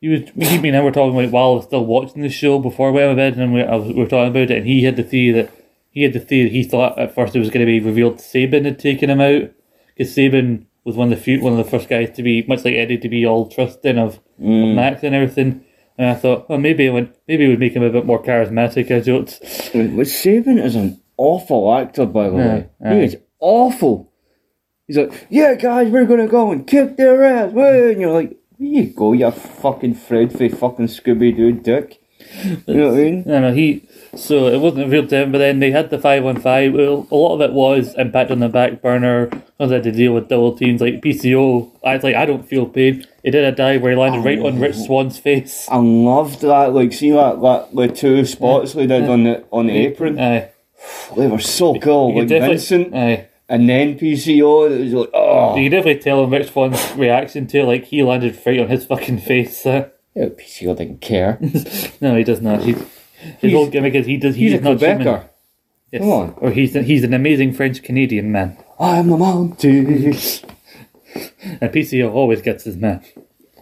Speaker 1: he was, he, me and him were talking about it while I was still watching the show before I went to bed, and we, I was, we were talking about it, and he had the theory that he had the theory that he thought at first it was going to be revealed Saban had taken him out because Saban was one of the few, one of the first guys to be much like Eddie to be all trusting of, of Max and everything. And I thought, well, maybe it would, maybe it would make him a bit more charismatic. I joked.
Speaker 2: But Saban is an awful actor, by the way.
Speaker 1: Yeah,
Speaker 2: He
Speaker 1: aye.
Speaker 2: is awful. He's like, yeah, guys, we're gonna go and kick their ass. Woo!" And you're like, here you go, you fucking Fred for fucking Scooby Doo dick. You know what I mean?
Speaker 1: No, no, he. So it wasn't revealed to him, but then they had the 515. Well, a lot of it was impact on the back burner. Because had to deal with double teams like PCO. I was like, I don't feel pain. He did a dive where he landed right on Rich Swan's face.
Speaker 2: I loved that. Like, see that that the two spots they did on the on the apron.
Speaker 1: Aye.
Speaker 2: They were so cool.
Speaker 1: You
Speaker 2: Oh, Like
Speaker 1: could definitely-
Speaker 2: Vincent
Speaker 1: Aye.
Speaker 2: and then PCO. It was like, oh,
Speaker 1: You could definitely tell in Rich Swan's reaction to it, like he landed right on his fucking face. uh.
Speaker 2: yeah, PCO didn't care.
Speaker 1: no, he does not. He's, his whole gimmick is he does.
Speaker 2: He's a
Speaker 1: not human.
Speaker 2: Quebecer.
Speaker 1: Yes.
Speaker 2: Come on.
Speaker 1: Or he's he's an amazing French Canadian man.
Speaker 2: I'm a mountain.
Speaker 1: And PCO always gets his man.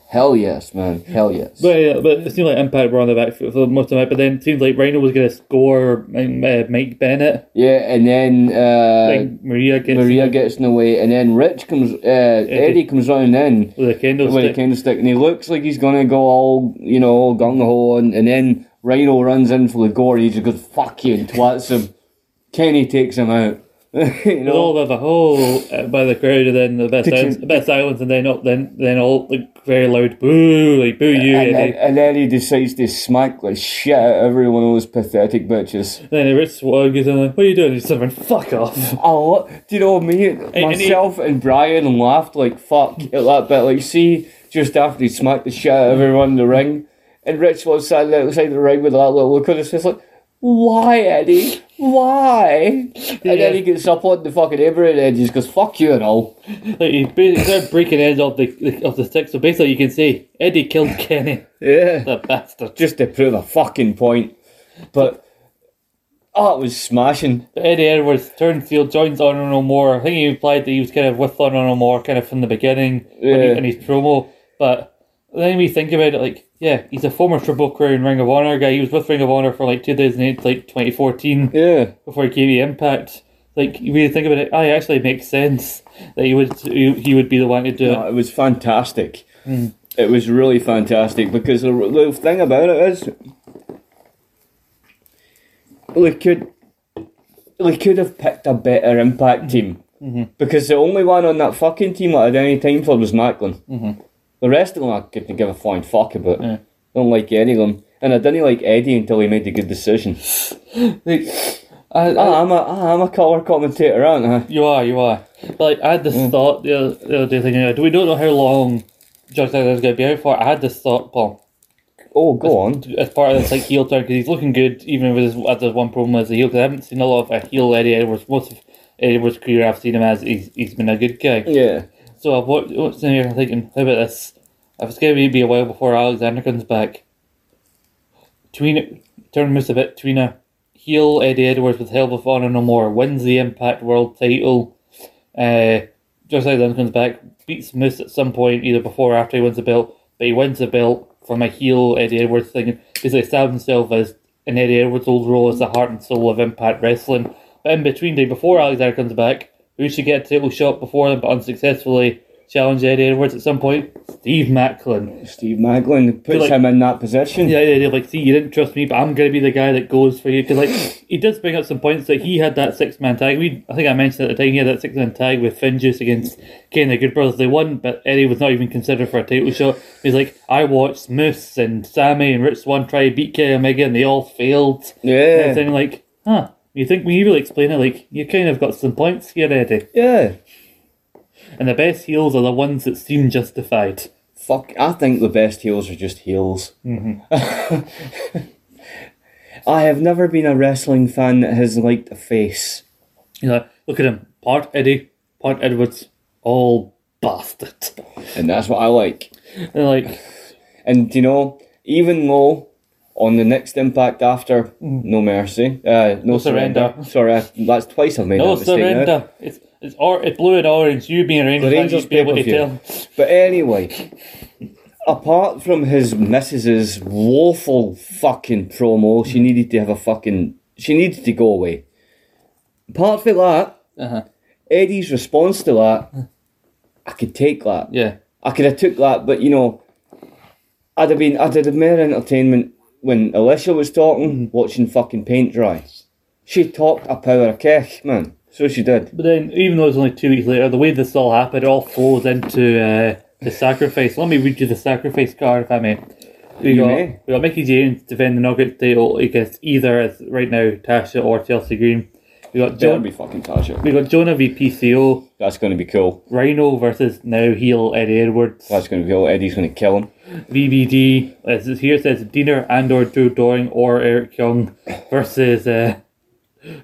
Speaker 2: Hell yes, man. Hell yes.
Speaker 1: But yeah, but it seemed like Impact were on the back foot for most of the night. But then it seemed like Rhino was going to score um, uh, Mike Bennett.
Speaker 2: yeah, and then uh,
Speaker 1: Like Maria gets
Speaker 2: Maria gets in the way, and then Rich comes. Uh, Eddie comes running in
Speaker 1: with a candlestick.
Speaker 2: with a candlestick, and he looks like he's gonna go all you know, all gung ho, and, and then Rhino runs in for the gore. And he just goes fuck you and twats him. Kenny takes him out. you
Speaker 1: With
Speaker 2: know,
Speaker 1: all of the whole uh, by the crowd, and then the best
Speaker 2: Did you-
Speaker 1: silence, the best silence, and then up, then then all like very loud boo, like boo you,
Speaker 2: and,
Speaker 1: and
Speaker 2: then,
Speaker 1: then,
Speaker 2: and then he decides to smack the shit out of every one of those pathetic bitches.
Speaker 1: then Rich Swag is like, "What are you doing?" He's like, "Fuck off."
Speaker 2: I lo- do you know me,
Speaker 1: and he-
Speaker 2: myself, and, Brian laughed like fuck at that bit. Like, see, just after he smacked the shit out of everyone in the ring, and Rich was sat outside the ring with that little look on his face, like, why, Eddie? Why? And
Speaker 1: Yeah.
Speaker 2: then he gets up on the fucking apron and he just goes, fuck you and all.
Speaker 1: Like he basically started breaking ends off the of the stick. So basically, you can say Eddie killed Kenny,
Speaker 2: Yeah.
Speaker 1: the bastard.
Speaker 2: Just to prove a fucking point. But, oh, it was smashing.
Speaker 1: Eddie Edwards turned heel, joins Honor No More. I think he implied that he was kind of with Honor No More kind of from the beginning when
Speaker 2: Yeah.
Speaker 1: he, in his promo. But then we think about it, like, yeah, he's a former Triple Crown Ring of Honor guy. He was with Ring of Honor for like 2008, like 2014,
Speaker 2: Yeah.
Speaker 1: before he came to Impact. Like, you really think about it, oh, it actually makes sense that he would he, he would be the one to do
Speaker 2: No, Uh, it was fantastic. It was really fantastic because the, the thing about it is, we could we could have picked a better
Speaker 1: Mm-hmm.
Speaker 2: impact team because the only one on that fucking team I had any time for was Macklin. The rest of them I couldn't give a flying fuck about.
Speaker 1: Mm-hmm. Yeah.
Speaker 2: Don't like any of them, and I didn't like Eddie until he made the good decision.
Speaker 1: it. Like, I, I-
Speaker 2: Ah, I'm a ah, I'm a color commentator, aren't I?
Speaker 1: You are, you are. But like, I had this thought the other, the other day, thinking, like, we don't know how long Josh Alexander is going to be out for. I had this thought, Paul,
Speaker 2: Oh, go on.
Speaker 1: as part of this like heel turn because he's looking good, even with his, at the one problem as a heel. Because I haven't seen a lot of a heel Eddie Edwards. Most of Eddie Edwards' career, I've seen him as he's, he's been a good guy.
Speaker 2: Yeah.
Speaker 1: So I've watched, watched him here and thinking, how about this? If it's going to be a while before Alexander comes back, tween, turn this a bit, between a heel Eddie Edwards with Hell of Honor No More, wins the Impact World title, uh, just Alexander comes back, beats Moose at some point, either before or after he wins the belt, but he wins the belt from a heel Eddie Edwards thing, basically established himself as an Eddie Edwards' old role as the heart and soul of Impact Wrestling. But in between day, before Alexander comes back, who should get a title shot before them but unsuccessfully challenge Eddie Edwards at some point? Steve Macklin.
Speaker 2: Steve Macklin puts
Speaker 1: like-
Speaker 2: him in that position.
Speaker 1: Yeah, yeah, they're like, see, you didn't trust me, but I'm gonna be the guy that goes for you because, like, he does bring up some points that he had that six man tag. We, I think I mentioned at the time he had that six man tag with Finn Juice against Kane and the Good Brothers. They won, but Eddie was not even considered for a title shot. He's like, I watched Moose and Sammy and Rich Swan try to beat Kenny Omega, and they all failed.
Speaker 2: Yeah.
Speaker 1: and then like, huh? You think when you really explain it, like, you kind of got some points here, Eddie.
Speaker 2: Yeah.
Speaker 1: And the best heels are the ones that seem justified.
Speaker 2: Fuck, I think the best heels are just heels. I have never been a wrestling fan that has liked a face.
Speaker 1: You know, look at him, part Eddie, part Edwards, all bastard.
Speaker 2: And that's what I like.
Speaker 1: And like,
Speaker 2: And you know, even though on the next impact after No Mercy, uh, no, surrender.
Speaker 1: Surrender.
Speaker 2: Sorry, I- that's twice I've made
Speaker 1: no
Speaker 2: that mistake. now.
Speaker 1: "Oh, surrender. It's it's or it blue and orange. You being a Rangers,
Speaker 2: The
Speaker 1: fan,
Speaker 2: Rangers
Speaker 1: you'd be able to
Speaker 2: pay-per-view.
Speaker 1: tell.
Speaker 2: But anyway, apart from his missus's woeful fucking promo,
Speaker 1: Mm.
Speaker 2: she needed to have a fucking. She needed to go away. Apart from that,
Speaker 1: Uh-huh.
Speaker 2: Eddie's response to that, I could take that.
Speaker 1: Yeah,
Speaker 2: I could have took that, but you know, I'd have been, I'd have had more entertainment when Alicia was
Speaker 1: Mm.
Speaker 2: talking, watching fucking paint dry. She talked a power of kech, man. So she did.
Speaker 1: but then even though it's only two weeks later, the way this all happened, it all flows into uh, the sacrifice. Let me read you the sacrifice card, if I may. We
Speaker 2: You
Speaker 1: got
Speaker 2: may.
Speaker 1: we got Mickey James defending the Nuggets title against either as right now Tasha or Chelsea Green. We got
Speaker 2: That'd
Speaker 1: John,
Speaker 2: be fucking Tasha.
Speaker 1: we got Jonah v PCO.
Speaker 2: That's going to be cool.
Speaker 1: Rhino versus now heel Eddie Edwards.
Speaker 2: That's going to be cool. Eddie's going to kill him.
Speaker 1: VBD, as it uh, here says, Diener and or Drew Doring or Eric Young versus uh,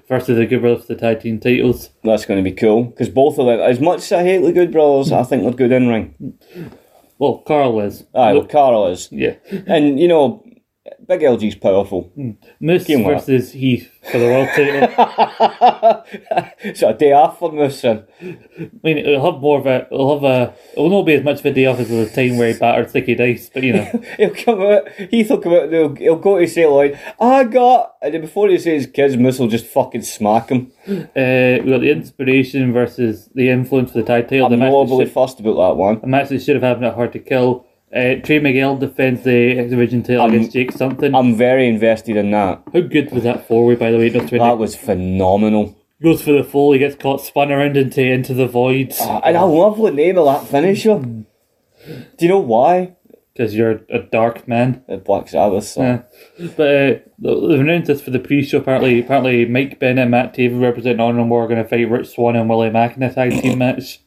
Speaker 1: versus the Good Brothers for the tag team titles.
Speaker 2: That's going to be cool because both of them, as much as I hate the Good Brothers, I think they're good in ring.
Speaker 1: Well, Carl is.
Speaker 2: Aye, well,
Speaker 1: Look,
Speaker 2: Carl is,
Speaker 1: yeah.
Speaker 2: and you know, Big LG's powerful.
Speaker 1: Moose
Speaker 2: Game what?
Speaker 1: versus Heath for the world title. Mm.
Speaker 2: So a day off for Moose then.
Speaker 1: I mean, it'll have more of a, it'll have a, it'll not be as much of a day off as the time where he battered Sticky Dice, but you know,
Speaker 2: He'll come out, Heath will come out and he'll, he'll go to say like, I got, and then before he says kids, Moose will just fucking smack him.
Speaker 1: uh, we got the inspiration versus the influence for the tag title. the
Speaker 2: I'm
Speaker 1: match that
Speaker 2: horribly
Speaker 1: should-
Speaker 2: fussed about that one.
Speaker 1: a match that should have happened at Hard to Kill. Uh, Trey Miguel defends the X Division title
Speaker 2: Um,
Speaker 1: against Jake something.
Speaker 2: I'm very invested in that.
Speaker 1: How good was that four way, by the way? Just when
Speaker 2: That
Speaker 1: he
Speaker 2: was phenomenal.
Speaker 1: goes for the full, he gets caught, spun around into into the void.
Speaker 2: And I love the name of that finisher.
Speaker 1: Mm.
Speaker 2: Do you know why?
Speaker 1: Because you're a dark man.
Speaker 2: The Black Sabbath. So.
Speaker 1: Yeah. But uh, they've announced this for the pre show. Apparently, apparently Mike Bennett and Matt Taven representing Honor and War are going to fight Rich Swan and Willie Mack in a tag team match.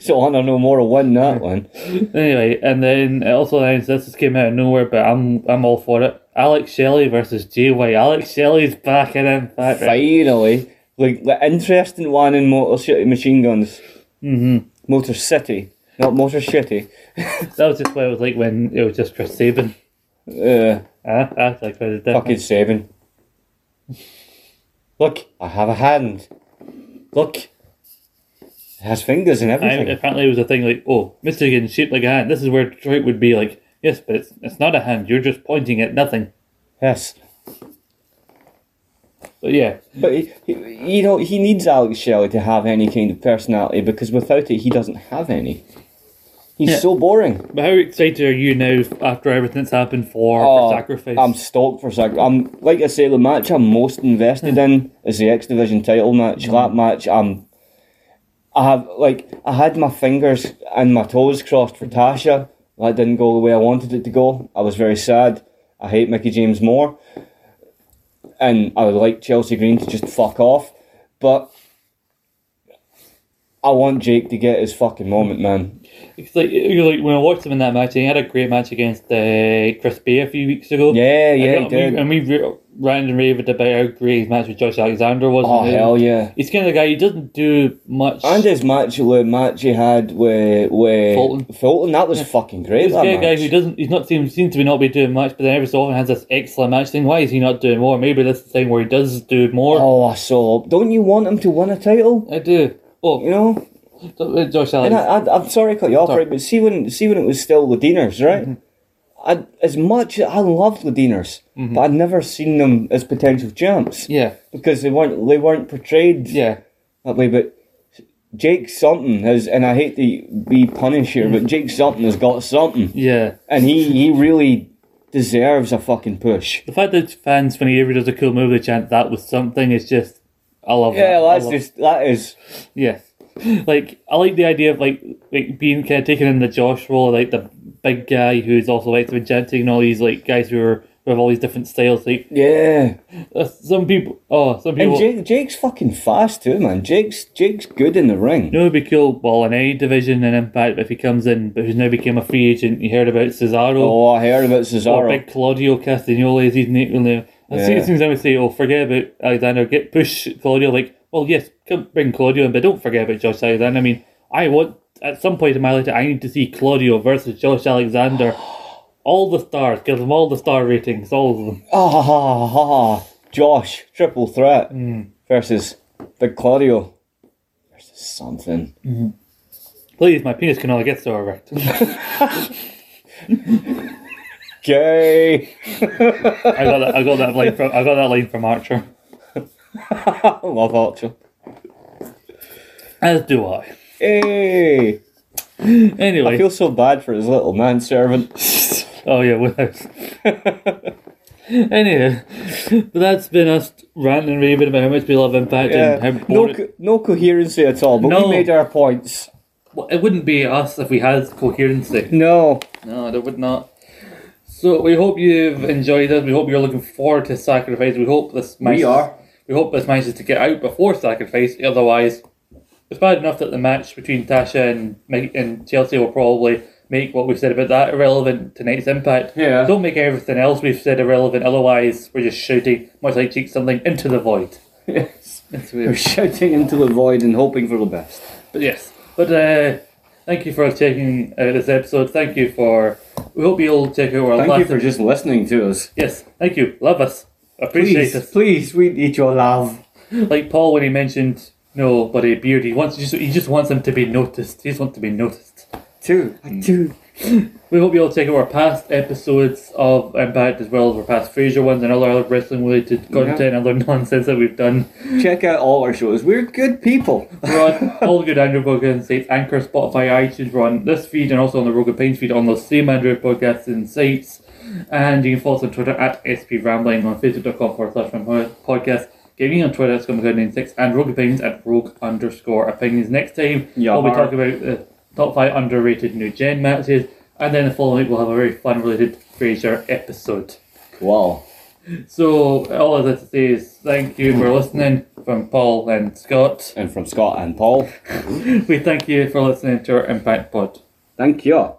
Speaker 2: So Honor No More will win that one.
Speaker 1: Anyway, and then it also announced this just came out of nowhere, but I'm I'm all for it. Alex Shelley versus Jay White. Alex Shelley's back in Impact.
Speaker 2: Finally, like the interesting one in Motor City Machine Guns. Mm-hmm. Motor City, not Motor Shitty.
Speaker 1: That was just what it was like when it was just Chris Sabin.
Speaker 2: Uh,
Speaker 1: Uh, that's like quite a different.
Speaker 2: fucking saving. Look, I have a hand. Look, it has fingers and
Speaker 1: I,
Speaker 2: everything.
Speaker 1: apparently, it was a thing like, oh, Michigan shaped like a hand. This is where Detroit would be like, yes, but it's, it's not a hand. You're just pointing at nothing.
Speaker 2: yes.
Speaker 1: But yeah,
Speaker 2: But he, he- you know, he needs Alex Shelley to have any kind of personality because without it, he doesn't have any. He's
Speaker 1: Yeah.
Speaker 2: so boring.
Speaker 1: but how excited are you now after everything that's happened for,
Speaker 2: Oh,
Speaker 1: for Sacrifice?
Speaker 2: I'm stoked for sacrifice. I'm like I say, the match I'm most invested in is the X Division title match.
Speaker 1: Mm.
Speaker 2: That match, I'm. I have like I had my fingers and my toes crossed for Tasha. That didn't go the way I wanted it to go. I was very sad. I hate Mickey James more, and I would like Chelsea Green to just fuck off. But I want Jake to get his fucking moment, man.
Speaker 1: It's like, you're like, when I watched him in that match, he had a great match against uh, Chris Bay a few weeks ago.
Speaker 2: Yeah,
Speaker 1: And
Speaker 2: yeah, he
Speaker 1: we-
Speaker 2: did.
Speaker 1: And we re- ran and raved about how great his match with Josh Alexander was.
Speaker 2: Oh
Speaker 1: And
Speaker 2: hell yeah!
Speaker 1: He's kind of the guy, he doesn't do much.
Speaker 2: And his match, the match he had with, with
Speaker 1: Fulton.
Speaker 2: that was fucking great.
Speaker 1: He's
Speaker 2: That
Speaker 1: a
Speaker 2: match.
Speaker 1: guy who doesn't. He's not seem seems to be not be doing much, but then every so often has this excellent match thing. Why is he not doing more? Maybe that's the thing where he does do more.
Speaker 2: oh, I saw. Don't you want him to win a title?
Speaker 1: I do. Oh,
Speaker 2: You know,
Speaker 1: uh, Josh
Speaker 2: and
Speaker 1: Alexander.
Speaker 2: I, I, I'm sorry to cut you off, right? But see when see when it was still Ladinos, right?
Speaker 1: Mm-hmm.
Speaker 2: I, as much I loved Ladinos, but I'd never seen them as potential champs
Speaker 1: Mm-hmm. Yeah,
Speaker 2: because they weren't they weren't portrayed
Speaker 1: yeah.
Speaker 2: that way. But Jake something has, and I hate to be punished here, but Jake something has got something.
Speaker 1: Mm-hmm. Yeah,
Speaker 2: and he, he really deserves a fucking push.
Speaker 1: the fact that fans, when he ever does a cool move, they chant that was something. It's just, I love that.
Speaker 2: Yeah,
Speaker 1: I
Speaker 2: that's
Speaker 1: love-
Speaker 2: just that is.
Speaker 1: yes. Like I like the idea of like like being kind of taken in the Josh role, like the big guy who's also like chanting and all these like guys who are who have all these different styles. Like
Speaker 2: Yeah,
Speaker 1: uh, some people, oh, some people.
Speaker 2: and Jake, Jake's fucking fast too, man. Jake's Jake's good in the ring.
Speaker 1: You know, it'd be cool. Well, in any division in Impact, if he comes in, but who's now became a free agent. You heard about Cesaro
Speaker 2: Oh, I heard about
Speaker 1: or
Speaker 2: Cesaro.
Speaker 1: big Claudio Castagnoli as he's nicknamed. him. I see.
Speaker 2: Yeah.
Speaker 1: It seems I would say, "Oh, forget about Alexander. Get push Claudio." Like, well, yes, come bring Claudio in, but don't forget about Josh Alexander. I mean, I want at some point in my life, I need to see Claudio versus Josh Alexander. All the stars, give them all the star ratings, all of them.
Speaker 2: Ah, ha, ha, ha, ha. Josh, triple threat
Speaker 1: Hmm.
Speaker 2: versus Big Claudio versus something.
Speaker 1: Please, my penis can only get so erect.
Speaker 2: Gay.
Speaker 1: I got that. I got that line from. I got that line from Archer.
Speaker 2: I love Archer.
Speaker 1: As do I.
Speaker 2: Hey,
Speaker 1: Anyway,
Speaker 2: I feel so bad for his little manservant.
Speaker 1: Oh yeah, without. Anyhow, but that's been us ranting and raving about how much we love Impact and
Speaker 2: Yeah.
Speaker 1: how
Speaker 2: No,
Speaker 1: boring.
Speaker 2: co- no coherency at all, but
Speaker 1: No.
Speaker 2: we made our points.
Speaker 1: Well, it wouldn't be us if we had coherency.
Speaker 2: No.
Speaker 1: No, that would not. So we hope you've enjoyed us. We hope you're looking forward to Sacrifice. We hope this manages,
Speaker 2: are.
Speaker 1: We hope this manages to get out before Sacrifice. Otherwise, it's bad enough that the match between Tasha and Mike and Chelsea will probably make what we've said about that irrelevant to tonight's impact.
Speaker 2: Yeah.
Speaker 1: Don't make everything else we've said irrelevant. Otherwise, we're just shouting, much like cheek something into the void.
Speaker 2: Yes.
Speaker 1: It's
Speaker 2: We're
Speaker 1: weird.
Speaker 2: shouting into the void and hoping for the best.
Speaker 1: but yes, but uh, Thank you for taking uh, this episode. Thank you for. We hope you'll take our
Speaker 2: Thank you
Speaker 1: last.
Speaker 2: for just listening to us.
Speaker 1: yes, thank you. Love us. Appreciate
Speaker 3: Please,
Speaker 1: us.
Speaker 3: please, we need your love.
Speaker 1: Like Paul when he mentioned no, but a beard. He wants just he just wants them to be noticed. He just wants to be noticed.
Speaker 3: Two, I do.
Speaker 1: We hope you all take our past episodes of Impact as well as our past Fraser ones and all our other wrestling related content and other nonsense that we've done.
Speaker 3: Mm. Check out all our shows. We're good people.
Speaker 1: We're on all the good Android podcasts, sites, Anchor, Spotify, iTunes. We're on this feed and also on the Rogan Pains feed on those same Android podcasts and sites. And you can follow us on Twitter at SP Rambling on Facebook.com forward slash Rambling podcast. Get me on Twitter, it's going to name six, and Rogue Opinions at Rogue underscore opinions. Next time,
Speaker 2: Yeah,
Speaker 1: we'll be
Speaker 2: alright.
Speaker 1: talking about the top five underrated new gen matches, and then the following week we'll have a very fun related Fraser episode.
Speaker 2: Wow.
Speaker 1: So, all I have to say is thank you for listening from Paul and Scott.
Speaker 2: And from Scott and Paul.
Speaker 1: We thank you for listening to our Impact Pod.
Speaker 2: Thank you.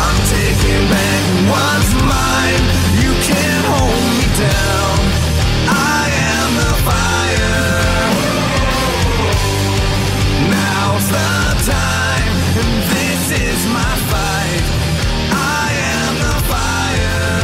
Speaker 4: I'm taking back what's mine. You can't hold me down. I am the fire. Now's the time, and this is my fight. I am the fire.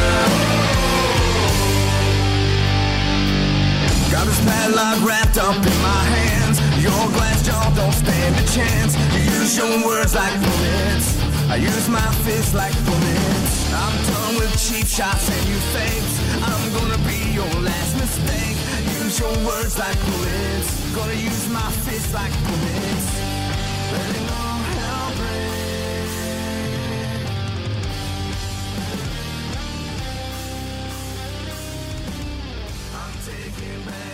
Speaker 4: Got this padlock wrapped up in my hands. Your glass jaw don't stand a chance. You use your words like bullets. I use my fists like bullets. I'm done with cheap shots and you fakes. I'm gonna be your last mistake. Use your words like bullets. Gonna use my fists like bullets. Letting all hell break. I'm taking back.